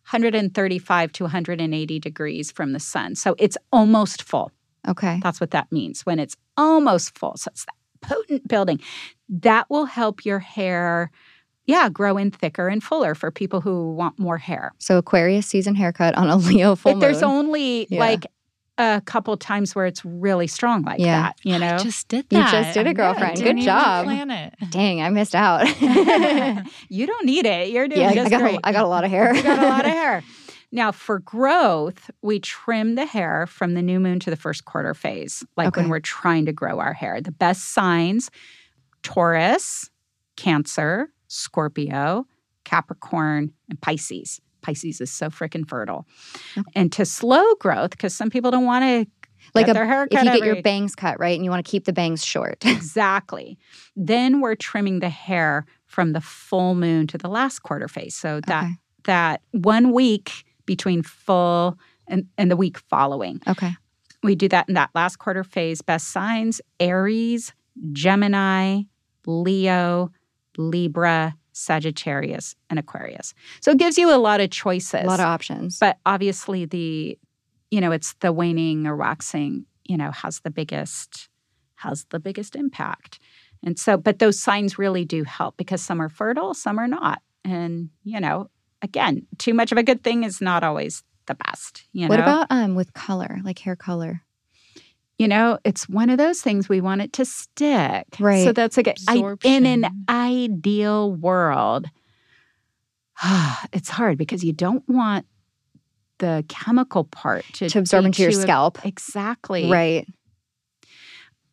135 to 180 degrees from the sun. So, it's almost full. Okay. That's what that means when it's almost full. So it's that potent building. That will help your hair, yeah, grow in thicker and fuller for people who want more hair. So Aquarius season haircut on a [laughs] Leo full If there's moon. only Yeah. like a couple times where it's really strong like Yeah. that, you know? I just did You that. just did it, I know. I girlfriend. Good didn't even job. plan it. Dang, I missed [laughs] out. [laughs] yeah, you don't need it. You're doing I just got, a, great. I got a lot of hair. you [laughs] got a lot of hair. Now, for growth, we trim the hair from the new moon to the first quarter phase, like Okay. when we're trying to grow our hair. The best signs Taurus, Cancer, Scorpio, Capricorn, and Pisces. Pisces is so freaking fertile. Mm. And to slow growth, because some people don't want to Like get a- their hair if cut you get your every- bangs cut, right, and you want to keep the bangs short. Exactly. Then we're trimming the hair from the full moon to the last quarter phase. So that Okay. that one week between full and, and the week following. Okay. We do that in that last quarter phase. Best signs Aries, Gemini, Leo, Libra, Sagittarius, and Aquarius. So it gives you a lot of choices. A lot of options. But obviously, the, you know, it's the waning or waxing, you know, has the biggest, has the biggest impact. And so, but those signs really do help because some are fertile, some are not. And, you know, again, too much of a good thing is not always the best. You what know? about um with color, like hair color? you know, it's one of those things we want it to stick. Right. So that's like a, I, in an Absorption. ideal world. [sighs] it's hard because you don't want the chemical part to, To absorb be into your too- scalp. Exactly. Right.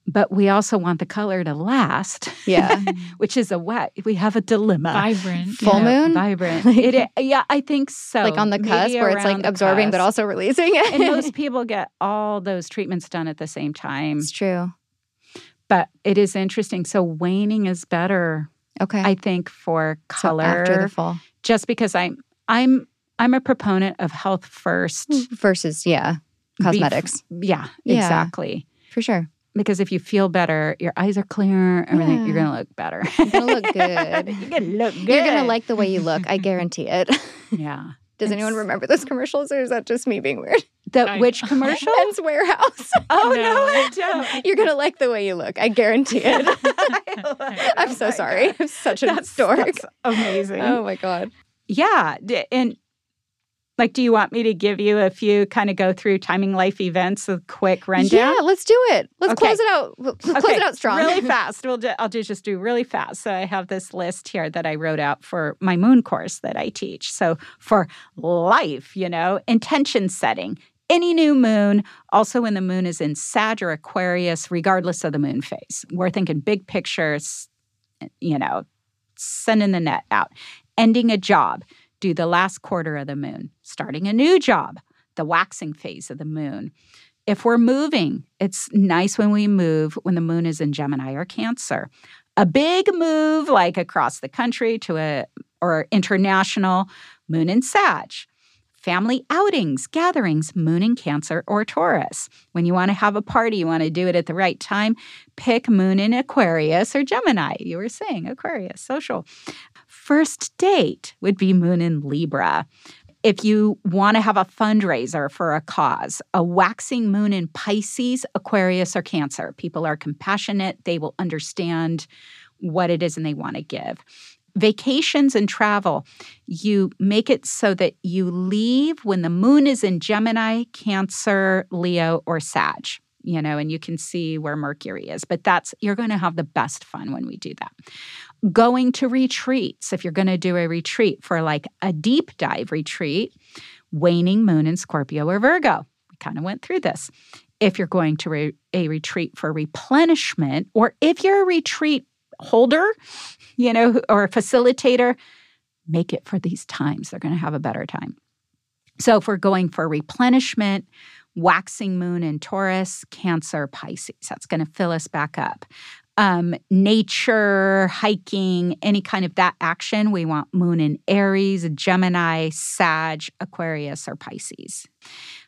But we also want the color to last, [laughs] [laughs] [laughs] Yeah. which is a wet. We have a dilemma. vibrant. Full Yeah, moon? [laughs] Vibrant. Like- It- yeah, I think so. like on the Oh, Maybe cusp where it's around like the absorbing but cusp. also [laughs] releasing it. and most people get all those treatments done at the same [laughs] time. it's true. but it is interesting. So waning is better, Okay. I think, for So color. after the fall just because I'm I'm I'm a proponent of health first. versus yeah, bef- cosmetics. yeah, Hmm. Yeah. exactly. For sure. Because if you feel better, your eyes are clearer, everything you're Yeah. gonna look better. [laughs] You're gonna [laughs] look good. you're gonna look good. You're gonna like the way you look. I guarantee it. [laughs] Yeah. Does anyone It's- remember those commercials or is that just me being weird? The I- which commercial? Men's warehouse. [laughs] oh no, No. I don't. You're gonna like the way you look. I guarantee [laughs] it. [laughs] I'm Oh so my sorry. God. I'm such a That's, dork. that's amazing. Oh my god. Yeah. d- And like, do you want me to give you a few kind of go through timing life events, a quick rundown? Yeah, let's do it. Let's Okay. close it out. We'll- we'll Close Okay, it out strong. [laughs] Really fast. We'll do, I'll do just do really fast. So I have this list here that I wrote out for my moon course that I teach. So for life, you know, intention setting, any new moon, also when the moon is in Sag or Aquarius, regardless of the moon phase. We're thinking big pictures, you know, sending the net out. Ending a job, do the last quarter of the moon. Starting a new job, the waxing phase of the moon if we're moving, it's nice when we move when the moon is in Gemini or Cancer. A big move like across the country to a or international moon in Sag. Family outings, gatherings, moon in Cancer or Taurus. When you want to have a party, you want to do it at the right time, pick moon in Aquarius or Gemini. You were saying Aquarius, social. First date would be moon in Libra if you want to have a fundraiser for a cause, a waxing moon in Pisces, Aquarius, or Cancer. People are compassionate, they will understand what it is and they want to give. Vacations and travel, you make it so that you leave when the moon is in Gemini, Cancer, Leo, or Sag, you know, and you can see where Mercury is. But that's, you're going to have the best fun when we do that going to retreats if you're going to do a retreat for like a deep dive retreat waning moon in scorpio or virgo we kind of went through this if you're going to re- a retreat for replenishment or if you're a retreat holder you know or a facilitator make it for these times they're going to have a better time so if we're going for replenishment waxing moon in taurus cancer pisces that's going to fill us back up um, nature, hiking, any kind of that action. We want moon in Aries, Gemini, Sag, Aquarius, or Pisces.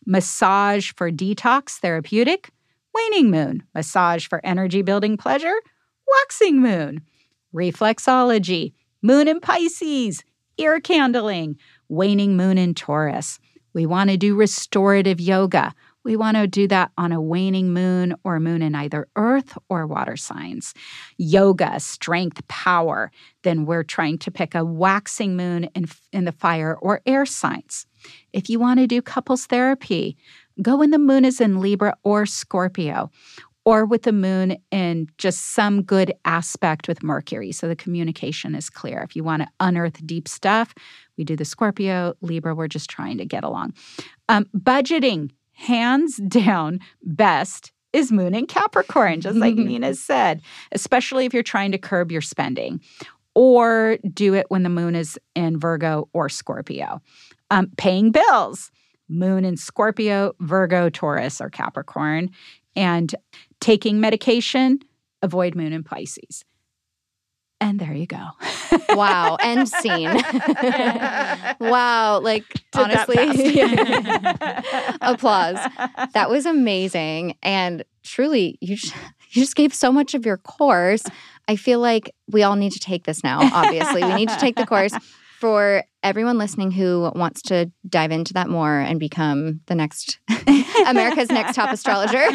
Massage for detox, therapeutic, waning moon. Massage for energy building pleasure, waxing moon. Reflexology, moon in Pisces, ear candling, waning moon in Taurus. We want to do restorative yoga. We want to do that on a waning moon or moon in either earth or water signs. Yoga, strength, power. Then we're trying to pick a waxing moon in, in the fire or air signs. If you want to do couples therapy, go when the moon is in Libra or Scorpio, or with the moon in just some good aspect with Mercury. So the communication is clear. If you want to unearth deep stuff, we do the Scorpio, Libra, we're just trying to get along. Um, budgeting, hands [laughs] down, best is Moon in Capricorn, just like Nina said, especially if you're trying to curb your spending or do it when the moon is in Virgo or Scorpio. Um, paying bills, moon in Scorpio, Virgo, Taurus, or Capricorn. And taking medication, avoid moon in Pisces. And there you go. Wow. End scene. [laughs] wow. Like, Did that honestly, [laughs] fast. [laughs] yeah. [laughs] applause. That was amazing. And truly, you just, you just gave so much of your course. I feel like we all need to take this now, obviously. we need to take the [laughs] course for everyone listening who wants to dive into that more and become the [laughs] next America's next top astrologer. [laughs]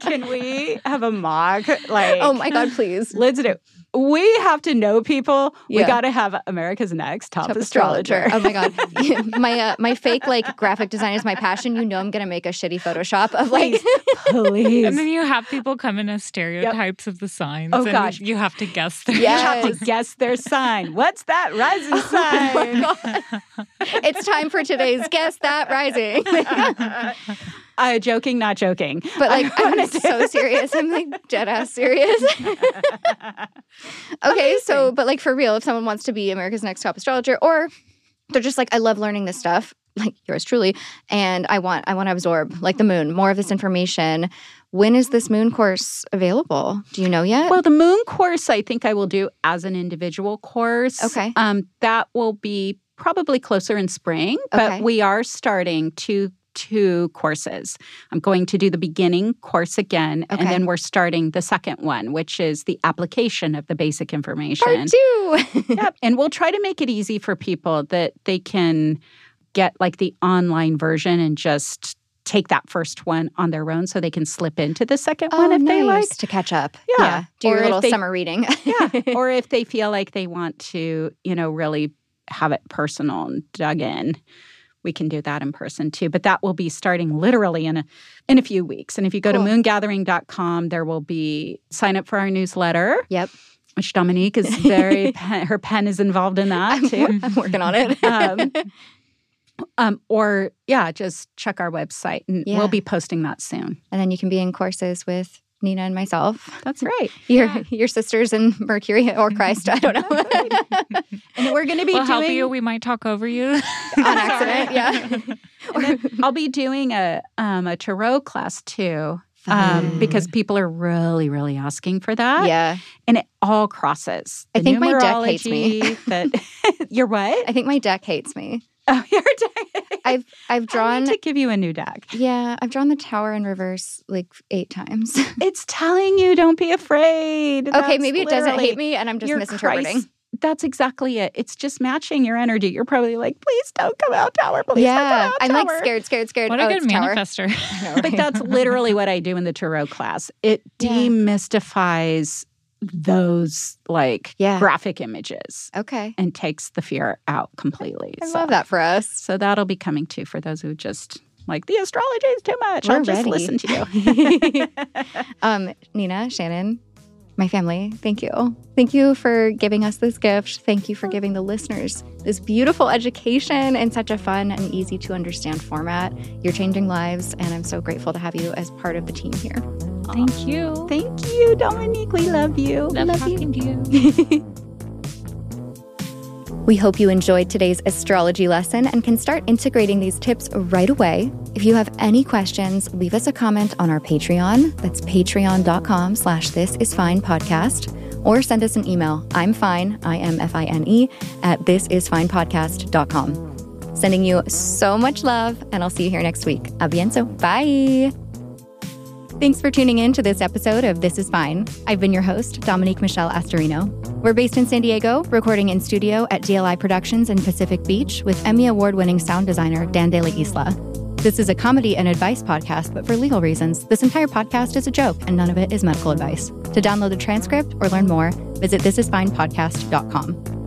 Can we have a mock? Like, oh my God, please. let's do. We have to know people. We Yeah. got to have America's Next Top, Top Astrologer. [laughs] Oh my god, [laughs] my uh, my fake like graphic design is my passion. You know, I'm gonna make a shitty Photoshop of like. Please, please. And [laughs] then you have people come in as stereotypes of the signs. Oh, and gosh. You have to guess their You Yeah. have to guess their sign. What's that rising sign? [laughs] [laughs] Oh my God. it's time for today's guess that rising. [laughs] Uh, joking, not joking. But like, I I'm wanna so serious. I'm like dead ass serious. [laughs] okay, so but like for real, if someone wants to be America's Next Top Astrologer, or they're just like, I love learning this stuff, like yours truly, and I want I want to absorb like the moon more of this information. When is this moon course available? Do you know yet? Well, the moon course, I think I will do as an individual course. Okay. Um, that will be probably closer in spring, Okay. but we are starting two two courses. I'm going to do the beginning course again, Okay. and then we're starting the second one, which is the application of the basic information. Part two. yep. And we'll try to make it easy for people that they can get like the online version and just take that first one on their own so they can slip into the second one Oh, if they like. nice. to catch up. Yeah. Do Or your if little they- summer reading. yeah. Or if they feel like they want to, you know, really have it personal and dug in, we can do that in person too. But that will be starting literally in a in a few weeks. And if you go Cool. to moongathering.com, there will be sign up for our newsletter, yep. which Dominique [laughs] is very pen, her pen is involved in that [laughs] too. [laughs] I'm working on [laughs] it. Um, um, or yeah, just check our website and Yeah. we'll be posting that soon. and then you can be in courses with Nina and myself. That's right. Your Yeah. your sisters in Mercury or Christ, I [laughs] don't know. [laughs] And we're going to be [laughs] We'll help doing- [laughs] you. We might talk over you. [laughs] on accident, yeah. I'll be doing a um, a tarot class too. Fun. [laughs] Um, because people are really, really asking for that. Mm. Mm-hmm. yeah. And it all crosses. I The think my deck hates me. [laughs] numerology, [laughs] the- you're what? I think my deck hates me. Oh, [laughs] your deck. I've I've I drawn need to give you a new deck. yeah, I've drawn the tower in reverse like eight times. [laughs] It's telling you don't be afraid. okay, maybe it doesn't hate me and I'm just You're misinterpreting. That's exactly it. It's just matching your energy. You're probably like, please don't come out, tower. Please yeah. don't come out, I'm tower. like scared, scared, scared. what oh, a good it's tower. [laughs] manifester. [laughs] I know, But right? [laughs] that's literally what I do in the tarot class. It Yeah. demystifies those like Yeah. graphic images [laughs] okay. and takes the fear out completely. I so, love that for us. So that'll be coming too for those who just like the astrology is too much. We're I'll just ready. listen to [laughs] you. Um, Nina, Shannon, my family, thank you. Thank you for giving us this gift. Thank you for giving the listeners this beautiful education in such a fun and easy to understand format. You're changing lives, and I'm so grateful to have you as part of the team here. Thank you. Thank you, Dominique. We love you. Love, love you. talking to you. We hope you enjoyed today's astrology lesson and can start integrating these tips right away. If you have any questions, leave us a comment on our Patreon. That's patreon.com slash this is fine podcast. Or send us an email. I'm fine, I am F I N E, at thisisfinepodcast.com. Sending you so much love, and I'll see you here next week. A bienzo. Bye. Thanks for tuning in to this episode of This Is Fine. I've been your host, Dominique Michelle Astorino. We're based in San Diego, recording in studio at DLI Productions in Pacific Beach with Emmy Award winning sound designer Dan De La Isla. This is a comedy and advice podcast, but for legal reasons, this entire podcast is a joke and none of it is medical advice. To download the transcript or learn more, visit thisisfinepodcast.com.